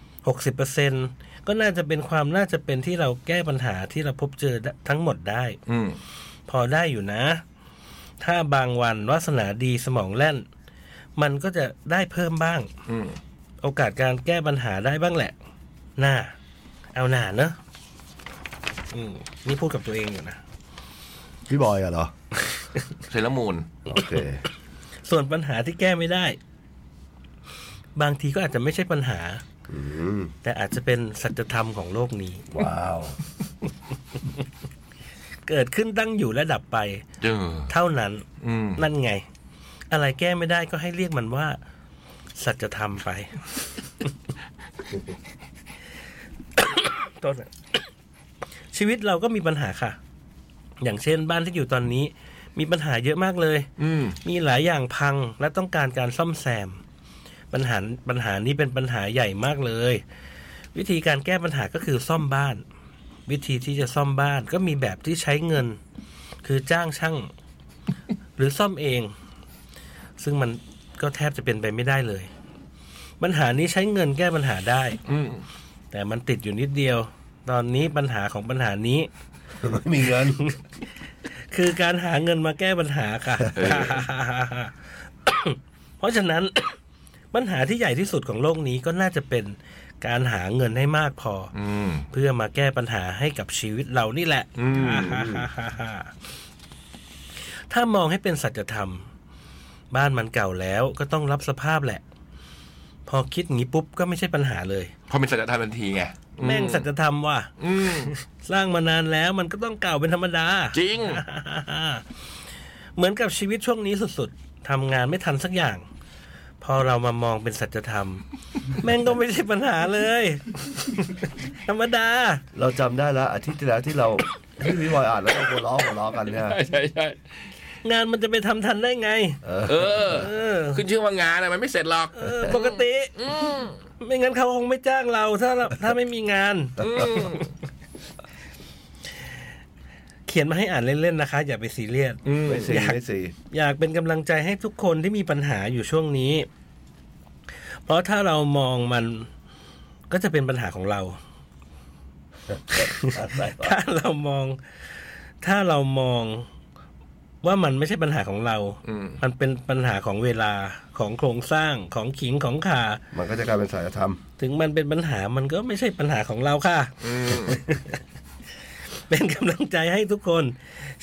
[SPEAKER 4] 60เปอร์เซ็นก็น่าจะเป็นความน่าจะเป็นที่เราแก้ปัญหาที่เราพบเจอทั้งหมดได้
[SPEAKER 2] อืม
[SPEAKER 4] พอได้อยู่นะ ถ้าบางวันวาสนาดีสมองแล่น มันก็จะได้เพิ่มบ้าง
[SPEAKER 2] อืม
[SPEAKER 4] โอกาสการแก้ปัญหาได้บ้างแหละ น่า เอาหน่าเนอะอืมนี่พูดกับตัวเองอยู่นะ
[SPEAKER 3] พี่บอยอะเหรอ
[SPEAKER 2] เซรามูน
[SPEAKER 3] โอเค
[SPEAKER 4] ส่วนปัญหาที่แก้ไม่ได้ บางทีก็อาจจะไม่ใช่ปัญหา
[SPEAKER 3] อืม
[SPEAKER 4] แต่อาจจะเป็นสัจธรรมของโลกนี้
[SPEAKER 3] ว้าว
[SPEAKER 4] เกิดขึ้นตั้งอยู่และดับไป
[SPEAKER 2] เจอ
[SPEAKER 4] เท่านั้น
[SPEAKER 2] อืม
[SPEAKER 4] นั่นไง อะไรแก้ไม่ได้ก็ให้เรียกมันว่า สัจธรรม ไป ต้นอะชีวิตเราก็มีปัญหาค่ะ อย่างเช่นบ้านที่อยู่ตอนนี้ มีปัญหาเยอะมากเลย
[SPEAKER 2] อืม
[SPEAKER 4] มีหลายอย่างพังและต้องการการซ่อมแซม ปัญหาปัญหานี้เป็นปัญหาใหญ่มากเลย วิธีการแก้ปัญหาก็คือซ่อมบ้าน วิธีที่จะซ่อมบ้านก็มีแบบที่ใช้เงิน คือจ้างช่าง หรือซ่อมเอง ซึ่งมันก็แทบจะเป็นไปไม่ได้เลย ปัญหานี้ใช้เงินแก้ปัญหาได้
[SPEAKER 2] อืม
[SPEAKER 4] แต่มันติดอยู่นิดเดียว ตอนนี้ปัญหาของปัญหานี้
[SPEAKER 3] ไม่มีเงิ น
[SPEAKER 4] คือการหาเงินมาแก้ปัญหาค่ะ เพราะฉะนั้น ปัญหาที่ใหญ่ที่สุดของโลกนี้ก็น่าจะเป็นการหาเงินให้มากพอ
[SPEAKER 2] อืม
[SPEAKER 4] เพื่อมาแก้ปัญหาให้กับชีวิตเรานี่แหละ
[SPEAKER 2] อืม
[SPEAKER 4] ถ้ามองให้เป็นสัจธรรม บ้านมันเก่าแล้วก็ต้องรับสภาพแหละ พอคิดงี้ปุ๊บก็ไม่ใช่ปัญหาเลย
[SPEAKER 2] พอเป็นสัจธรรมทันทีไง
[SPEAKER 4] แม่งสัจธรรมว่ะ
[SPEAKER 2] อืม
[SPEAKER 4] สร้างมานานแล้วมันก็ต้องเก่าเป็นธรรมดา
[SPEAKER 2] จริง
[SPEAKER 4] เหมือนกับชีวิตช่วงนี้สุดๆ ทำงานไม่ทันสักอย่าง พอเรามามองเป็นสัจธรรม แม่งก็ไม่ใช่ปัญหาเลย ธรรมดา
[SPEAKER 3] เราจำได้แล้วอาทิตย์ที่แล้วที่เรา ที่พี่บอยอ่านแล้วเราหัวล้อหัวล้อกันเนี่ย
[SPEAKER 2] ใช่ใช่ใช่
[SPEAKER 4] งานมันจะไปทำทันได้ไง
[SPEAKER 2] เออ
[SPEAKER 4] เออ
[SPEAKER 2] ขึ้นชื่อว่างานอะมันไม่เสร็จหรอก
[SPEAKER 4] เออ ปกติ
[SPEAKER 2] อืม
[SPEAKER 4] ไม่งั้นเขาคงไม่จ้างเราถ้าเราถ้าไม่มีงาน
[SPEAKER 2] อืม
[SPEAKER 4] เขียนมาให้อ่านเล่นๆนะคะ อย่าไปซีเรียส
[SPEAKER 2] อืม
[SPEAKER 3] ไม่สีไม่สี
[SPEAKER 4] อยากเป็นกำลังใจให้ทุกคนที่มีปัญหาอยู่ช่วงนี้ เพราะถ้าเรามองมันก็จะเป็นปัญหาของเรา
[SPEAKER 3] อะไรวะ
[SPEAKER 4] ถ้าเรามอง ถ้าเรามองว่ามันไม่ใช่ปัญหาของเรา
[SPEAKER 2] อืม
[SPEAKER 4] มันเป็นปัญหาของเวลาของโครงสร้างของขิงของขา
[SPEAKER 3] มันก็จะกลายเป็นสายธรรม
[SPEAKER 4] ถึงมันเป็นปัญหามันก็ไม่ใช่ปัญหาของเราค่ะ
[SPEAKER 2] อืม
[SPEAKER 4] เป็นกำลังใจให้ทุกคน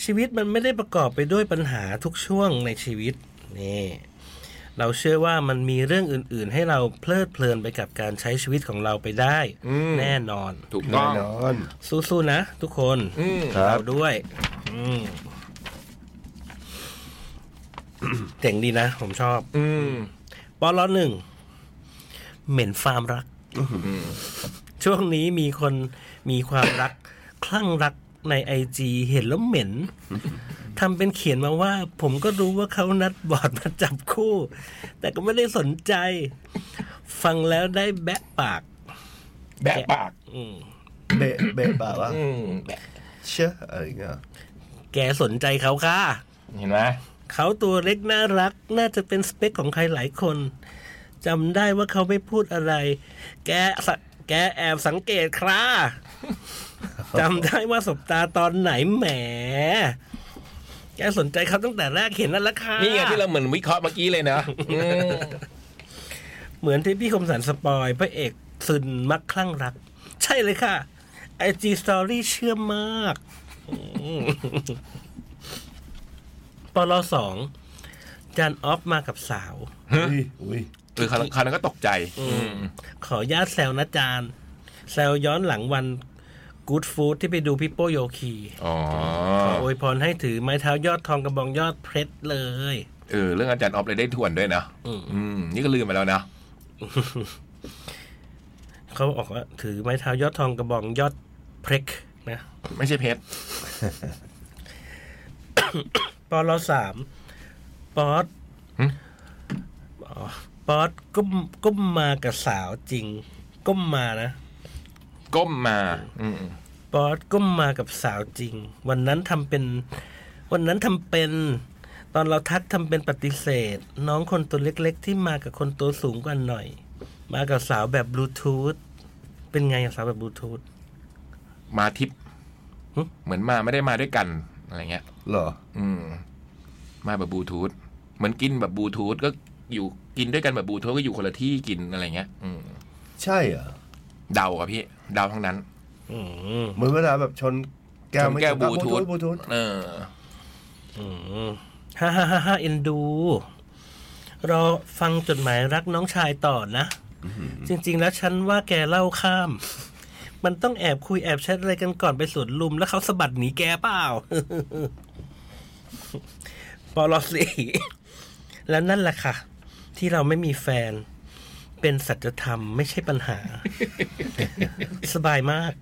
[SPEAKER 4] ชีวิตมันไม่ได้ประกอบไปด้วยปัญหาทุกช่วงในชีวิตนี่เราเชื่อว่ามันมีเรื่องอื่น ๆ ให้เราเพลิดเพลินไปกับการใช้ชีวิตของเราไปได้
[SPEAKER 2] อืม
[SPEAKER 4] แน่นอน
[SPEAKER 2] ถูกต้
[SPEAKER 3] แน่
[SPEAKER 2] อง
[SPEAKER 3] นอน
[SPEAKER 4] สู้ ๆ นะ ทุกคน
[SPEAKER 2] อืม
[SPEAKER 3] ครับ
[SPEAKER 4] เราด้วย อืม เจ๋งดีนะ ผมชอบ
[SPEAKER 2] อืม
[SPEAKER 4] ปอล้อหนึ่งเหม็นฟาร์มรัก
[SPEAKER 2] ม
[SPEAKER 4] ช่วงนี้มีคนมีความรัก คลั่งรักในไอจีเห็นแล้วเหม็นทำเป็นเขียนมาว่า ผมก็รู้ว่าเขานัดบอร์ดมาจับคู่ แต่ก็ไม่ได้สนใจ ฟังแล้วได้แบะปาก
[SPEAKER 2] แบะปาก
[SPEAKER 4] อืม
[SPEAKER 3] เบะเบะป่าวะ
[SPEAKER 2] อืมแบะ
[SPEAKER 3] เชื่ออะไรอย่างเงี้ย
[SPEAKER 4] แกสนใจเขาค่ะ
[SPEAKER 2] เห็นไหม
[SPEAKER 4] เขาตัวเล็กน่ารักน่าจะเป็นสเปคของใครหลายคนจำได้ว่าเขาไม่พูดอะไร แกสะแกแอบสังเกตครา จำได้ว่าสบตาตอนไหนแหม แกสนใจเขาตั้งแต่แรกเห็นนั่นละค่ะ
[SPEAKER 2] นี่ไงที่เราเหมือนวิเคราะห์เมื่อกี้เลยนะอืม
[SPEAKER 4] เหมือนที่พี่คมสันสปอยพระเอกซึนมักคลั่งรัก ใช่เลยค่ะไอจีสตอรี่เชื่อมาก อืมปลสองจานออฟมากับสาว
[SPEAKER 3] อุ้ยอุ้ย
[SPEAKER 2] คือเขาเขาก็ตกใจ อืม
[SPEAKER 4] ขออนุญาตแซวนะจานแซวย้อนหลังวันกู๊ดฟู้ดที่ไปดูพี่โป้โยคี
[SPEAKER 2] อ๋อ
[SPEAKER 4] ขออวยพรให้ถือไม้เท้ายอดทองกระบองยอดเพชรเลย
[SPEAKER 2] เออเรื่องอาจารย์ออฟเลยได้ทวนด้วยนะ
[SPEAKER 4] อืม
[SPEAKER 2] อืม นี่ก็ลืมไปแล้วนะ
[SPEAKER 4] เขาบอกว่าถือไม้เท้ายอดทองกระบองยอดเพชรนะ
[SPEAKER 2] ไม่ใช่เพชร
[SPEAKER 4] ปอลสามป๊อตอ๋อป๊อตก้มก้มมากับสาวจริง ก้มมานะ
[SPEAKER 2] ก้มมา อืม
[SPEAKER 4] ปอสก็มากับสาวจริง วันนั้นทำเป็น วันนั้นทำเป็น ตอนเราทักทำเป็นปฏิเสธ น้องคนตัวเล็กๆ ที่มากับคนตัวสูงกว่าหน่อย มากับสาวแบบบลูทูธเป็นไงอะสาวแบบบลูทูธ
[SPEAKER 2] มาทิพย์
[SPEAKER 4] หึ
[SPEAKER 2] เหมือนมาไม่ได้มาด้วยกันอะไรเงี้ย
[SPEAKER 3] เหรอ
[SPEAKER 2] อืม มาแบบบลูทูธเหมือนกินแบบบลูทูธก็อยู่กินด้วยกันแบบบลูทูธก็อยู่คนละที่กินอะไรเงี้ย อืม
[SPEAKER 3] ใช่เหรอ
[SPEAKER 2] เดาครับพี่เดาทั้งนั้น
[SPEAKER 4] อืม
[SPEAKER 3] เหมือนเวลาแบบชนแก้วไม่
[SPEAKER 2] ชนแก้ว
[SPEAKER 3] ถึงอ่ะ
[SPEAKER 2] Bluetooth
[SPEAKER 3] Bluetooth Bluetooth
[SPEAKER 2] เออ
[SPEAKER 4] อืมฮ่าฮ่าฮ่าฮ่าเอ็นดู รอฟังจดหมายรักน้องชายต่อนะ จริง ๆ แล้วฉันว่าแกเล่าข้าม มันต้องแอบคุยแอบแชทอะไรกันก่อนไปสวนลุม แล้วเขาสะบัดหนีแกเปล่า ปอลอสีแล้วนั่นแหละค่ะ ที่เราไม่มีแฟน เป็นสัจธรรมไม่ใช่ปัญหา สบายมาก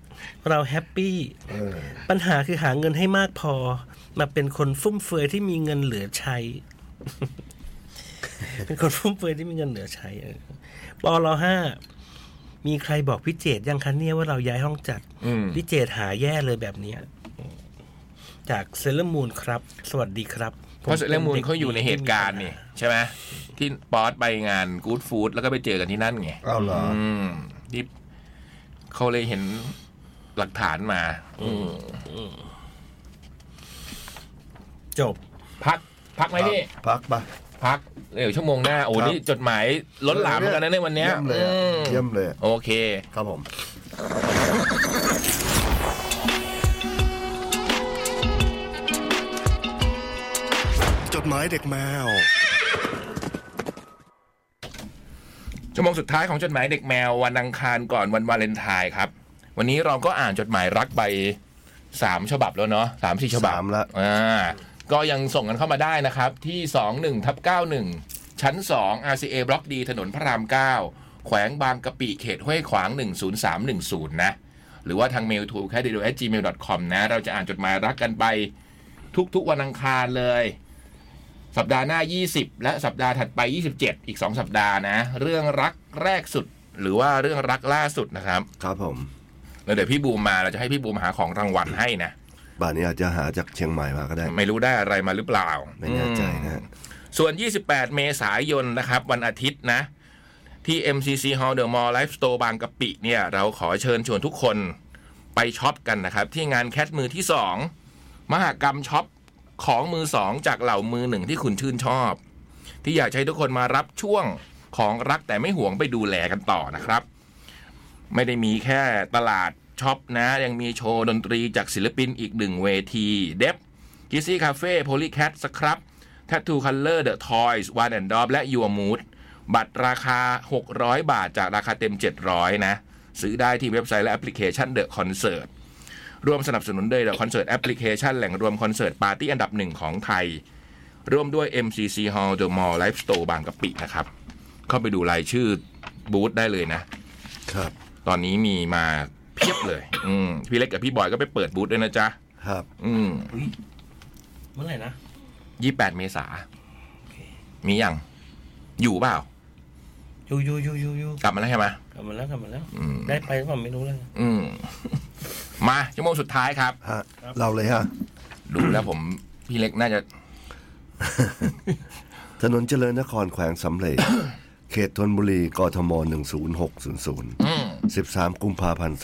[SPEAKER 4] เราแฮปปี้
[SPEAKER 3] เออ
[SPEAKER 4] ปัญหาคือหาเงินให้มากพอ มาเป็นคนฟุ่มเฟือยที่มีเงินเหลือใช้ เป็นคนฟุ่มเฟือยที่มีเงินเหลือใช้เออปอลห้ามีใครบอกพี่เจตยังคะเนี่ยว่าเราย้ายห้องจัด
[SPEAKER 2] อืม
[SPEAKER 4] พี่เจตหาแย่เลยแบบเนี้ยจากเซเลอร์มูนครับ สวัสดีครับ
[SPEAKER 2] เพราะเรื่องมูลเขาอยู่ในเหตุการณ์
[SPEAKER 4] ป็ด็
[SPEAKER 2] นี่ใช่ไหมที่ป๊อตไปงานกู๊ดฟู้ดแล้วก็ไปเจอกันที่นั่นไง
[SPEAKER 3] เอาเหรออ
[SPEAKER 2] อืมที่เขาเลยเห็นหลักฐานมา อืม
[SPEAKER 4] จบ
[SPEAKER 2] พัก พักไหมพี่
[SPEAKER 3] พักปะ
[SPEAKER 2] พักเดี๋ยวชั่วโมงหน้าโอ้นี่จดหมายล้นหลามเหมือนกันนะในวันเนี้ย
[SPEAKER 3] เยี่ยมเลยอะ
[SPEAKER 2] อืม
[SPEAKER 3] เยี่ยมเลยอะ
[SPEAKER 2] โอเค
[SPEAKER 3] ครับผม
[SPEAKER 6] จดหมายเด็กแมว
[SPEAKER 2] ชั่วโมงสุดท้ายของจดหมายเด็กแมววันอังคารก่อนวันวาเลนไทน์ครับ วันนี้เราก็อ่านจดหมายรักไปสามฉบับแล้วเนาะสามสี่ฉบับ
[SPEAKER 3] สามละ
[SPEAKER 2] อ่าก็ยังส่งกันเข้ามาได้นะครับ ที่ 21ทับ91 ชั้น 2 RCA บล็อกดีถนนพระราม 9 แขวงบางกะปิเขตห้วยขวาง 10310 นะ หรือว่าทางเมลทูแค่ d i o gmail com นะ เราจะอ่านจดหมายรักกันไป ทุกๆวันอังคารเลย สัปดาห์หน้า 20 และสัปดาห์ถัดไป 27 อีก 2 สัปดาห์นะ เรื่องรักแรกสุด หรือว่าเรื่องรักล่าสุดนะครับ
[SPEAKER 3] ครับผม
[SPEAKER 2] แล้วเดี๋ยวพี่บูมมาเราจะให้พี่บูมหาของรางวัลให้นะ
[SPEAKER 3] บ่านนี้อาจจะหาจากเชียงใหม่มาก็ได้
[SPEAKER 2] ไม่รู้ได้อะไรมาหรือเปล่า
[SPEAKER 3] ไม่แน่ใจนะฮะ
[SPEAKER 2] ส่วน 28 เมษายนนะครับ วันอาทิตย์นะ ที่ MCC Hall The Mall Life Store บางกะปิเนี่ย เราขอเชิญชวนทุกคนไปช็อปกันนะครับ ที่งานแคทมือที่ 2 มหากรรมช็อปของมือ 2 จากเหล่ามือหนึ่งที่คุณชื่นชอบ ที่อยากจะให้ทุกคนมารับช่วงของรักแต่ไม่ห่วงไปดูแลกันต่อนะครับ ไม่ได้มีแค่ตลาดช็อปนะ ยังมีโชว์ดนตรีจากศิลปินอีกหนึ่งเวทีเดฟกิซี่คาเฟ่โพลีแคทสครับ Tattoo Color The Toys One and Dog และ Your Mood บัตรราคา 600 บาทจากราคาเต็ม 700 นะ ซื้อได้ที่เว็บไซต์และแอปพลิเคชัน The Concert ร่วมสนับสนุนโดย The Concert Application แหล่งรวมคอนเสิร์ตปาร์ตี้อันดับหนึ่งของไทย ร่วมด้วย MCC Hall The Mall Live Store บางกะปินะครับ เข้าไปดูรายชื่อบูธได้เลยนะ
[SPEAKER 3] ครับ
[SPEAKER 2] ตอนนี้มีมาเพียบเลย อืมพี่เล็กกับพี่บอยก็ไปเปิดบูธด้วยนะจ๊ะ
[SPEAKER 3] ครับ
[SPEAKER 2] อืม
[SPEAKER 4] เมื่อไหร่นะ
[SPEAKER 2] ยี่แปดเมษา มียัง อยู่เปล่า
[SPEAKER 4] ยูยูยูยูยู
[SPEAKER 2] กลับมาแล้วใช่ไหม
[SPEAKER 4] กลับมาแล้วกลับมาแล้ว
[SPEAKER 2] อืม
[SPEAKER 4] ได้ไปหรือเปล่าไม่รู้เลย
[SPEAKER 2] อื ม มาชั่วโมงสุดท้ายครับ
[SPEAKER 3] ฮะ เราเลยฮะ
[SPEAKER 2] ดูแล้วผม พี่เล็กน่าจะ
[SPEAKER 3] ถนนเจริญนครแขวงสำเร็จ เขตธนบุรี กทม 10600
[SPEAKER 2] อืม
[SPEAKER 3] 13 กุมภาพันธ์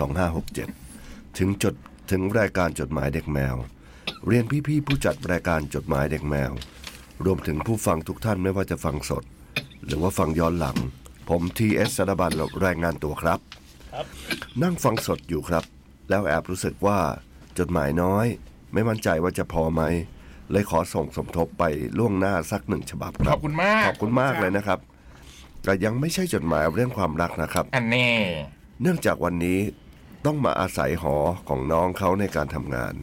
[SPEAKER 3] 2567 ถึงจดถึงรายการจดหมายเด็กแมว เรียนพี่ๆผู้จัดรายการจดหมายเด็กแมว รวมถึงผู้ฟังทุกท่านไม่ว่าจะฟังสด หรือว่าฟังย้อนหลัง ผมทีเอสสารบันรายงานตัวครับ
[SPEAKER 4] ครับ
[SPEAKER 3] นั่งฟังสดอยู่ครับ แล้วแอบรู้สึกว่าจดหมายน้อย ไม่มั่นใจว่าจะพอไหม เลยขอส่งสมทบไปล่วงหน้าสักหนึ่งฉบับค
[SPEAKER 2] ข
[SPEAKER 3] รั
[SPEAKER 2] อ
[SPEAKER 3] บบ
[SPEAKER 2] คุณมาก
[SPEAKER 3] ขอบคุณมากเลยนะครับ แต่ยังไม่ใช่จดหมายเรื่องความรักนะครับ
[SPEAKER 2] อันแน่
[SPEAKER 3] เนื่องจากวันนี้ต้องมาอาศัยหอของน้องเขาในการทำงาน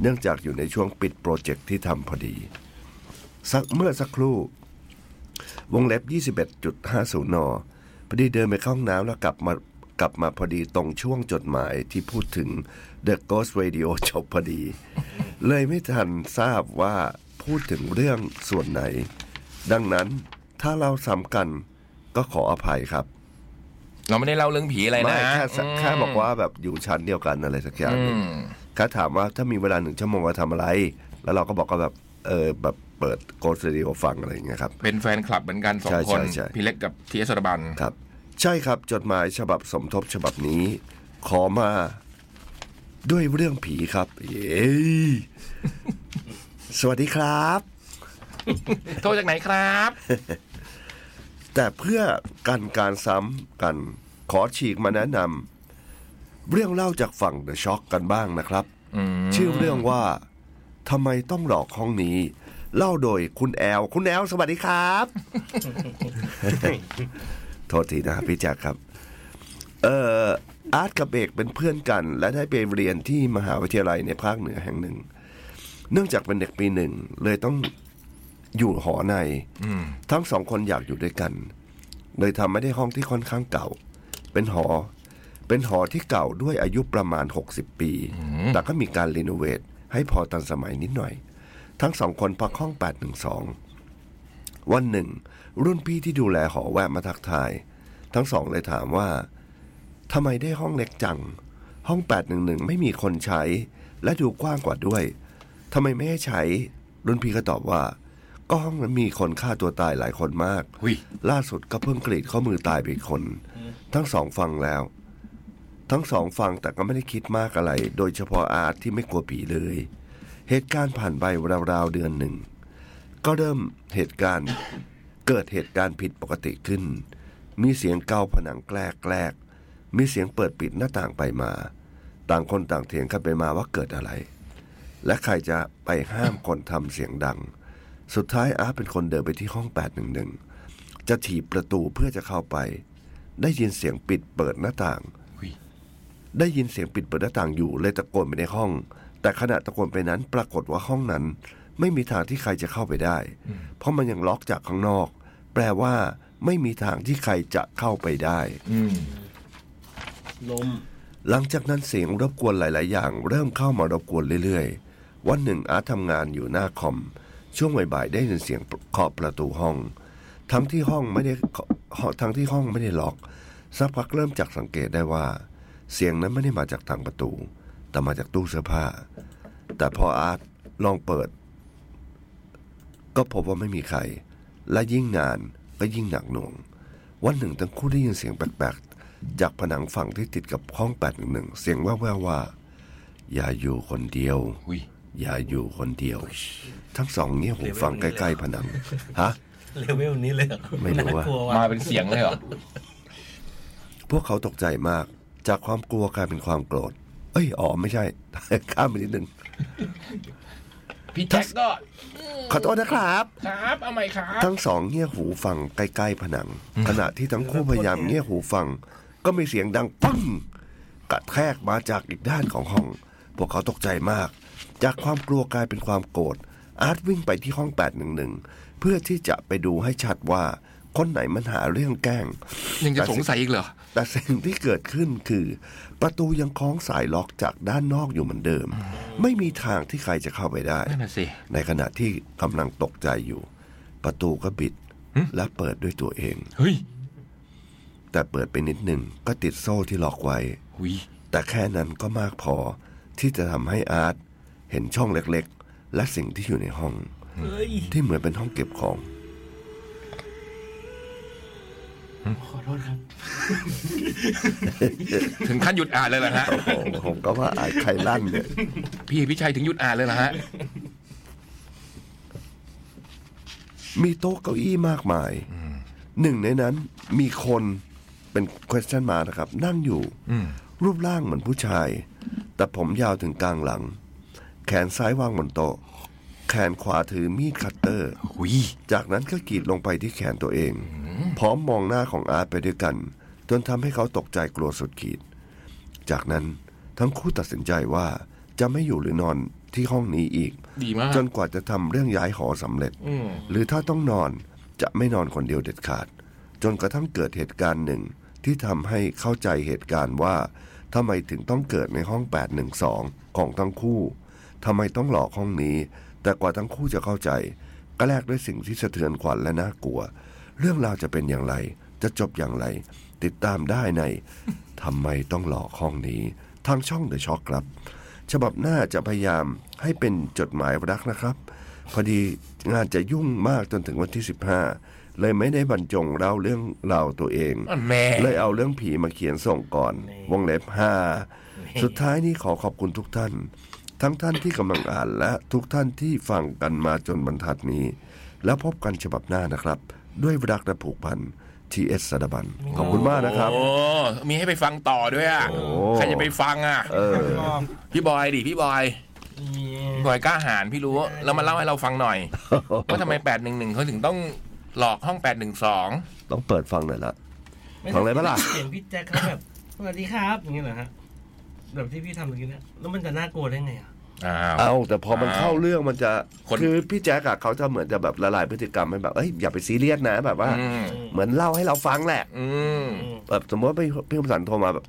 [SPEAKER 3] เนื่องจากอยู่ในช่วงปิดโปรเจกต์ที่ทำพอดี สักเมื่อสักครู่ วงเล็บ 21.50 น พอดีเดินไปเข้าห้องน้ำแล้วกลับมากลับมาพอดีตรงช่วงจดหมายที่พูดถึง The Ghost Radio จบพอดี เลยไม่ทันทราบว่าพูดถึงเรื่องส่วนไหน ดังนั้นถ้าเราซ้ำกันก็ขออภัยครับ
[SPEAKER 2] เราไม่ได้เล่าเรื่องผีอะไรนะ
[SPEAKER 3] ไม่แค่สะ
[SPEAKER 2] ม
[SPEAKER 3] แค่บอกว่าแบบอยู่ชั้นเดียวกันอะไรสักอย่าง
[SPEAKER 2] อื
[SPEAKER 3] หนึ่ง
[SPEAKER 2] ม
[SPEAKER 3] แค่ถามว่าถ้ามีเวลาหนึ่งชั่วโมงมาทำอะไร แล้วเราก็บอกว่าแบบ เออแบบเปิดโกสเดีโอฟังอะไรอย่างเงี้ยครับ
[SPEAKER 2] เป็นแฟนคลับเหมือนกันสอง
[SPEAKER 3] ใช่
[SPEAKER 2] คน
[SPEAKER 3] ใช่ใช่
[SPEAKER 2] พี่เล็กกับทีเอสรบัน
[SPEAKER 3] ครับ ใช่ครับจดหมายฉบับสมทบฉบับนี้ ขอมาด้วยเรื่องผีครับ เย้ สวัสดีครับ
[SPEAKER 2] โทรจากไหนครับ
[SPEAKER 3] แต่เพื่อกันการซ้ำกันขอฉีกมาแนะนำเรื่องเล่าจากฝั่ง The Shock กันบ้างนะครับ
[SPEAKER 2] อืม
[SPEAKER 3] ชื่อเรื่องว่าทำไมต้องหลอกห้องนี้ เล่าโดยคุณแอล คุณแอล สวัสดีครับ โทษทีนะครับพี่แจ็คครับ เอ่ออาร์ตกับเบกเป็นเพื่อนกัน และได้ไปเรียนที่มหาวิทยาลัยในภาคเหนือแห่งหนึ่ง เนื่องจากเป็นเด็กปีหนึ่ง เลยต้องอยู่หอใน
[SPEAKER 2] อืม
[SPEAKER 3] ทั้งสองคนอยากอยู่ด้วยกัน เลยทำไม่ได้ห้องที่ค่อนข้างเก่า เป็นหอ เป็นหอที่เก่าด้วยอายุประมาณ 60 ปี แต่ก็มีการรีโนเวทให้พอทันสมัยนิดหน่อย ทั้งสองคนพักห้อง 812 วันหนึ่ง รุ่นพี่ที่ดูแลหอแวะมาทักทาย ทั้งสองเลยถามว่าทำไมได้ห้องเล็กจัง ห้อง 811 ไม่มีคนใช้ และดูกว้างกว่าด้วยทำไมไม่ให้ใช้ รุ่นพี่ก็ตอบว่า ก็ห้องนั้นมีคนฆ่าตัวตายหลายคนมาก
[SPEAKER 2] หุย
[SPEAKER 3] ล่าสุดก็เพิ่งกรีดข้อมือตายไปอีกคน ทั้งสองฟังแล้ว ทั้งสองฟังแต่ก็ไม่ได้คิดมากอะไร โดยเฉพาะอาร์ตที่ไม่กลัวผีเลย เหตุการณ์ผ่านไปราวๆเดือนหนึ่ง ก็เริ่มเหตุการณ์ เกิดเหตุการณ์ผิดปกติขึ้น มีเสียงเกาผนังแกลกแกลกๆมีเสียงเปิดปิดหน้าต่างไปมา ต่างคนต่างเถียงกันไปมาว่าเกิดอะไร และใครจะไปห้ามคนทำเสียงดัง สุดท้ายอาร์ตเป็นคนเดินไปที่ห้อง811 จะถีบประตูเพื่อจะเข้าไป ได้ยินเสียงปิดเปิดหน้าต่าง
[SPEAKER 2] หุย
[SPEAKER 3] ได้ยินเสียงปิดเปิดหน้าต่างอยู่เลยตะโกนไปในห้อง แต่ขณะตะโกนไปนั้นปรากฏว่าห้องนั้น ไม่มีทางที่ใครจะเข้าไปได้ เพราะมันยังล็อกจากข้างนอก แปลว่า ไม่มีทางที่ใครจะเข้าไปได้
[SPEAKER 2] อืม
[SPEAKER 4] ลม
[SPEAKER 3] หลังจากนั้นเสียงรบกวนหลาย ๆ อย่าง เริ่มเข้ามารบกวนเรื่อย ๆ วันหนึ่งอาร์ตทำงานอยู่หน้าคอม ช่วงบ่าย ๆ ได้ยินเสียงเคาะประตูห้อง ทั้งที่ห้องไม่ได้เคาะทั้งที่ห้องไม่ได้ล็อก สักพักเริ่มจากสังเกตได้ว่า เสียงนั้นไม่ได้มาจากทางประตู แต่มาจากตู้เสื้อผ้า แต่พออาร์ตลองเปิด ก็พบว่าไม่มีใคร และยิ่งนานก็ยิ่งหนักหน่วง วันหนึ่งทั้งคู่ได้ยินเสียงแปลกๆ จากผนังฝั่งที่ติดกับห้อง 811 เสียงแว่วๆว่า อย่าอยู่คนเดียว
[SPEAKER 2] หุย
[SPEAKER 3] อย่าอยู่คนเดียว ทั้งสองเงี่ยหูฟังใกล้ๆผนัง ฮะ
[SPEAKER 4] เลเวลนี้เลยเหอ
[SPEAKER 3] ไม่รู้
[SPEAKER 4] น่า
[SPEAKER 3] อะ
[SPEAKER 4] กลัว
[SPEAKER 2] มา
[SPEAKER 4] ว่ะ
[SPEAKER 2] เป็นเสียงเลยเหรอ
[SPEAKER 3] พวกเขาตกใจมาก จากความกลัวกลายเป็นความโกรธ เอ้ย อ๋อ ไม่ใช่ ข้ามไปนิดนึง
[SPEAKER 2] พี่แจ็คก็
[SPEAKER 3] ขอโทษนะครับ
[SPEAKER 2] ครับเอาใหม่ครับ
[SPEAKER 3] ทั้งสองเงี่ยหูฟังใกล้ๆผนัง ขณะที่ทั้งคู่พยายามเงี่ยหูฟัง ก็มีเสียงดังปังกระแทกมาจากอีกด้านของห้อง พวกเขาตกใจมาก จากความกลัวกลายเป็นความโกรธ อาร์ตวิ่งไปที่ห้อง 811 เพื่อที่จะไปดูให้ชัดว่า คนไหนมันหาเรื่องแกล้ง
[SPEAKER 2] ยังจะสงสัยอีกเหรอ
[SPEAKER 3] แต่สิ่งที่เกิดขึ้นคือ ประตูยังคล้องสายล็อกจากด้านนอกอยู่เหมือนเดิม ไม่มีทางที่ใครจะเข้าไปได้
[SPEAKER 2] นั่นน่ะสิ
[SPEAKER 3] ในขณะที่กำลังตกใจอยู่ ประตูก็บิดและเปิดด้วยตัวเอง
[SPEAKER 2] เฮ้ย
[SPEAKER 3] แต่เปิดไปนิดหนึ่งก็ติดโซ่ที่ล็อกไว้
[SPEAKER 2] หุย
[SPEAKER 3] แต่แค่นั้นก็มากพอที่จะทำให้อาร์ตเห็นช่องเล็กๆ และสิ่งที่อยู่ในห้อง
[SPEAKER 4] เฮ้ย
[SPEAKER 3] ที่เหมือนเป็นห้องเก็บของ
[SPEAKER 1] ขอโทษครับ
[SPEAKER 2] ถึงขั้นหยุดอ่านเลยเหรอฮะ
[SPEAKER 3] โอ้โหผมก็ว่าอายใครลั่นเนี่ย
[SPEAKER 2] พี่พิชัยถึงหยุดอ่านเลยเหรอฮะ
[SPEAKER 3] มีโต๊ะเก้าอี้มากมาย หนึ่งในนั้นมีคนเป็น question มานะครับ นั่งอยู่ รูปร่างเหมือนผู้ชาย แต่ผมยาวถึงกลางหลัง แขนซ้ายวางบนโต๊ะ แขนขวาถือมีดคัตเตอร์
[SPEAKER 2] หุย
[SPEAKER 3] จากนั้นก็กรีดลงไปที่แขนตัวเอง พร้อมมองหน้าของอาร์ตไปด้วยกัน จนทำให้เขาตกใจกลัวสุดขีด จากนั้นทั้งคู่ตัดสินใจว่าจะไม่อยู่หรือนอนที่ห้องนี้อีก
[SPEAKER 2] ดีมาก
[SPEAKER 3] จนกว่าจะทำเรื่องย้ายหอสำเร็จ
[SPEAKER 2] อืม
[SPEAKER 3] หรือถ้าต้องนอนจะไม่นอนคนเดียวเด็ดขาด จนกระทั่งเกิดเหตุการณ์หนึ่งที่ทำให้เข้าใจเหตุการณ์ว่าทำไมถึงต้องเกิดในห้อง 812 ของทั้งคู่ทำไมต้องหลอกห้องนี้ แต่กว่าทั้งคู่จะเข้าใจ ก็แลกด้วยสิ่งที่สะเทือนขวัญและน่ากลัว เรื่องราวจะเป็นอย่างไร จะจบอย่างไร ติดตามได้ในทำไมต้องหลอกห้องนี้ ทางช่อง The Shock ครับ ฉบับหน้าจะพยายามให้เป็นจดหมายรักนะครับ พอดีงานจะยุ่งมากจนถึงวันที่ 15 เลยไม่ได้บรรจงเล่าเรื่องราวตัวเอง
[SPEAKER 2] อ่ะแม่
[SPEAKER 3] เลยเอาเรื่องผีมาเขียนส่งก่อน
[SPEAKER 4] นี่
[SPEAKER 3] วงเล็บห้าสุดท้ายนี้ขอขอบคุณทุกท่าน ทั้งท่านที่กำลังอ่านและทุกท่านที่ฟังกันมาจนบรรทัดนี้ แล้วพบกันฉบับหน้านะครับ ด้วยรักและผูกพันทีเอสสดบัน ขอบคุณมากนะครับ
[SPEAKER 2] โอ้ มีให้ไปฟังต่อด้วยอ่ะ
[SPEAKER 3] โอ้
[SPEAKER 2] ใครจะไปฟังอ่ะ
[SPEAKER 3] เออ
[SPEAKER 2] พี่บอยดิพี่บอยพี่บอยกล้าหาญพี่รู้ แล้วมาเล่าให้เราฟังหน่อย ว่าทำไม 811เขาถึงต้องหลอกห้อง 812
[SPEAKER 3] ต้องเปิดฟังหน่อยละ ของอะไรปะล่ะ
[SPEAKER 4] เสียงพี่แจ็คเขาแบบสวัสดีครับอย่างเงี้ยเหรอฮะแบบที่พี่ทำเมื่อกี้เนะแล้วมันจะน่ากลัวได้ไงอ่ะ
[SPEAKER 2] อ้าว
[SPEAKER 3] เอาแต่พอมัน
[SPEAKER 2] อ่า
[SPEAKER 3] เข้าเรื่องมันจะ
[SPEAKER 2] คน
[SPEAKER 3] คือพี่แจ๊กอะเขาจะเหมือนจะแบบละลายพฤติกรรมให้แบบเอ้ยอย่าไปซีเรียสนะแบบว่า
[SPEAKER 2] อืม
[SPEAKER 3] เหมือนเล่าให้เราฟังแหละ
[SPEAKER 2] อืม
[SPEAKER 3] แบบสมมติว่าพี่พี่คมสันโทรมาแบบ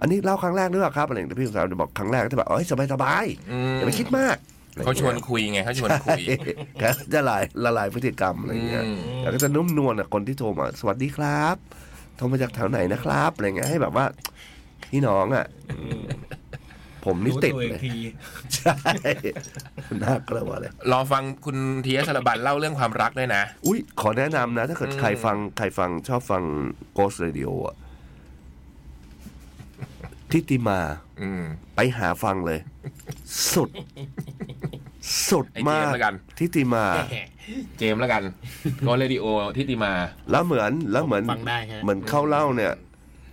[SPEAKER 3] อันนี้เล่าครั้งแรกหรือเปล่าครับอะไรอย่างเงี้ยพี่คมสันจะบอกครั้งแรกก็จะแบบเอ้ยสบายสบาย
[SPEAKER 2] อืม
[SPEAKER 3] อย่าไปคิดมาก
[SPEAKER 2] เขาชวนคุยไงเขาชวนคุย
[SPEAKER 3] แกจะละลายละลายพฤติกรรมอะไรอย่างเงี้ย
[SPEAKER 2] อืม
[SPEAKER 3] แล้วก็จะนุ่มนวลอะคนที่โทรมาสวัสดีครับโทรมาจากแถวไหนนะครับอะไรเงี้ยให้แบบว่าพี่น้องอะผมนี่ติด
[SPEAKER 4] รู้ว
[SPEAKER 3] เล
[SPEAKER 4] อี
[SPEAKER 3] ย
[SPEAKER 4] กที
[SPEAKER 3] ใช่น่ากลัวเลย
[SPEAKER 2] รอฟังคุณเทียสารบันเล่าเรื่องความรักด้วยนะ
[SPEAKER 3] อุ้ยขอแนะนำนะ ถ้าเกิดใครฟังใครฟังชอบฟัง Ghost Radio อะทิติมา
[SPEAKER 2] อืม
[SPEAKER 3] ไปหาฟังเลย สุด สุด
[SPEAKER 2] ไอ้เจ
[SPEAKER 3] มามก
[SPEAKER 2] ส์แล้วกัน
[SPEAKER 3] ทิติมา
[SPEAKER 2] เจมส์แล้วกัน โกเรดิโอทิติมา
[SPEAKER 3] แล้วเหมือนแล้วเหมือน
[SPEAKER 1] ฟังได้ฮะ
[SPEAKER 3] เหมือนเข้าเล่าเนี่ย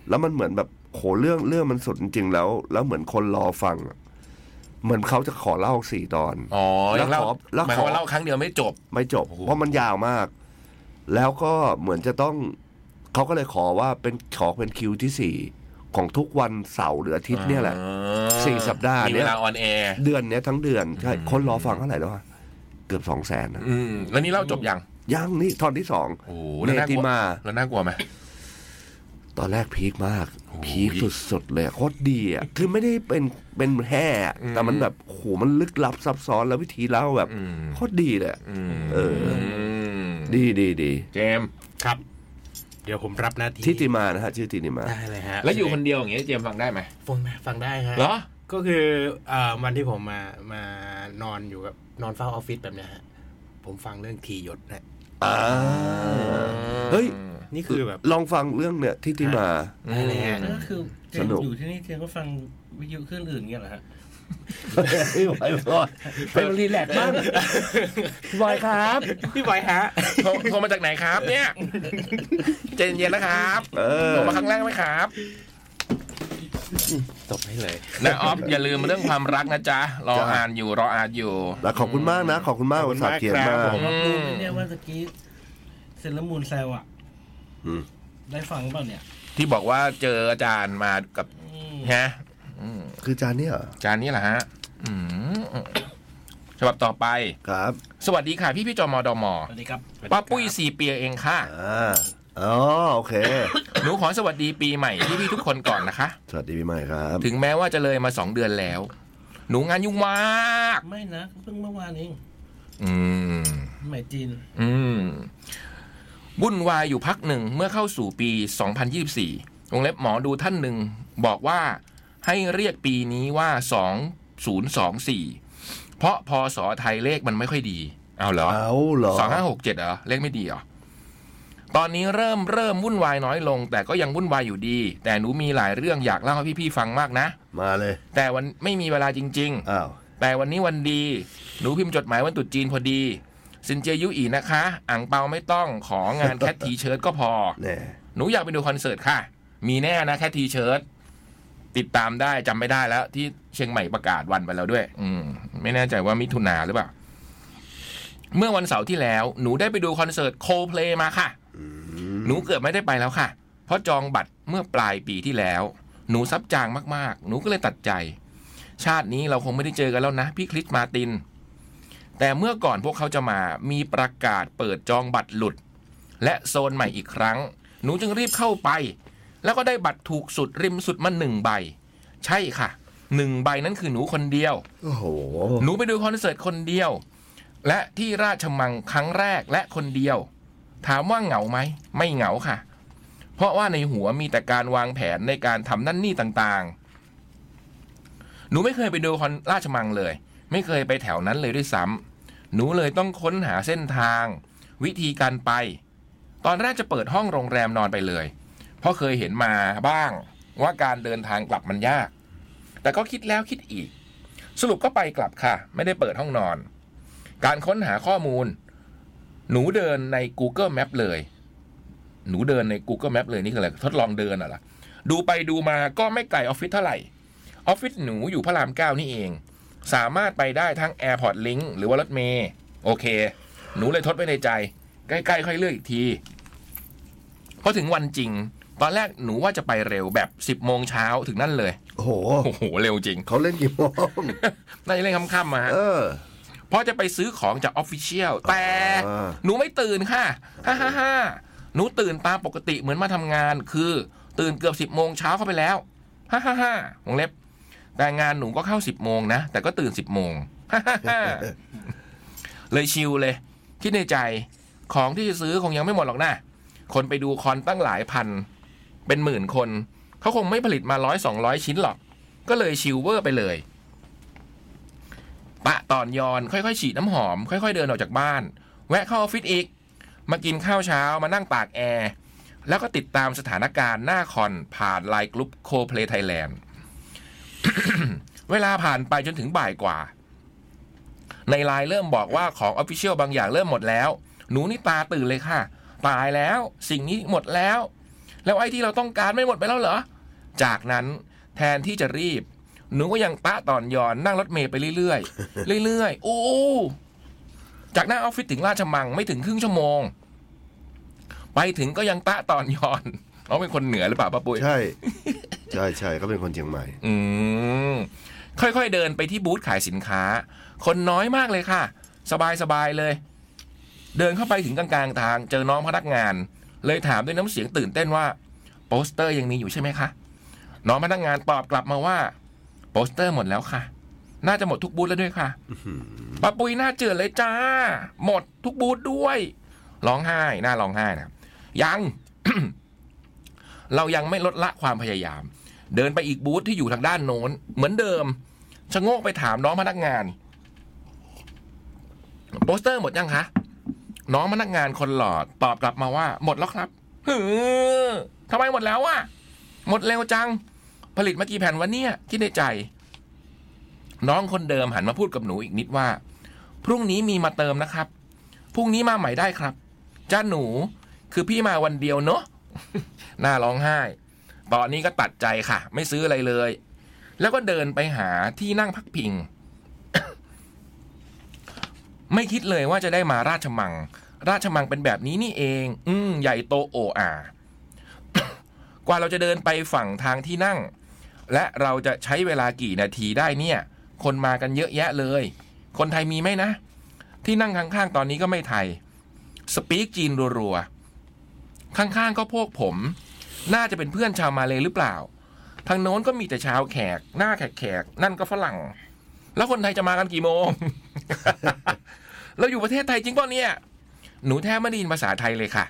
[SPEAKER 3] แล้วมันเหมือนแบบโหเรื่องเรื่องมันสุดจริงๆแล้ว แล้วเหมือนคนรอฟังอะเหมือนเขาจะขอเล่าสี่ตอน
[SPEAKER 2] อ๋อยังเล่า
[SPEAKER 3] แล้วขอ
[SPEAKER 2] หมายความว่าเล่าครั้งเดียวไม่จบ
[SPEAKER 3] ไม่จบ เพราะมันยาวมาก แล้วก็เหมือนจะต้อง เขาก็เลยขอว่าเป็นขอเป็นคิวที่สี่ของทุกวันเสาร์หรืออาทิตย์เนี่ยแหละ
[SPEAKER 2] อ๋อ
[SPEAKER 3] สี่สัปดาห์
[SPEAKER 2] มี
[SPEAKER 3] เนี่
[SPEAKER 2] เวย ลาออนแอร์
[SPEAKER 3] เดือนเนี้ยทั้งเดือนใช่คนรอฟังเท่าไหร่แล้ววะเกือบสองแสนนะ
[SPEAKER 2] อืม แล้วนี่เล่าจบยัง
[SPEAKER 3] ยังนี่ตอนที่สอง
[SPEAKER 2] โอ้โหแล้วน่ากลั
[SPEAKER 3] เน
[SPEAKER 2] ว
[SPEAKER 3] ติมา
[SPEAKER 2] แล้วน่ากลัวไหม
[SPEAKER 3] ตอนแรกพีคมาก พีคสุดๆเลยโคตรดีอ่ะคือไม่ได้เป็นเป็นแห่อะแต่มันแบบโหมันลึกลับซับซ้อนแล้ววิธีเล่าแบบโคตรดีเลยอะเออ
[SPEAKER 2] อืม
[SPEAKER 3] ดีดีดี
[SPEAKER 2] เจมส์
[SPEAKER 1] ครับ เดี๋ยวผมรับหน้าที่
[SPEAKER 3] ทิติมานะฮะชื่อทิติมา
[SPEAKER 1] ได้เลยฮะ
[SPEAKER 2] แล้วอยู่คนเดียวอย่างเงี้ยเจมส์ฟังได้ไหม
[SPEAKER 1] ฟังได้ฟังได้ฮะ
[SPEAKER 2] เหรอ
[SPEAKER 1] ก็คือเอ่อวันที่ผมมามานอนอยู่กับนอนเฝ้าออฟฟิศแบบเนี้ยฮะ ผมฟังเรื่องทีหยดนะ
[SPEAKER 3] อ่าเฮ้ย
[SPEAKER 1] นี่คือแบบ
[SPEAKER 3] ลองฟังเรื่องเนี่ยที่ที่มา
[SPEAKER 1] ได้เลยฮะ
[SPEAKER 4] ก็คือเจ
[SPEAKER 3] ส
[SPEAKER 4] ม
[SPEAKER 3] นุก
[SPEAKER 4] ส์อยู่ที่นี่เจมส์ก็ฟังวิทยุเครื่องอื่นเงี้ยเหรอฮะ
[SPEAKER 3] ไม่ไหวพอเป็นรีแลกซ์บ้างบอยครับ
[SPEAKER 1] พี่บอยฮะ
[SPEAKER 2] โทรโทรมาจากไหนครับ เนี่ย ใจเย็นๆนะครับ
[SPEAKER 3] เออ
[SPEAKER 2] โทรมาครั้งแรกไหมครับ
[SPEAKER 1] จบให้เลย
[SPEAKER 2] นะออฟอย่าลืมเรื่องความรักนะจ๊ะ รออ่านอยู่รออ่านอยู่
[SPEAKER 3] แล้วขอบคุณมากนะ ขอบคุณมาก
[SPEAKER 1] ขอบ
[SPEAKER 3] อุ
[SPEAKER 1] คุ
[SPEAKER 3] ต
[SPEAKER 1] ณ
[SPEAKER 3] ส่า
[SPEAKER 1] มา
[SPEAKER 3] ห์
[SPEAKER 1] ก
[SPEAKER 3] เขียน
[SPEAKER 1] ครั
[SPEAKER 3] มา
[SPEAKER 1] บผม
[SPEAKER 2] อื
[SPEAKER 4] รู้
[SPEAKER 2] ม
[SPEAKER 4] ไหมเนี่ยว่าตะกี้เซนลอร์มูนแซวอ่ะ
[SPEAKER 3] อืม
[SPEAKER 4] ได้ฟังเปล่าเนี่ย
[SPEAKER 2] ที่บอกว่าเจออาจารย์มากับ
[SPEAKER 4] อืม
[SPEAKER 2] ฮะ
[SPEAKER 3] คือจานเนี่ยเหรอ
[SPEAKER 2] อาจารย์นี่แหละฮะอืม ฉบับต่อไป
[SPEAKER 3] ครับ
[SPEAKER 2] สวัสดีค่ะพี่พี่จอมอดอมอ
[SPEAKER 4] สวัสดีครับ
[SPEAKER 2] ป้าปุ้ยสี่เปียเองค่ะ
[SPEAKER 3] อ่าอ๋อโอเค
[SPEAKER 2] หนูขอสวัสดีปีใหม่พี่พี่ๆทุกคนก่อนนะคะ
[SPEAKER 3] สวัสดีปีใหม่ครับ
[SPEAKER 2] ถึงแม้ว่าจะเลยมาสองเดือนแล้ว หนูงานยุ่งมาก
[SPEAKER 4] ไม่นะเพิ่งเมื่อวานเอง
[SPEAKER 2] อืม
[SPEAKER 4] หมายจีน
[SPEAKER 2] อืมวุ่นวายอยู่พักหนึ่งเมื่อเข้าสู่ปี 2024วงเล็บหมอดูท่านหนึ่ง บอกว่าให้เรียกปีนี้ว่า 2024 เพราะพอสอไทยเลขมันไม่ค่อยดี เอาเหรอ
[SPEAKER 3] เอาเหรอ
[SPEAKER 2] สองห้าหกเจ็ดเหรอ เลขไม่ดีเหรอ ตอนนี้เริ่มเริ่มวุ่นวายน้อยลง แต่ก็ยังวุ่นวายอยู่ดี แต่หนูมีหลายเรื่องอยากเล่าให้พี่ๆฟังมากนะ
[SPEAKER 3] มาเลย
[SPEAKER 2] แต่วันไม่มีเวลาจริง ๆ
[SPEAKER 3] อ้าว
[SPEAKER 2] แต่วันนี้วันดี หนูพิมพ์จดหมายวันตรุษจีนพอดี สินเจยยุอีนะคะอ่างเปาไม่ต้องของานแคททีเชิร์ตก็พอ
[SPEAKER 3] แน่
[SPEAKER 2] หนูอยากไปดูคอนเสิร์ตค่ะ มีแน่นะแคททีเชิร์ตติดตามได้จำไม่ได้แล้ว ที่เชียงใหม่ประกาศวันไปแล้วด้วย อืม ไม่แน่ใจว่ามิถุนาหรือเปล่า เมื่อวันเสาร์ที่แล้ว หนูได้ไปดูคอนเสิร์ตโคเพลมาค่ะ หนูเกือบไม่ได้ไปแล้วค่ะ เพราะจองบัตรเมื่อปลายปีที่แล้ว หนูซับจางมากๆ หนูก็เลยตัดใจ ชาตินี้เราคงไม่ได้เจอกันแล้วนะ พี่คริสมาติน แต่เมื่อก่อนพวกเขาจะมามีประกาศเปิดจองบัตรหลุด และโซนใหม่อีกครั้ง หนูจึงรีบเข้าไป แล้วก็ได้บัตรถูกสุดริมสุดมาหนึ่งใบ ใช่ค่ะหนึ่งใบนั้นคือหนูคนเดียว
[SPEAKER 3] โอ้โห
[SPEAKER 2] หนูไปดูคอนเสิร์ตคนเดียว และที่ราชมังครั้งแรกและคนเดียว ถามว่าเหงาไหม ไม่เหงาค่ะ เพราะว่าในหัวมีแต่การวางแผนในการทำนั่นนี่ต่างๆ หนูไม่เคยไปดูคอนราชมังเลย ไม่เคยไปแถวนั้นเลยด้วยซ้ำหนูเลยต้องค้นหาเส้นทาง วิธีการไป ตอนแรกจะเปิดห้องโรงแรมนอนไปเลย เพราะเคยเห็นมาบ้างว่าการเดินทางกลับมันยาก แต่ก็คิดแล้วคิดอีก สรุปก็ไปกลับค่ะ ไม่ได้เปิดห้องนอน การค้นหาข้อมูล หนูเดินใน Google Map เลย หนูเดินใน Google Map เลยนี่คืออะไรทดลองเดินเหรอดูไปดูมาก็ไม่ไกลออฟฟิศเท่าไหร่ออฟฟิศหนูอยู่พระรามเก้านี่เอง สามารถไปได้ทั้ง Airport Link หรือว่ารถเมย์โอเค หนูเลยทดไว้ในใจ ใกล้ๆค่อยเลือกอีกทีพอถึงวันจริง ตอนแรกหนูว่าจะไปเร็วแบบ 10โมงเช้าถึงนั่นเลย
[SPEAKER 3] โอ้โห
[SPEAKER 2] โอ้โหเร็วจริง
[SPEAKER 3] เขาเล่นกี่โมง
[SPEAKER 2] น่าจะเล่นค่ำๆมาฮะ
[SPEAKER 3] เออ
[SPEAKER 2] เพราะจะไปซื้อของจากออฟฟิเชียลแต่
[SPEAKER 3] อ่า
[SPEAKER 2] หนูไม่ตื่นค่ะฮ่าฮ่าฮ่าหนูตื่นตามปกติเหมือนมาทำงาน คือตื่นเกือบสิบโมงเช้าเข้าไปแล้วฮ่าฮ่าฮ่าวงเล็บ แต่งานหนูก็เข้าสิบโมงนะ แต่ก็ตื่นสิบโมงฮ่าฮ่า ฮ่าเลยชิลเลย คิดในใจของที่จะซื้อคงยังไม่หมดหรอกนะ คนไปดูคอนตั้งหลายพัน เป็นหมื่นคน เขาคงไม่ผลิตมาร้อยสองร้อยชิ้นหรอก ก็เลยชิลเวอร์ไปเลย ปะตอนยอนค่อยๆฉีดน้ำหอม ค่อยๆเดินออกจากบ้าน แวะเข้าออฟฟิศอีก มากินข้าวเช้ามานั่งตากแอร์ แล้วก็ติดตามสถานการณ์หน้าคอนผ่านไลน์กลุ่มโคเพล a y ไทยแลนด์ เวลาผ่านไปจนถึงบ่ายกว่า ในไลน์เริ่มบอกว่าของออฟฟิเชียลบางอย่างเริ่มหมดแล้ว หนูนี่ตาตื่นเลยค่ะ ตายแล้วสิ่งนี้หมดแล้ว แล้วไอ้ที่เราต้องการไม่หมดไปแล้วเหรอ จากนั้นแทนที่จะรีบ หนูก็ยังตะตอนยอนนั่งรถเมย์ไปเรื่อยๆ เรื่อยๆ โอ้ จากหน้าออฟฟิศถึงราชมังไม่ถึงครึ่งชั่วโมง ไปถึงก็ยังตะตอนยอน เขาเป็นคนเหนือหรือเปล่าป้าปุ้ย
[SPEAKER 3] ใช่ ใช่ใช่เขาเป็นคนเชียงใหม่
[SPEAKER 2] อืม ค่อยๆ เดินไปที่บูธขายสินค้า คนน้อยมากเลยค่ะ สบายๆ เลย เดินเข้าไปถึงกลางๆ ทาง เจอน้องพนักงาน เลยถามด้วยน้ำเสียงตื่นเต้นว่า โปสเตอร์ยังมีอยู่ใช่ไหมคะ น้องพนักงานตอบกลับมาว่า โปสเตอร์หมดแล้วค่ะ น่าจะหมดทุกบูธแล้วด้วยค่ะปะปุยหน้าเจือเลยจ้า หมดทุกบูธด้วย ร้องไห้หน้าร้องไห้นะยัง เรายังไม่ลดละความพยายาม เดินไปอีกบูธที่อยู่ทางด้านโน้น เหมือนเดิมชะโงกไปถามน้องพนักงาน โปสเตอร์หมดยังคะ น้องพนักงานคนหลอดตอบกลับมาว่า หมดแล้วครับเฮ้อทำไมหมดแล้ววะหมดเร็วจัง ผลิตมากี่แผ่นวันเนี่ยคิดในใจ น้องคนเดิมหันมาพูดกับหนูอีกนิดว่า พรุ่งนี้มีมาเติมนะครับ พรุ่งนี้มาใหม่ได้ครับ จ้าหนูคือพี่มาวันเดียวเนอะ หน้าร้องไห้ ตอนนี้ก็ตัดใจค่ะ ไม่ซื้ออะไรเลย แล้วก็เดินไปหาที่นั่งพักพิง ไม่คิดเลยว่าจะได้มาราชมัง ราชมังเป็นแบบนี้นี่เอง อืมใหญ่โตโออา กว่าเราจะเดินไปฝั่งทางที่นั่ง และเราจะใช้เวลากี่นาทีได้เนี่ย คนมากันเยอะแยะเลย คนไทยมีไหมนะ ที่นั่งข้างๆ ตอนนี้ก็ไม่ไทย สปีกจีนรัวๆ ข้างๆ ก็พวกผม น่าจะเป็นเพื่อนชาวมาเลยหรือเปล่า ทางโน้นก็มีแต่ชาวแขก หน้าแขกๆ นั่นก็ฝรั่ง แล้วคนไทยจะมากันกี่โมง เราอยู่ประเทศไทยจริงป่ะเนี่ย หนูแทบไม่ได้ยินภาษาไทยเลยค่ะ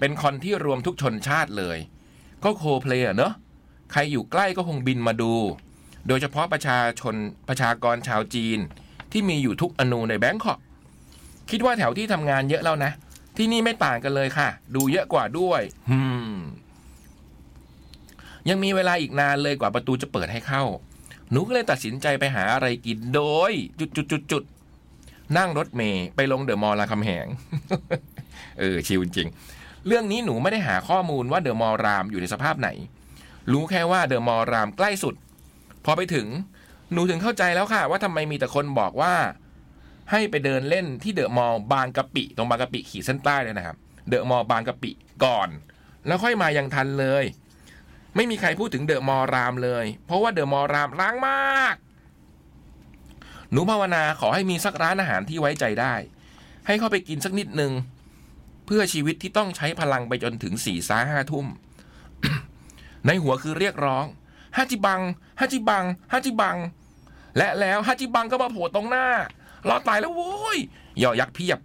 [SPEAKER 2] เป็นคอนที่รวมทุกชนชาติเลย ก็โคเพลย์เนอะ ใครอยู่ใกล้ก็คงบินมาดู โดยเฉพาะประชาชนประชากรชาวจีน ที่มีอยู่ทุกอนูในแบงคอก คิดว่าแถวที่ทำงานเยอะแล้วนะ ที่นี่ไม่ต่างกันเลยค่ะ ดูเยอะกว่าด้วยฮึมยังมีเวลาอีกนานเลยกว่าประตูจะเปิดให้เข้า หนูก็เลยตัดสินใจไปหาอะไรกินโดย จุดจุดจุดจุดๆๆๆนั่งรถเมย์ไปลงเดอะมอลล์รามคำแหง เออชิวจริง เรื่องนี้หนูไม่ได้หาข้อมูลว่าเดอะมอลล์รามอยู่ในสภาพไหน รู้แค่ว่าเดอะมอลล์รามใกล้สุด พอไปถึง หนูถึงเข้าใจแล้วค่ะ ว่าทำไมมีแต่คนบอกว่า ให้ไปเดินเล่นที่เดอะมอลล์บางกะปิ ตรงบางกะปิขีดเส้นใต้เลยนะครับ เดอะมอลล์บางกะปิก่อน แล้วค่อยมายังทันเลย ไม่มีใครพูดถึงเดอะมอลล์รามเลย เพราะว่าเดอะมอลล์รามร้างมาก หนูภาวนาขอให้มีสักร้านอาหารที่ไว้ใจได้ ให้เข้าไปกินสักนิดนึง เพื่อชีวิตที่ต้องใช้พลังไปจนถึงสี่สาห้าทุ่ม ในหัวคือเรียกร้องฮาจิบังฮาจิบังฮาจิบัง และแล้วฮาจิบังก็มาโผล่ตรงหน้ารอดตายแล้วโว้ยย่อยักษ์เพียบ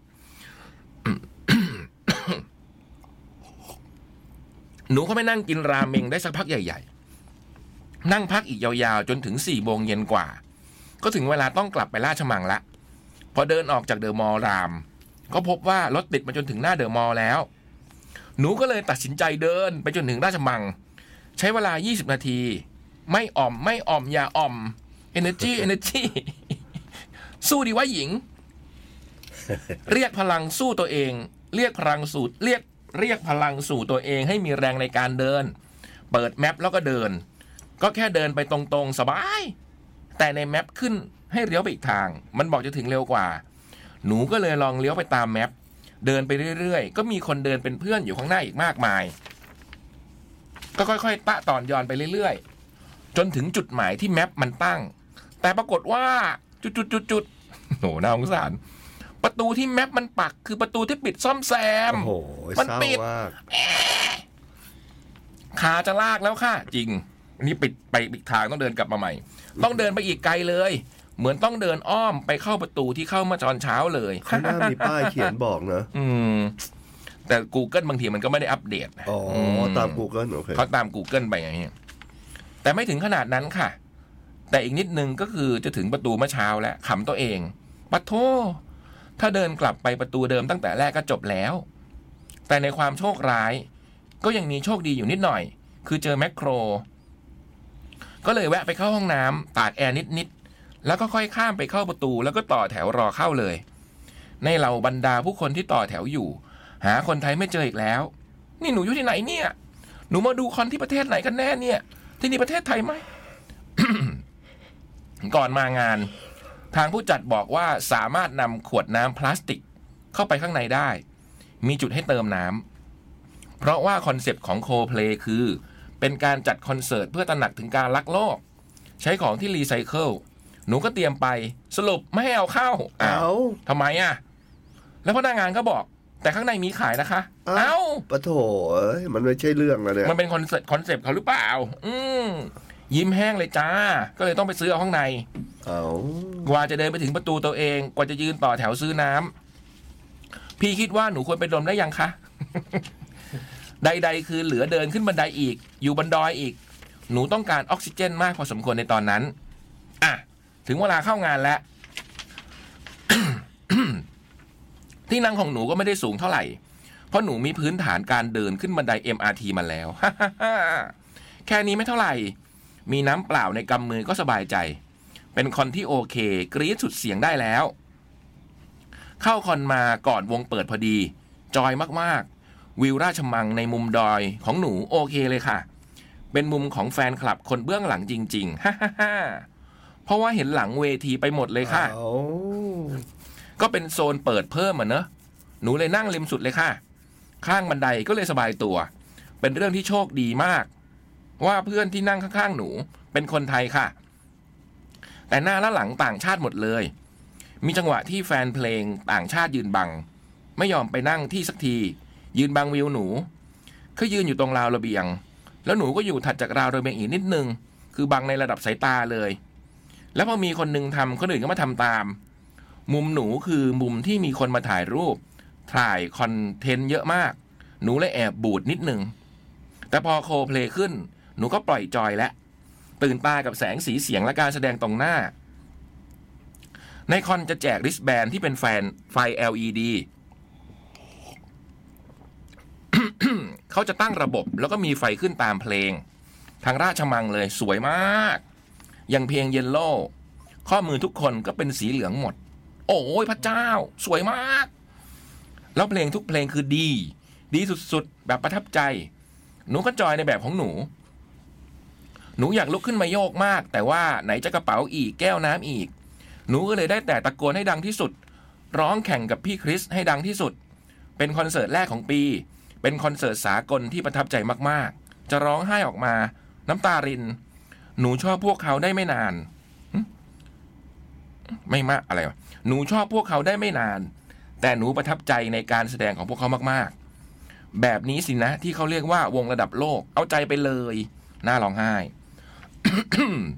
[SPEAKER 2] หนูก็ไม่นั่งกินราเมงได้สักพักใหญ่ ๆ นั่งพักอีกยาวๆ จนถึงสี่โมงเย็นกว่า ก็ถึงเวลาต้องกลับไปราชมังละ พอเดินออกจากเดอะมอลล์ราม ก็พบว่ารถติดมาจนถึงหน้าเดอะมอลล์แล้ว หนูก็เลยตัดสินใจเดินไปจนถึงราชมัง ใช้เวลา 20 นาที ไม่อ่อม ไม่อ่อม อย่าอ่อม energy energy สู้ดีว่าหญิง เรียกพลังสู้ตัวเอง เรียกพลังสูตรเรียกเรียกพลังสู่ตัวเองให้มีแรงในการเดิน เปิดแมปแล้วก็เดิน ก็แค่เดินไปตรงๆ สบาย แต่ในแมปขึ้นให้เลี้ยวไปอีกทาง มันบอกจะถึงเร็วกว่า หนูก็เลยลองเลี้ยวไปตามแมปเดินไปเรื่อยๆ ก็มีคนเดินเป็นเพื่อนอยู่ข้างหน้าอีกมากมาย ก็ค่อยๆ ตะตอนย้อนไปเรื่อยๆ จนถึงจุดหมายที่แมปมันตั้ง แต่ปรากฏว่าจุดๆๆๆโหน่าสงสาร ประตูที่แมปมันปัก คือประตูที่ปิดซ่อมแซม
[SPEAKER 3] โอ้โห
[SPEAKER 2] มัน
[SPEAKER 3] เศร้า
[SPEAKER 2] ปิด
[SPEAKER 3] มาก
[SPEAKER 2] ขาจะลากแล้วค่ะ จริงอันนี้ปิดไปอีกทางต้องเดินกลับมาใหม่ ต้องเดินไปอีกไกลเลย เหมือนต้องเดินอ้อมไปเข้าประตูที่เข้ามาตอนเช้าเลย
[SPEAKER 3] ข้างหน้ามีป้ายเขียนบอกนะ
[SPEAKER 2] อืม แต่ Google บางทีมันก็ไม่ได้อัปเดตนะ
[SPEAKER 3] อ๋ออ
[SPEAKER 2] ม
[SPEAKER 3] ตาม Google โอเค
[SPEAKER 2] เขาตาม Google ไปอย่างนี้ยแต่ไม่ถึงขนาดนั้นค่ะ แต่อีกนิดนึงก็คือจะถึงประตูเมื่อเช้าแล้วขำตัวเองปะโทถ้าเดินกลับไปประตูเดิมตั้งแต่แรกก็จบแล้ว แต่ในความโชคร้าย ก็ยังมีโชคดีอยู่นิดหน่อย คือเจอแมคโคร ก็เลยแวะไปเข้าห้องน้ำตากแอร์นิดๆ แล้วก็ค่อยข้ามไปเข้าประตู แล้วก็ต่อแถวรอเข้าเลย ในเหล่าบรรดาผู้คนที่ต่อแถวอยู่ หาคนไทยไม่เจออีกแล้ว นี่หนูอยู่ที่ไหนเนี่ย หนูมาดูคอนที่ประเทศไหนกันแน่เนี่ย ที่นี่ประเทศไทยไหม ก่อนมางาน ทางผู้จัดบอกว่าสามารถนำขวดน้ำพลาสติกเข้าไปข้างในได้ มีจุดให้เติมน้ำเพราะว่าคอนเซปต์ของโคเพลคือ เป็นการจัดคอนเสิร์ตเพื่อตระหนักถึงการรักโลก ใช้ของที่รีไซเคิลหนูก็เตรียมไปสรุปไม่ให้เอาเข้าอ้าว
[SPEAKER 3] เอ้า
[SPEAKER 2] ทำไมอ่ะ แล้วพนักงานก็บอก แต่ข้างในมีขายนะคะ เอ้า
[SPEAKER 3] ปะโถเอ้ยมันไม่ใช่เรื่องแล้วเนี่ย
[SPEAKER 2] มันเป็นคอนเซ็ปต์คอนเซ็ปต์เขาหรือเปล่า อืมยิ้มแห้งเลยจ้า ก็เลยต้องไปซื้อเอาข้างใน
[SPEAKER 3] เอา
[SPEAKER 2] กว่าจะเดินไปถึงประตูตัวเอง กว่าจะยืนต่อแถวซื้อน้ำ พี่คิดว่าหนูควรไปดมได้ยัง คะ ใด ๆ คือเหลือเดินขึ้นบันไดอีก อยู่บนดอยอีก หนูต้องการออกซิเจนมากพอสมควรในตอนนั้น อ่ะ ถึงเวลาเข้างานแล้ว ที่นั่งของหนูก็ไม่ได้สูงเท่าไหร่ เพราะหนูมีพื้นฐานการเดินขึ้นบันได MRT มาแล้ว แค่นี้ไม่เท่าไหร่ มีน้ำเปล่าในกำมือก็สบายใจ เป็นคอนที่โอเค กรี๊ดสุดเสียงได้แล้ว เข้าคอนมาก่อนวงเปิดพอดี จอยมากๆ วิวราชมังในมุมดอยของหนูโอเคเลยค่ะ เป็นมุมของแฟนคลับคนเบื้องหลังจริงๆ ฮ่าฮ่า เพราะว่าเห็นหลังเวทีไปหมดเลยค่ะ
[SPEAKER 3] เอา
[SPEAKER 2] ก็เป็นโซนเปิดเพิ่มอ่ะเนอะ หนูเลยนั่งริมสุดเลยค่ะ ข้างบันไดก็เลยสบายตัว เป็นเรื่องที่โชคดีมาก ว่าเพื่อนที่นั่งข้างๆหนูเป็นคนไทยค่ะ แต่หน้าและหลังต่างชาติหมดเลย มีจังหวะที่แฟนเพลงต่างชาติยืนบัง ไม่ยอมไปนั่งที่สักที ยืนบังวิวหนู คือยืนอยู่ตรงราวระเบียง แล้วหนูก็อยู่ถัดจากราวระเบียงอีกนิดนึง คือบังในระดับสายตาเลย แล้วพอมีคนหนึงทำคนอื่นก็มาทำตาม มุมหนูคือมุมที่มีคนมาถ่ายรูป ถ่ายคอนเทนต์เยอะมาก หนูเลยแอบบูดนิดนึง แต่พอโคเพลงขึ้น หนูก็ปล่อยจอยและ ตื่นตากับแสงสีเสียงและการแสดงตรงหน้า ในคอนจะแจกริสแบนที่เป็นแฟนไฟ LED เขาจะตั้งระบบแล้วก็มีไฟขึ้นตามเพลง ทางราชมังเลยสวยมาก อย่างเพลงเยลโล่ข้อมือทุกคนก็เป็นสีเหลืองหมด โอ้ยพระเจ้า สวยมาก แล้วเพลงทุกเพลงคือดี ดีสุดๆ แบบประทับใจ หนูก็จอยในแบบของหนู หนูอยากลุกขึ้นมาโยกมาก แต่ว่าไหนจะกระเป๋าอีกแก้วน้ำอีก หนูก็เลยได้แต่ตะโกนให้ดังที่สุด ร้องแข่งกับพี่คริสให้ดังที่สุด เป็นคอนเสิร์ตแรกของปี เป็นคอนเสิร์ตสากลที่ประทับใจมากๆ จะร้องไห้ออกมา น้ำตาริน หนูชอบพวกเขาได้ไม่นานหึไม่มากอะไรวะหนูชอบพวกเขาได้ไม่นาน แต่หนูประทับใจในการแสดงของพวกเขามากๆ แบบนี้สินะ ที่เขาเรียกว่าวงระดับโลก เอาใจไปเลยน่าร้องไห้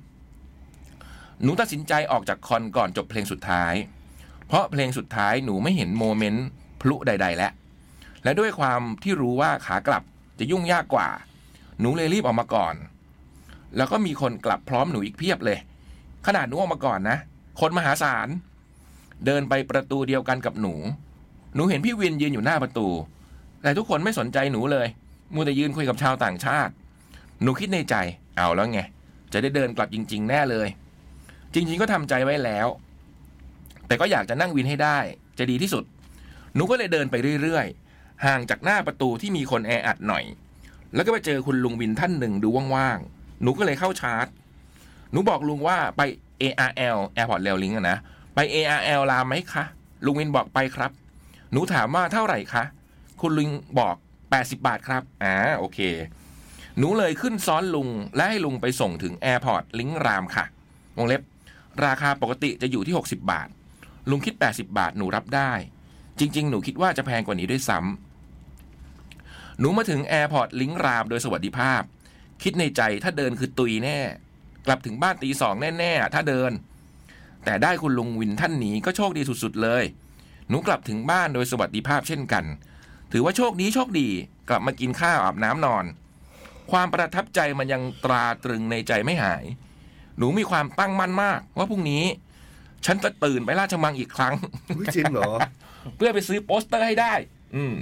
[SPEAKER 2] หนูตัดสินใจออกจากคอนก่อนจบเพลงสุดท้าย เพราะเพลงสุดท้ายหนูไม่เห็นโมเมนต์พลุใด ๆ แล้ว และด้วยความที่รู้ว่าขากลับจะยุ่งยากกว่า หนูเลยรีบออกมาก่อน แล้วก็มีคนกลับพร้อมหนูอีกเพียบเลย ขนาดหนูออกมาก่อนนะ คนมหาศาล เดินไปประตูเดียวกันกับหนู หนูเห็นพี่วินยืนอยู่หน้าประตู แต่ทุกคนไม่สนใจหนูเลย มูแต่ยืนคุยกับชาวต่างชาติ หนูคิดในใจ เอาแล้วไง จะได้เดินกลับจริง ๆ แน่เลย จริง ๆ ก็ทำใจไว้แล้ว แต่ก็อยากจะนั่งวินให้ได้ จะดีที่สุด หนูก็เลยเดินไปเรื่อยๆ ห่างจากหน้าประตูที่มีคนแออัดหน่อย แล้วก็ไปเจอคุณลุงวินท่านหนึ่งดูว่างๆ หนูก็เลยเข้าชาร์จ หนูบอกลุงว่าไป ARL Airport Rail Link อะนะ ไป ARL ลามไหมคะ ลุงวินบอกไปครับ หนูถามว่าเท่าไหร่คะ คุณลุงบอก 80 บาทครับ อ่า โอเค หนูเลยขึ้นซ้อนลุง และให้ลุงไปส่งถึง Airport Link รามค่ะ วงเล็บ ราคาปกติจะอยู่ที่ 60 บาท ลุงคิด 80 บาท หนูรับได้ จริง ๆ หนูคิดว่าจะแพงกว่านี้ด้วยซ้ำ หนูมาถึง Airport Link รามโดยสวัสดิภาพ คิดในใจถ้าเดินคือตุยแน่ กลับถึงบ้านตีสองแน่ๆ ถ้าเดิน แต่ได้คุณลุงวินท่านนี้ก็โชคดีสุดๆเลย หนูกลับถึงบ้านโดยสวัสดิภาพเช่นกัน ถือว่าโชคดีโชคดี กลับมากินข้าวอาบน้ำนอน ความประทับใจมันยังตราตรึงในใจไม่หาย หนูมีความตั้งมั่นมากว่าพรุ่งนี้ ฉันจะตื่นไปราชมังอีกครั้ง
[SPEAKER 3] อุ๊ยจริงเหรอ
[SPEAKER 2] เพื่อไปซื้อโปสเตอร์ให้ได้ อืม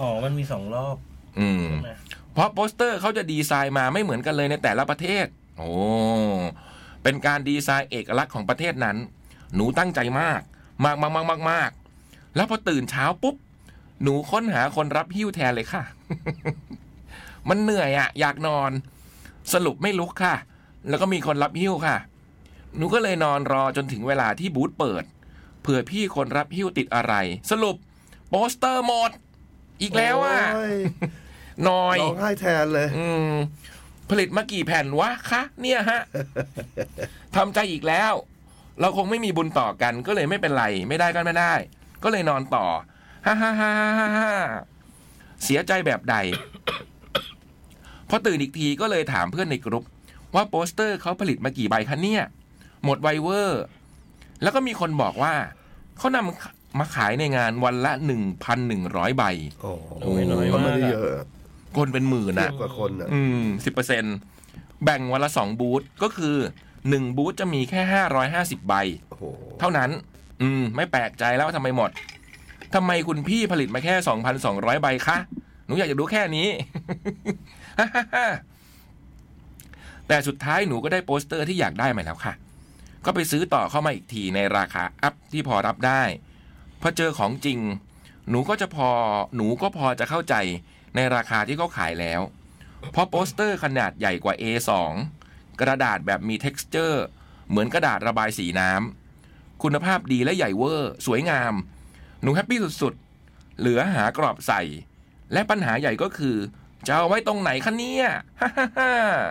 [SPEAKER 4] อ๋อ มันมีสองรอบ
[SPEAKER 2] อืม
[SPEAKER 4] นะ
[SPEAKER 2] เพราะโปสเตอร์เขาจะดีไซน์มาไม่เหมือนกันเลยในแต่ละประเทศ โอ้ เป็นการดีไซน์เอกลักษณ์ของประเทศนั้น หนูตั้งใจมาก มากมากมากมากมากแล้วพอตื่นเช้าปุ๊บ หนูค้นหาคนรับหิ้วแทนเลยค่ะ มันเหนื่อยอะอยากนอน สรุปไม่ลุกค่ะ แล้วก็มีคนรับหิ้วค่ะ หนูก็เลยนอนรอจนถึงเวลาที่บูธเปิด เผื่อพี่คนรับหิ้วติดอะไร สรุปโปสเตอร์หมด อีกแล้วอะ
[SPEAKER 3] โย
[SPEAKER 2] หน่อย
[SPEAKER 3] ร้องไห้แทนเลย
[SPEAKER 2] อืมผลิตมากี่แผ่นวะคะเนี่ยฮะ ทำใจอีกแล้ว เราคงไม่มีบุญต่อกันก็เลยไม่เป็นไร ไม่ได้ก็ไม่ได้ ก็เลยนอนต่อฮ่าฮ่าฮ่าฮ่าฮ่าฮ่าเสียใจแบบใด พอตื่นอีกทีก็เลยถามเพื่อนในกรุ๊ปว่าโปสเตอร์เขาผลิตมากี่ใบคะเนี่ย หมดไวเวอร์ แล้วก็มีคนบอกว่า เขานำมาขายในงานวันละ 1,100 ใบ
[SPEAKER 3] โอ้
[SPEAKER 2] โอ้ยน้อย
[SPEAKER 3] ก็
[SPEAKER 4] มาก
[SPEAKER 3] ไม่ได้เยอะ
[SPEAKER 2] คนเป็นหมื่น
[SPEAKER 3] เทีย
[SPEAKER 2] นะ
[SPEAKER 3] บกับคนอ่ะ
[SPEAKER 2] อืมสิบเปอร์เซ็นแบ่งวันละสองบูธก็คือหนึ่งบูธจะมีแค่ห้าร้อยห้าสิบใบ
[SPEAKER 3] โอ้โห
[SPEAKER 2] เท่านั้น อืม ไม่แปลกใจแล้วว่าทำไมหมดทำไมคุณพี่ผลิตมาแค่สองพันสองร้อยใบคะ หนูอยากจะรู้แค่นี้ แต่สุดท้ายหนูก็ได้โปสเตอร์ที่อยากได้มาแล้วค่ะ ก็ไปซื้อต่อเข้ามาอีกทีในราคาอัพที่พอรับได้ พอเจอของจริง หนูก็จะพอ หนูก็พอจะเข้าใจในราคาที่เขาขายแล้ว เพราะโปสเตอร์ขนาดใหญ่กว่า A2 กระดาษแบบมี texture เหมือนกระดาษระบายสีน้ำ คุณภาพดีและใหญ่เวอร์ สวยงาม หนูแฮปปี้สุดๆ เหลือหากรอบใส่ และปัญหาใหญ่ก็คือ จะเอาไว้ตรงไหนคะเนี่ย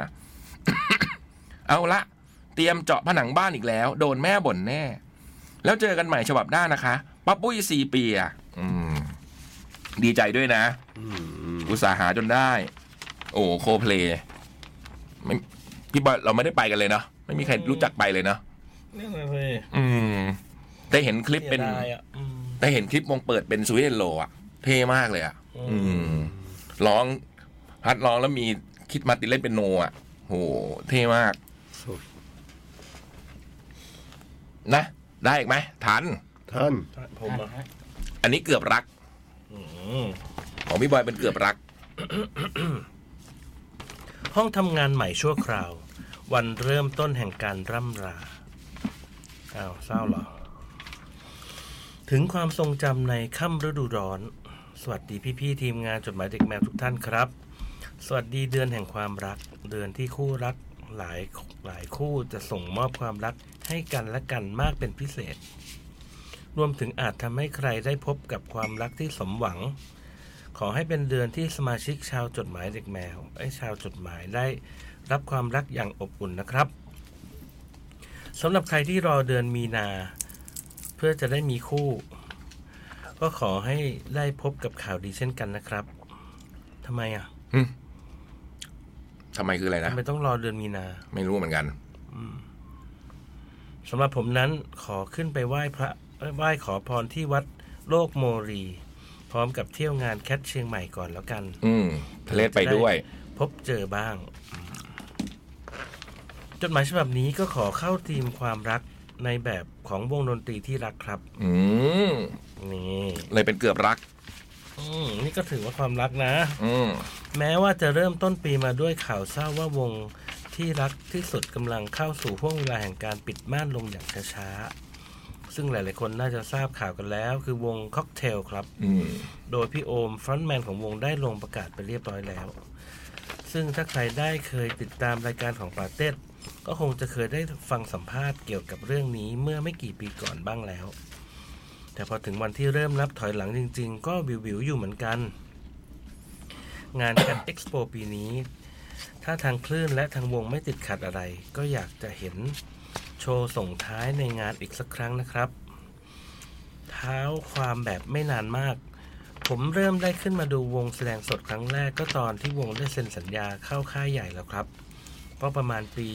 [SPEAKER 2] เอาละ เตรียมเจาะผนังบ้านอีกแล้ว โดนแม่บ่นแน่
[SPEAKER 7] แล้วเจอกันใหม่ฉบับหน้านะคะป้าปุ้ยสี่ปีอ่ะอืม ดีใจด้วยนะ อุตสาหาจนได้ โอ้โคเพลย์ไม่พี่บอยเราไม่ได้ไปกันเลยเนาะไม่มีใครรู้จักไปเลยเนาะ
[SPEAKER 4] เรื่องอะไรเว้ย
[SPEAKER 7] อืมได้เห็นคลิปเป็น
[SPEAKER 4] สียดายอะอืม
[SPEAKER 7] ได้เห็นคลิปวงเปิดเป็นสวีเดนโลอ่ะ เท่มากเลยอ่ะ
[SPEAKER 4] อืม
[SPEAKER 7] อืมร้องฮัดร้องแล้วมีคิดมาร์ตินเล่นเป็นโนอ่ะโหเท่มาก
[SPEAKER 3] สุด
[SPEAKER 7] นะ ได้อีกไหมทัน
[SPEAKER 3] ท่าน
[SPEAKER 4] ผมอะ
[SPEAKER 7] อันนี้เกือบรัก
[SPEAKER 4] อืม
[SPEAKER 7] ของพี่บอยเป็นเกือบรัก
[SPEAKER 4] ห้องทำงานใหม่ชั่วคราว วันเริ่มต้นแห่งการร่ำราอ้าวเศร้าเหรอ ถึงความทรงจำในค่ำฤดูร้อน สวัสดีพี่ๆทีมงานจดหมายเด็กแมวทุกท่านครับ สวัสดีเดือนแห่งความรัก เดือนที่คู่รักหลายหลายคู่จะส่งมอบความรักให้กันและกันมากเป็นพิเศษ รวมถึงอาจทำให้ใครได้พบกับความรักที่สมหวัง ขอให้เป็นเดือนที่สมาชิกชาวจดหมายเด็กแมวไอ้ยชาวจดหมายได้รับความรักอย่างอบอุ่นนะครับสำหรับใครที่รอเดือนมีนา เพื่อจะได้มีคู่ ก็ขอให้ได้พบกับข่าวดีเช่นกันนะครับทำไมอ่ะ
[SPEAKER 7] ทำไมคืออะไรนะ
[SPEAKER 4] ทำไมต้องรอเดือนมีนา
[SPEAKER 7] ไม่รู้เหมือนกัน
[SPEAKER 4] สำหรับผมนั้นขอขึ้นไปไหว้พระไหว้ขอพรที่วัดโลกโมรี พร้อมกับเที่ยวงานแคทเชียงใหม่ก่อนแล้วกัน
[SPEAKER 7] อืมเล่นไปด้วย
[SPEAKER 4] พบเจอบ้าง จดหมายฉบับนี้ก็ขอเข้าทีมความรักในแบบของวงดนตรีที่รักครับ
[SPEAKER 7] อืม
[SPEAKER 4] นี่
[SPEAKER 7] เลยเป็นเกือบรัก
[SPEAKER 4] อืมนี่ก็ถือว่าความรักนะ
[SPEAKER 7] อืม
[SPEAKER 4] แม้ว่าจะเริ่มต้นปีมาด้วยข่าวเศร้าว่าวงที่รักที่สุดกำลังเข้าสู่ห่วงเวลาแห่งการปิดม่านลงอย่างช้าๆ ซึ่งหลายๆคนน่าจะทราบข่าวกันแล้ว คือวงค็อกเทลครับ
[SPEAKER 7] อืม
[SPEAKER 4] โดยพี่โอมฟรอนต์แมนของวงได้ลงประกาศไปเรียบร้อยแล้ว ซึ่งถ้าใครได้เคยติดตามรายการของปาเต้ก็คงจะเคยได้ฟังสัมภาษณ์เกี่ยวกับเรื่องนี้เมื่อไม่กี่ปีก่อนบ้างแล้ว แต่พอถึงวันที่เริ่มนับถอยหลังจริงๆ ก็วิวๆอยู่เหมือนกัน งานแคดเอ็กซ์โปปีนี้ ถ้าทางคลื่นและทางวงไม่ติดขัดอะไร ก็อยากจะเห็นโชว์ส่งท้ายในงานอีกสักครั้งนะครับ เท้าความแบบไม่นานมาก ผมเริ่มได้ขึ้นมาดูวงแสดงสดครั้งแรกก็ตอนที่วงได้เซ็นสัญญาเข้าค่ายใหญ่แล้วครับก็ประมาณปี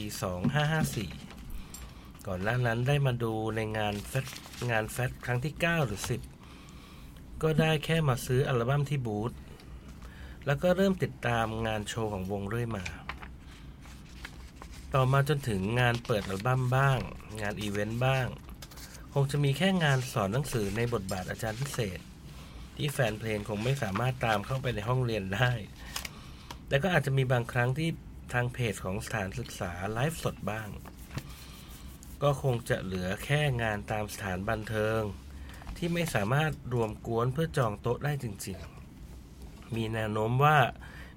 [SPEAKER 4] 2554 ก่อนหน้านั้นได้มาดูในงานแฟตงานแฟตครั้งที่ 9 หรือ 10 ก็ได้แค่มาซื้ออัลบั้มที่บูธแล้วก็เริ่มติดตามงานโชว์ของวงเรื่อยมา ต่อมาจนถึงงานเปิดอัลบั้มบ้าง งานอีเวนต์บ้าง คงจะมีแค่งานสอนหนังสือในบทบาทอาจารย์พิเศษ ที่แฟนเพลงคงไม่สามารถตามเข้าไปในห้องเรียนได้ แต่ก็อาจจะมีบางครั้งที่ทางเพจของสถานศึกษาไลฟ์สดบ้าง ก็คงจะเหลือแค่งานตามสถานบันเทิง ที่ไม่สามารถรวมกวนเพื่อจองโต๊ะได้จริงๆ มีแนวโน้มว่า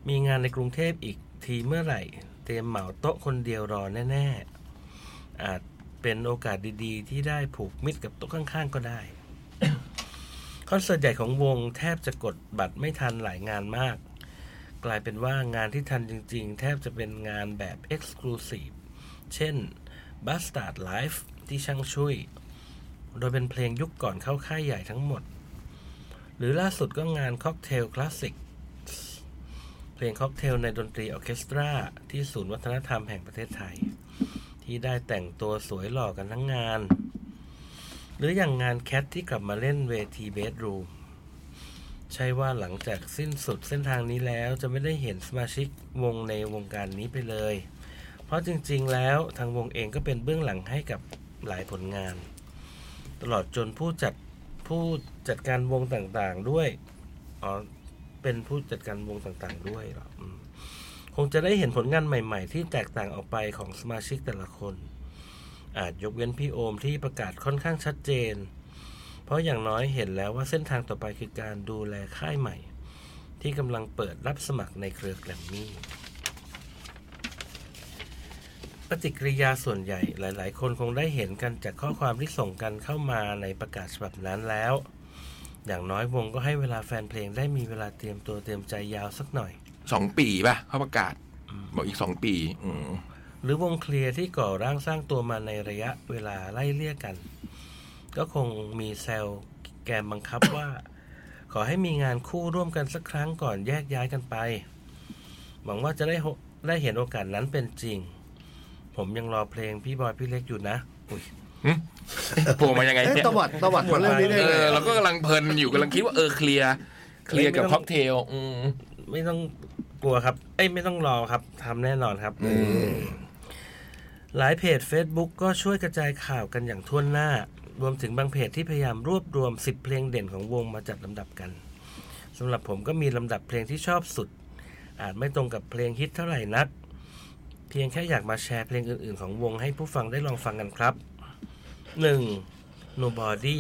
[SPEAKER 4] มีงานในกรุงเทพอีกทีเมื่อไหร่ เตรียมเหมาโต๊ะคนเดียวรอแน่ๆ อาจเป็นโอกาสดีๆ ที่ได้ผูกมิตรกับโต๊ะข้างๆก็ได้ คอนเสิร์ตใหญ่ของวงแทบจะกดบัตรไม่ทันหลายงานมาก กลายเป็นว่างานที่ทันจริงๆ แทบจะเป็นงานแบบ Exclusive เช่น Bastard Live ที่ช่างช่วย โดยเป็นเพลงยุคก่อนเข้าค่ายใหญ่ทั้งหมด หรือล่าสุดก็งานค็อกเทลคลาสสิกเพลงค็อกเทลในดนตรีออร์เคสตรา ที่ศูนย์วัฒนธรรมแห่งประเทศไทย ที่ได้แต่งตัวสวยหล่อกันทั้งงาน หรืออย่างงานแคทที่กลับมาเล่นเวทีเบดรูมใช่ว่าหลังจากสิ้นสุดเส้นทางนี้แล้วจะไม่ได้เห็นสมาชิกวงในวงการนี้ไปเลย เพราะจริงๆแล้วทางวงเองก็เป็นเบื้องหลังให้กับหลายผลงาน ตลอดจนผู้จัดผู้จัดการวงต่างๆด้วยอ๋อเป็นผู้จัดการวงต่างๆด้วยเหรออืมคงจะได้เห็นผลงานใหม่ ๆ ที่แตกต่างออกไปของสมาชิกแต่ละคน อาจยกเว้นพี่โอมที่ประกาศค่อนข้างชัดเจน เพราะอย่างน้อยเห็นแล้วว่าเส้นทางต่อไปคือการดูแลค่ายใหม่ ที่กำลังเปิดรับสมัครในเครือแกรมมี่ ปฏิกิริยาส่วนใหญ่หลาย ๆ คนคงได้เห็นกันจากข้อความที่ส่งกันเข้ามาในประกาศฉบับนั้นแล้ว อย่างน้อยวงก็ให้เวลาแฟนเพลงได้มีเวลาเตรียมตัวเตรียมใจยาวสักหน่อย
[SPEAKER 7] สองปีป่ะเขาประกาศ บอกอีกสองปี อืม
[SPEAKER 4] หรือวงเคลียร์ที่ก่อร่างสร้างตัวมาในระยะเวลาไล่เลี่ยกัน ก็คงมีแซลแกมบังคับว่า ขอให้มีงานคู่ร่วมกันสักครั้งก่อนแยกย้ายกันไป หวังว่าจะได้โหได้เห็นโอกาสนั้นเป็นจริง ผมยังรอเพลงพี่บอยพี่เล็กอยู่นะอุ้ย
[SPEAKER 2] โผล่มายังไง
[SPEAKER 8] เอ๊ะ
[SPEAKER 2] เนี่ย
[SPEAKER 8] ตวัดตวัดมาเรื่องนี้ได้
[SPEAKER 2] เอ
[SPEAKER 8] ไง
[SPEAKER 2] อเราก็กำลังเพลินอยู่กำลังคิดว่าเออเคลียร์เคลียร์กับค็อกเทลอืม
[SPEAKER 4] ไม่ต้องกลัวครับ เอ้ยไม่ต้องรอครับทำแน่นอนครับ หลายเพจ Facebook ก็ช่วยกระจายข่าวกันอย่างทั่วหน้า รวมถึงบางเพจที่พยายามรวบรวม 10 เพลงเด่นของวงมาจัดลำดับกันสำหรับผมก็มีลำดับเพลงที่ชอบสุด อาจไม่ตรงกับเพลงฮิตเท่าไหร่นัก เพียงแค่อยากมาแชร์เพลงอื่นๆ ของวงให้ผู้ฟังได้ลองฟังกันครับ 1. Nobody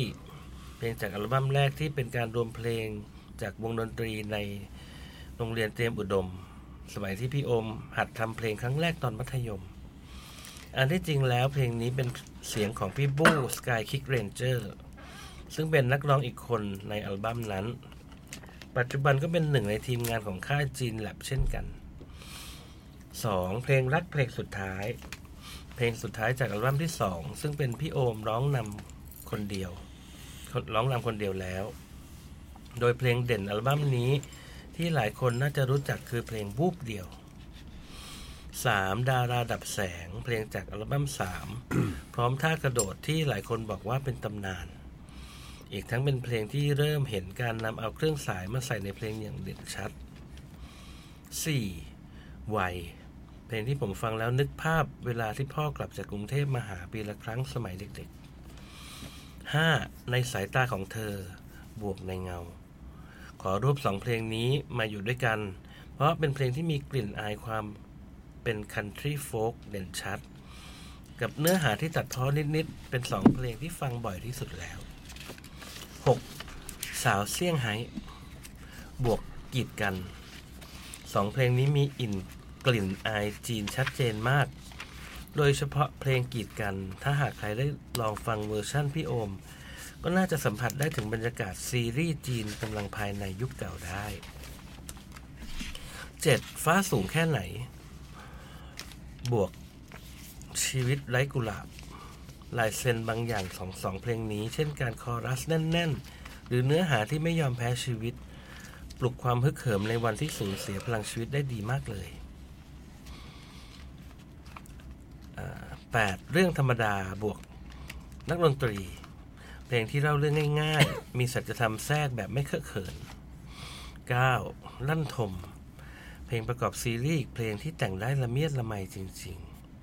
[SPEAKER 4] เพลงจากอัลบั้มแรกที่เป็นการรวมเพลงจากวงดนตรีใน โรงเรียนเตรียมอุดม สมัยที่พี่โอมหัดทำเพลงครั้งแรกตอนมัธยม อันที่จริงแล้วเพลงนี้เป็นเสียงของพี่บู้ Sky Kick Ranger ซึ่งเป็นนักร้องอีกคนในอัลบั้มนั้น ปัจจุบันก็เป็นหนึ่งในทีมงานของค่ายจีนแลบเช่นกัน 2. เพลงรักเพลงสุดท้าย เพลงสุดท้ายจากอัลบั้มที่ 2 ซึ่งเป็นพี่โอมร้องนำคนเดียวร้องนำคนเดียวแล้ว โดยเพลงเด่นอัลบั้มนี้ ที่หลายคนน่าจะรู้จักคือเพลงวูบเดียว 3. ดาราดับแสง เพลงจากอัลบั้ม3 พร้อมท่ากระโดดที่หลายคนบอกว่าเป็นตำนาน อีกทั้งเป็นเพลงที่เริ่มเห็นการนำเอาเครื่องสายมาใส่ในเพลงอย่างเด่นชัด 4. วัย เพลงที่ผมฟังแล้วนึกภาพเวลาที่พ่อกลับจากกรุงเทพมาหาปีละครั้งสมัยเด็กๆ 5. ในสายตาของเธอ บวกในเงา ขอรวบสองเพลงนี้มาอยู่ด้วยกัน เพราะเป็นเพลงที่มีกลิ่นอายความเป็นคันทรีโฟกเด่นชัด กับเนื้อหาที่ตัดเพ้อนิด ๆ เป็นสองเพลงที่ฟังบ่อยที่สุดแล้ว 6. สาวเซี่ยงไฮ้บวกกีดกัน สองเพลงนี้มีอินกลิ่นอายจีนชัดเจนมาก โดยเฉพาะเพลงกีดกัน ถ้าหากใครได้ลองฟังเวอร์ชั่นพี่โอม ก็น่าจะสัมผัสได้ถึงบรรยากาศซีรีส์จีนกำลังภายในยุคเก่าได้ 7. ฟ้าสูงแค่ไหน บวกชีวิตไร้กุหลาบ ลายเซ็นบางอย่างของสองเพลงนี้ เช่นการคอรัสแน่น ๆ หรือเนื้อหาที่ไม่ยอมแพ้ชีวิต ปลุกความฮึกเหิมในวันที่สูญเสียพลังชีวิตได้ดีมากเลยอ่าแปดเรื่องธรรมดาบวกนักดนตรี เพลงที่เล่าเรื่องง่ายๆ มีสัจธรรมแทรกแบบไม่เคอะเขิน 9. ลั่นทม เพลงประกอบซีรีส์อีกเพลงที่แต่งได้ละเมียดละไมจริง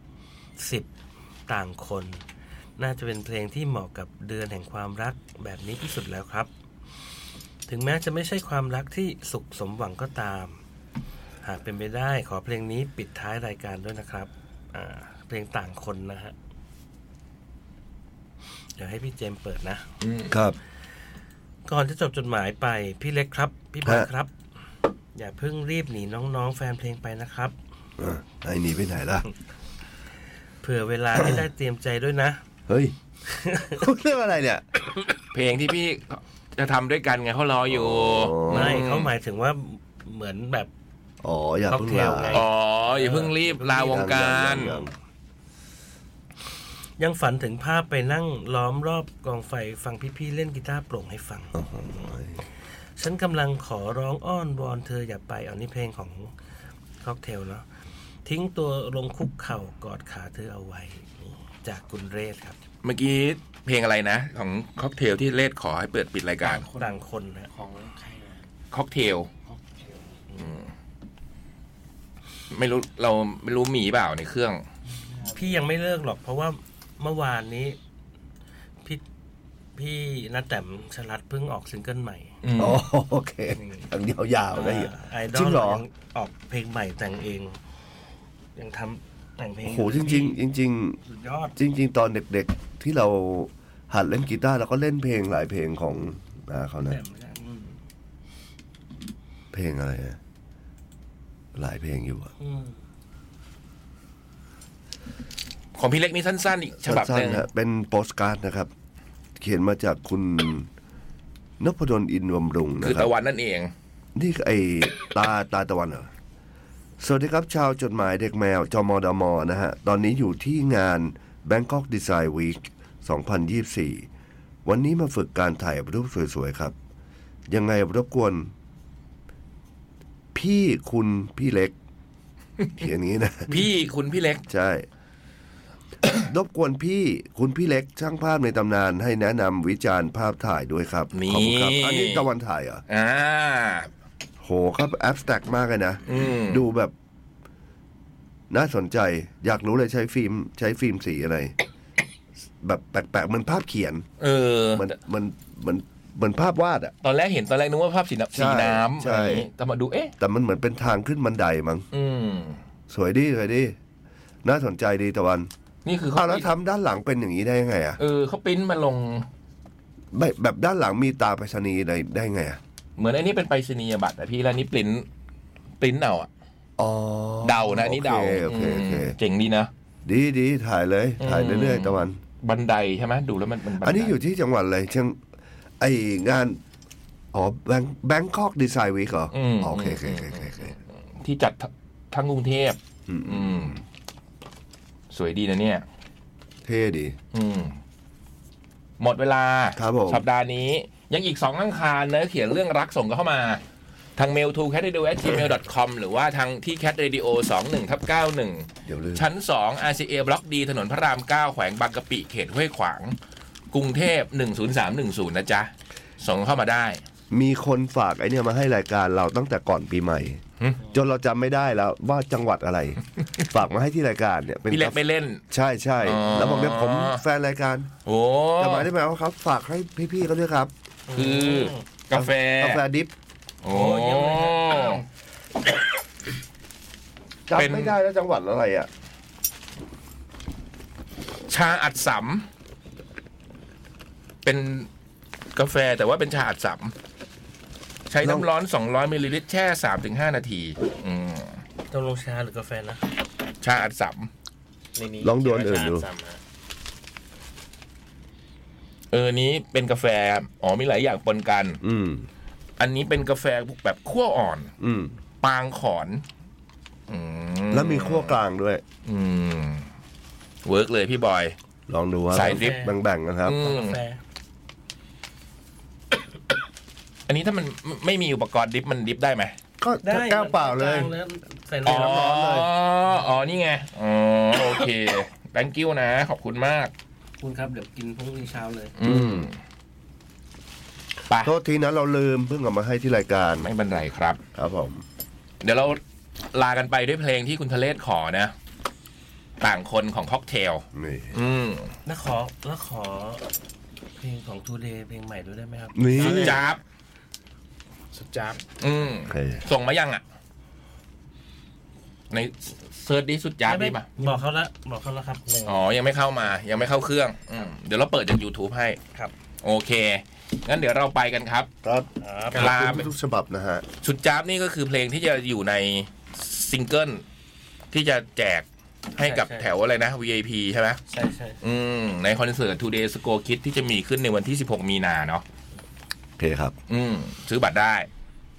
[SPEAKER 4] ๆ 10. ต่างคน น่าจะเป็นเพลงที่เหมาะกับเดือนแห่งความรักแบบนี้ที่สุดแล้วครับ ถึงแม้จะไม่ใช่ความรักที่สุขสมหวังก็ตาม หากเป็นไปได้ขอเพลงนี้ปิดท้ายรายการด้วยนะครับอ่าเพลงต่างคนนะฮะ เดี๋ยวให้พี่เจมส์เปิดนะ
[SPEAKER 3] ครับ
[SPEAKER 4] ก่อนจะจบจดหมายไป พี่เล็กครับ พี่บอย
[SPEAKER 3] ฮะ
[SPEAKER 4] ครับ อย่าเพิ่งรีบหนีน้องๆ แฟนเพลงไปนะครับ
[SPEAKER 3] อ่ะไอ้หนี่ไปไหนล่ะ
[SPEAKER 4] เผื่อเวลาให้ได้เตรียมใจด้วยนะ
[SPEAKER 3] เฮ้ย เรื่องอะไรเนี่ย
[SPEAKER 2] เพลงที่พี่จะทำด้วยกันไงเขารออยู่
[SPEAKER 3] อ๋อ
[SPEAKER 4] ไม่เขาหมายถึงว่าเหมือนแบบ
[SPEAKER 3] อ๋ออย่าเพิ่งลา
[SPEAKER 4] ค็อกเทลไง
[SPEAKER 2] อ๋ออย่าเพิ่งรีบลาวงการ
[SPEAKER 3] ยัง
[SPEAKER 4] ยังฝันถึงภาพไปนั่งล้อมรอบกองไฟฟังพี่ๆเล่นกีตาร์โปร่งให้ฟัง
[SPEAKER 3] ๆโอ้โห
[SPEAKER 4] ฉันกำลังขอร้องอ้อนวอนเธออย่าไปเอานี่เพลงของค็อกเทลเนาะทิ้งตัวลงคุกเข่ากอดขาเธอเอาไว้ จากคุณเรศครับ
[SPEAKER 2] เมื่อกี้เพลงอะไรนะ ของค็อกเทลที่เลดขอให้เปิดปิดรายการ
[SPEAKER 4] ต่างคนนะ
[SPEAKER 1] ของใครนะ
[SPEAKER 2] ค็อกเทลไม่รู้เราไม่รู้มีเปล่าในเครื่อง
[SPEAKER 4] พี่ยังไม่เลิกหรอกเพราะว่าเมื่อวานนี้ พี่พี่นัทแต้มชลัดเพิ่งออกซิงเกิลใหม่
[SPEAKER 2] อืม
[SPEAKER 3] อ๋อโอเคอันยาวๆได้เหรอ
[SPEAKER 4] ไอดอ
[SPEAKER 3] จริ
[SPEAKER 4] ล
[SPEAKER 3] งเหรอ
[SPEAKER 4] ยังออกเพลงใหม่แต่งเอง ยังทำแต่งเพลง
[SPEAKER 3] โอ้โหจริง ๆ จริง ๆ
[SPEAKER 4] ๆสุดยอด
[SPEAKER 3] จริง ๆ ตอนเด็กๆ ที่เราหัดเล่นกีตาร์เราก็เล่นเพลงหลายเพลงของอ่าเขานะ
[SPEAKER 4] แต่มนะอืม
[SPEAKER 3] เพลงอะไรนะหลายเพลงอยู่อะ
[SPEAKER 4] อืม
[SPEAKER 2] ของพี่เล็กนี่สั้นๆอีกฉบับหนึ่ง
[SPEAKER 3] สั้นๆนะเป็นโปสการ์ดนะครับ เขียนมาจากคุณนพดลอินวมรุงนะ
[SPEAKER 2] คือ
[SPEAKER 3] ครับ
[SPEAKER 2] ตะวันนั่นเอง
[SPEAKER 3] นี่ไอตาตาตะวันเหรอ สวัสดีครับชาวจดหมายเด็กแมวจมดมนะฮะ ตอนนี้อยู่ที่งาน Bangkok Design Week 2024 วันนี้มาฝึกการถ่ายรูปสวยๆครับ ยังไงรบกวน พี่คุณพี่เล็ก เขียนอย่างนี้นะ
[SPEAKER 2] พี่คุณพี่เล็ก
[SPEAKER 3] ใช่ รบกวนพี่คุณพี่เล็กช่างภาพในตำนานให้แนะนำวิจารณ์ภาพถ่ายด้วยครับ
[SPEAKER 2] นี่
[SPEAKER 3] ขอบคุณครับอันนี้ตะวันถ่ายเหรอ
[SPEAKER 2] อ่า
[SPEAKER 3] โหครับแอบสแต็กมากเลยนะ
[SPEAKER 2] อืม
[SPEAKER 3] ดูแบบ น่าสนใจ อยากรู้เลยใช้ฟิล์ม ใช้ฟิล์มสีอะไร แบบแปลกๆเหมันภาพเขียน
[SPEAKER 2] เออ
[SPEAKER 3] เหมันเหมันเหมันเหมือนภาพวาดอะ
[SPEAKER 2] ตอนแรกเห็นตอนแรกนึกว่าภาพสีน้ำ
[SPEAKER 3] ใช่
[SPEAKER 2] สีน้ำ
[SPEAKER 3] ใช่
[SPEAKER 2] อะไรอย่างงี้แต่มาดูเอ๊ะ
[SPEAKER 3] แต่มันเหมือนเป็นทางขึ้นบันไดมั้ง
[SPEAKER 2] อืม
[SPEAKER 3] สวยดีสวยดีน่าสนใจดีตะวัน
[SPEAKER 2] นี่คือ
[SPEAKER 3] เอา
[SPEAKER 2] เขา
[SPEAKER 3] แล้วทำด้านหลังเป็นอย่างนี้ได้ยังไงอะ
[SPEAKER 2] เออเขาปริ้นมาลง
[SPEAKER 3] แบบแบบด้านหลังมีตาไปรษณีย์ได้ได้ไงอะ
[SPEAKER 2] เหมือนไอ้นี่เป็นไปรษณียบัตรนะพี่แล้วนี่ปริ้นปริ้นเอาอะ
[SPEAKER 3] อ๋อ
[SPEAKER 2] เดานะอันนี่เดา
[SPEAKER 3] โอเคโอเคโอเค
[SPEAKER 2] อืมเจ๋งดีนะ
[SPEAKER 3] ดีดีถ่ายเลย ถ่าย
[SPEAKER 2] อืม
[SPEAKER 3] เรื่อยๆตะวัน
[SPEAKER 2] บันไดใช่ไหมดูแล้วมันมันบัได
[SPEAKER 3] อันนี้อยู่ที่จังหวัดอะไรเชียงไองานอ๋อแบงแบงคอกดีไซน์วีคเหรออ
[SPEAKER 2] ม
[SPEAKER 3] อ๋อโอเคโอเคโอเคโอเคโอเค
[SPEAKER 2] ที่จัดททั้งกรุงเทพอืม สวยดีนะเนี่ย
[SPEAKER 3] เท่ดี
[SPEAKER 2] อืม หมดเวลา
[SPEAKER 3] ครับผม
[SPEAKER 2] สัปดาห์นี้ ยังอีกสองอังคารนะเขียนเรื่องรักส่งกันเข้ามา ทาง mail to cat radio gmail com หรือว่าทางที่ cat radio 2 1ทับ91
[SPEAKER 3] เดี๋ยวลืม
[SPEAKER 2] ชั้น 2 RCA บล็อกดีถนนพระราม 9 แขวงบางกะปิเขตห้วยขวาง กรุงเทพ 10310 นะจ๊ะ ส่งเข้ามาได้
[SPEAKER 3] มีคนฝากไอเนี่ยมาให้รายการเราตั้งแต่ก่อนปีใหม่
[SPEAKER 2] หึ
[SPEAKER 3] จนเราจำไม่ได้แล้วว่าจังหวัด อะไร ฝากมาให้ที่รายการเนี่ยเป็น
[SPEAKER 2] พี่เล็กไปเล่น
[SPEAKER 3] ใช่ใช่
[SPEAKER 2] อ๋อ
[SPEAKER 3] แล้วบอกเนี่ยผมแฟนรายการ
[SPEAKER 2] โอ้
[SPEAKER 3] แต่หมายได้ไหมว่าครับฝากให้พี่ๆเขาด้วยครับ
[SPEAKER 2] คือกาแฟ
[SPEAKER 3] กาแฟดิบ
[SPEAKER 2] โอ้
[SPEAKER 4] โอ้เยี่ยมเลยครับ
[SPEAKER 2] เป็น
[SPEAKER 3] จำไม่ได้แล้วจังหวัดอะไรอ่ะ
[SPEAKER 2] ชาอัดสำเป็นกาแฟแต่ว่าเป็นชาอัดสำใช้น้ำร้อน 200มิลลิลิตรแช่ 3-5 นาที อืม
[SPEAKER 4] ต้องลงชาหรือกาแฟนะ
[SPEAKER 2] ชาอัดส
[SPEAKER 4] ในนี้
[SPEAKER 3] ลองดูอันอื่นดู
[SPEAKER 4] ชาสามอ่ะ
[SPEAKER 2] ำเออนี้เป็นกาแฟ อ๋อมีหลายอย่างปนกัน
[SPEAKER 3] อืม
[SPEAKER 2] อันนี้เป็นกาแฟแบบขั้วอ่อน
[SPEAKER 3] อืม
[SPEAKER 2] ปางขอนอื
[SPEAKER 3] แล้วมีขั้วกลางด้วย
[SPEAKER 2] อืมเวิร์กเลยพี่บอย
[SPEAKER 3] ลองดูว่า
[SPEAKER 2] สายดริป
[SPEAKER 3] แบ่งๆกันครับ
[SPEAKER 2] อืม
[SPEAKER 4] กาแฟ
[SPEAKER 2] อันนี้ถ้ามันไม่ไม่มีอุปกรณ์ดิฟมันดิฟได้ไหม
[SPEAKER 3] ก็
[SPEAKER 4] ได้
[SPEAKER 3] แก้วเปล่าเลย
[SPEAKER 4] หมือนกันใส่
[SPEAKER 2] อ๋อ
[SPEAKER 4] น้ำร้อนเลย
[SPEAKER 2] อ๋อนี่ไง อ๋อ โอเค thank you นะ ขอบคุณมาก
[SPEAKER 4] คุณครับเดี๋ยวกินพรุ่งนี้เช้าเลย
[SPEAKER 2] อืมไป
[SPEAKER 3] โทษทีนะเราลืมเพิ่งเอามาให้ที่รายการ
[SPEAKER 2] ไม่เป็นไรครับ
[SPEAKER 3] ครับผม
[SPEAKER 2] เดี๋ยวเราลากันไปด้วยเพลงที่คุณทะเลศขอนะ ต่างคนของค็อกเทล
[SPEAKER 3] นี่
[SPEAKER 2] อืม
[SPEAKER 4] แล้วขอแล้วขอ เพลงของ Today เพลงใหม่ด้วยได้ไหมครับ
[SPEAKER 3] นี่
[SPEAKER 2] สุดจับ
[SPEAKER 1] สุดจ้าบ
[SPEAKER 2] อืม
[SPEAKER 3] โอเค
[SPEAKER 2] ส่งมายังอ่ะ ในเซิร์ชดิสุดยาดี
[SPEAKER 4] ไม่ไม่
[SPEAKER 2] มา
[SPEAKER 4] บอกเขาแล้วบอกเขาแล้วครับ
[SPEAKER 2] อ๋อ ยังไม่เข้ามา ยังไม่เข้าเครื่องอืมเดี๋ยวเราเปิดจาก YouTube ให้
[SPEAKER 4] ครับ
[SPEAKER 2] โอเค งั้นเดี๋ยวเราไปกันครับ
[SPEAKER 3] ครับ
[SPEAKER 2] ลา
[SPEAKER 3] ขอบ
[SPEAKER 2] ไป
[SPEAKER 3] คุณทุกฉบับนะฮะ
[SPEAKER 2] สุดจ้าบนี่ก็คือเพลงที่จะอยู่ในซิงเกิลที่จะแจกให้กับ
[SPEAKER 4] ใช่ใช่
[SPEAKER 2] แถวอะไรนะ VIP ใช่ไหม
[SPEAKER 4] ใช่ใช่
[SPEAKER 2] อืม ในคอนเสิร์ต Today Score Kid ที่จะมีขึ้นในวันที่ 16 มีนาเนาะ
[SPEAKER 3] โอเคครับ
[SPEAKER 2] อืม ซื้อบัตรได้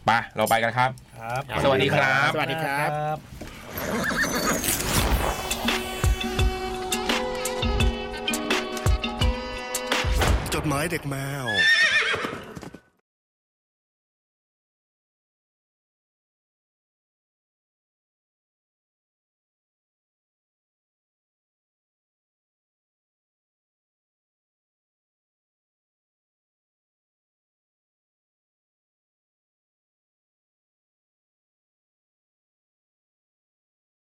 [SPEAKER 2] ไปะเราไปกันครับ
[SPEAKER 4] ครับ
[SPEAKER 2] สวัสดีครับ
[SPEAKER 1] สวัสดีครับ
[SPEAKER 3] จดหมายเด็กแมว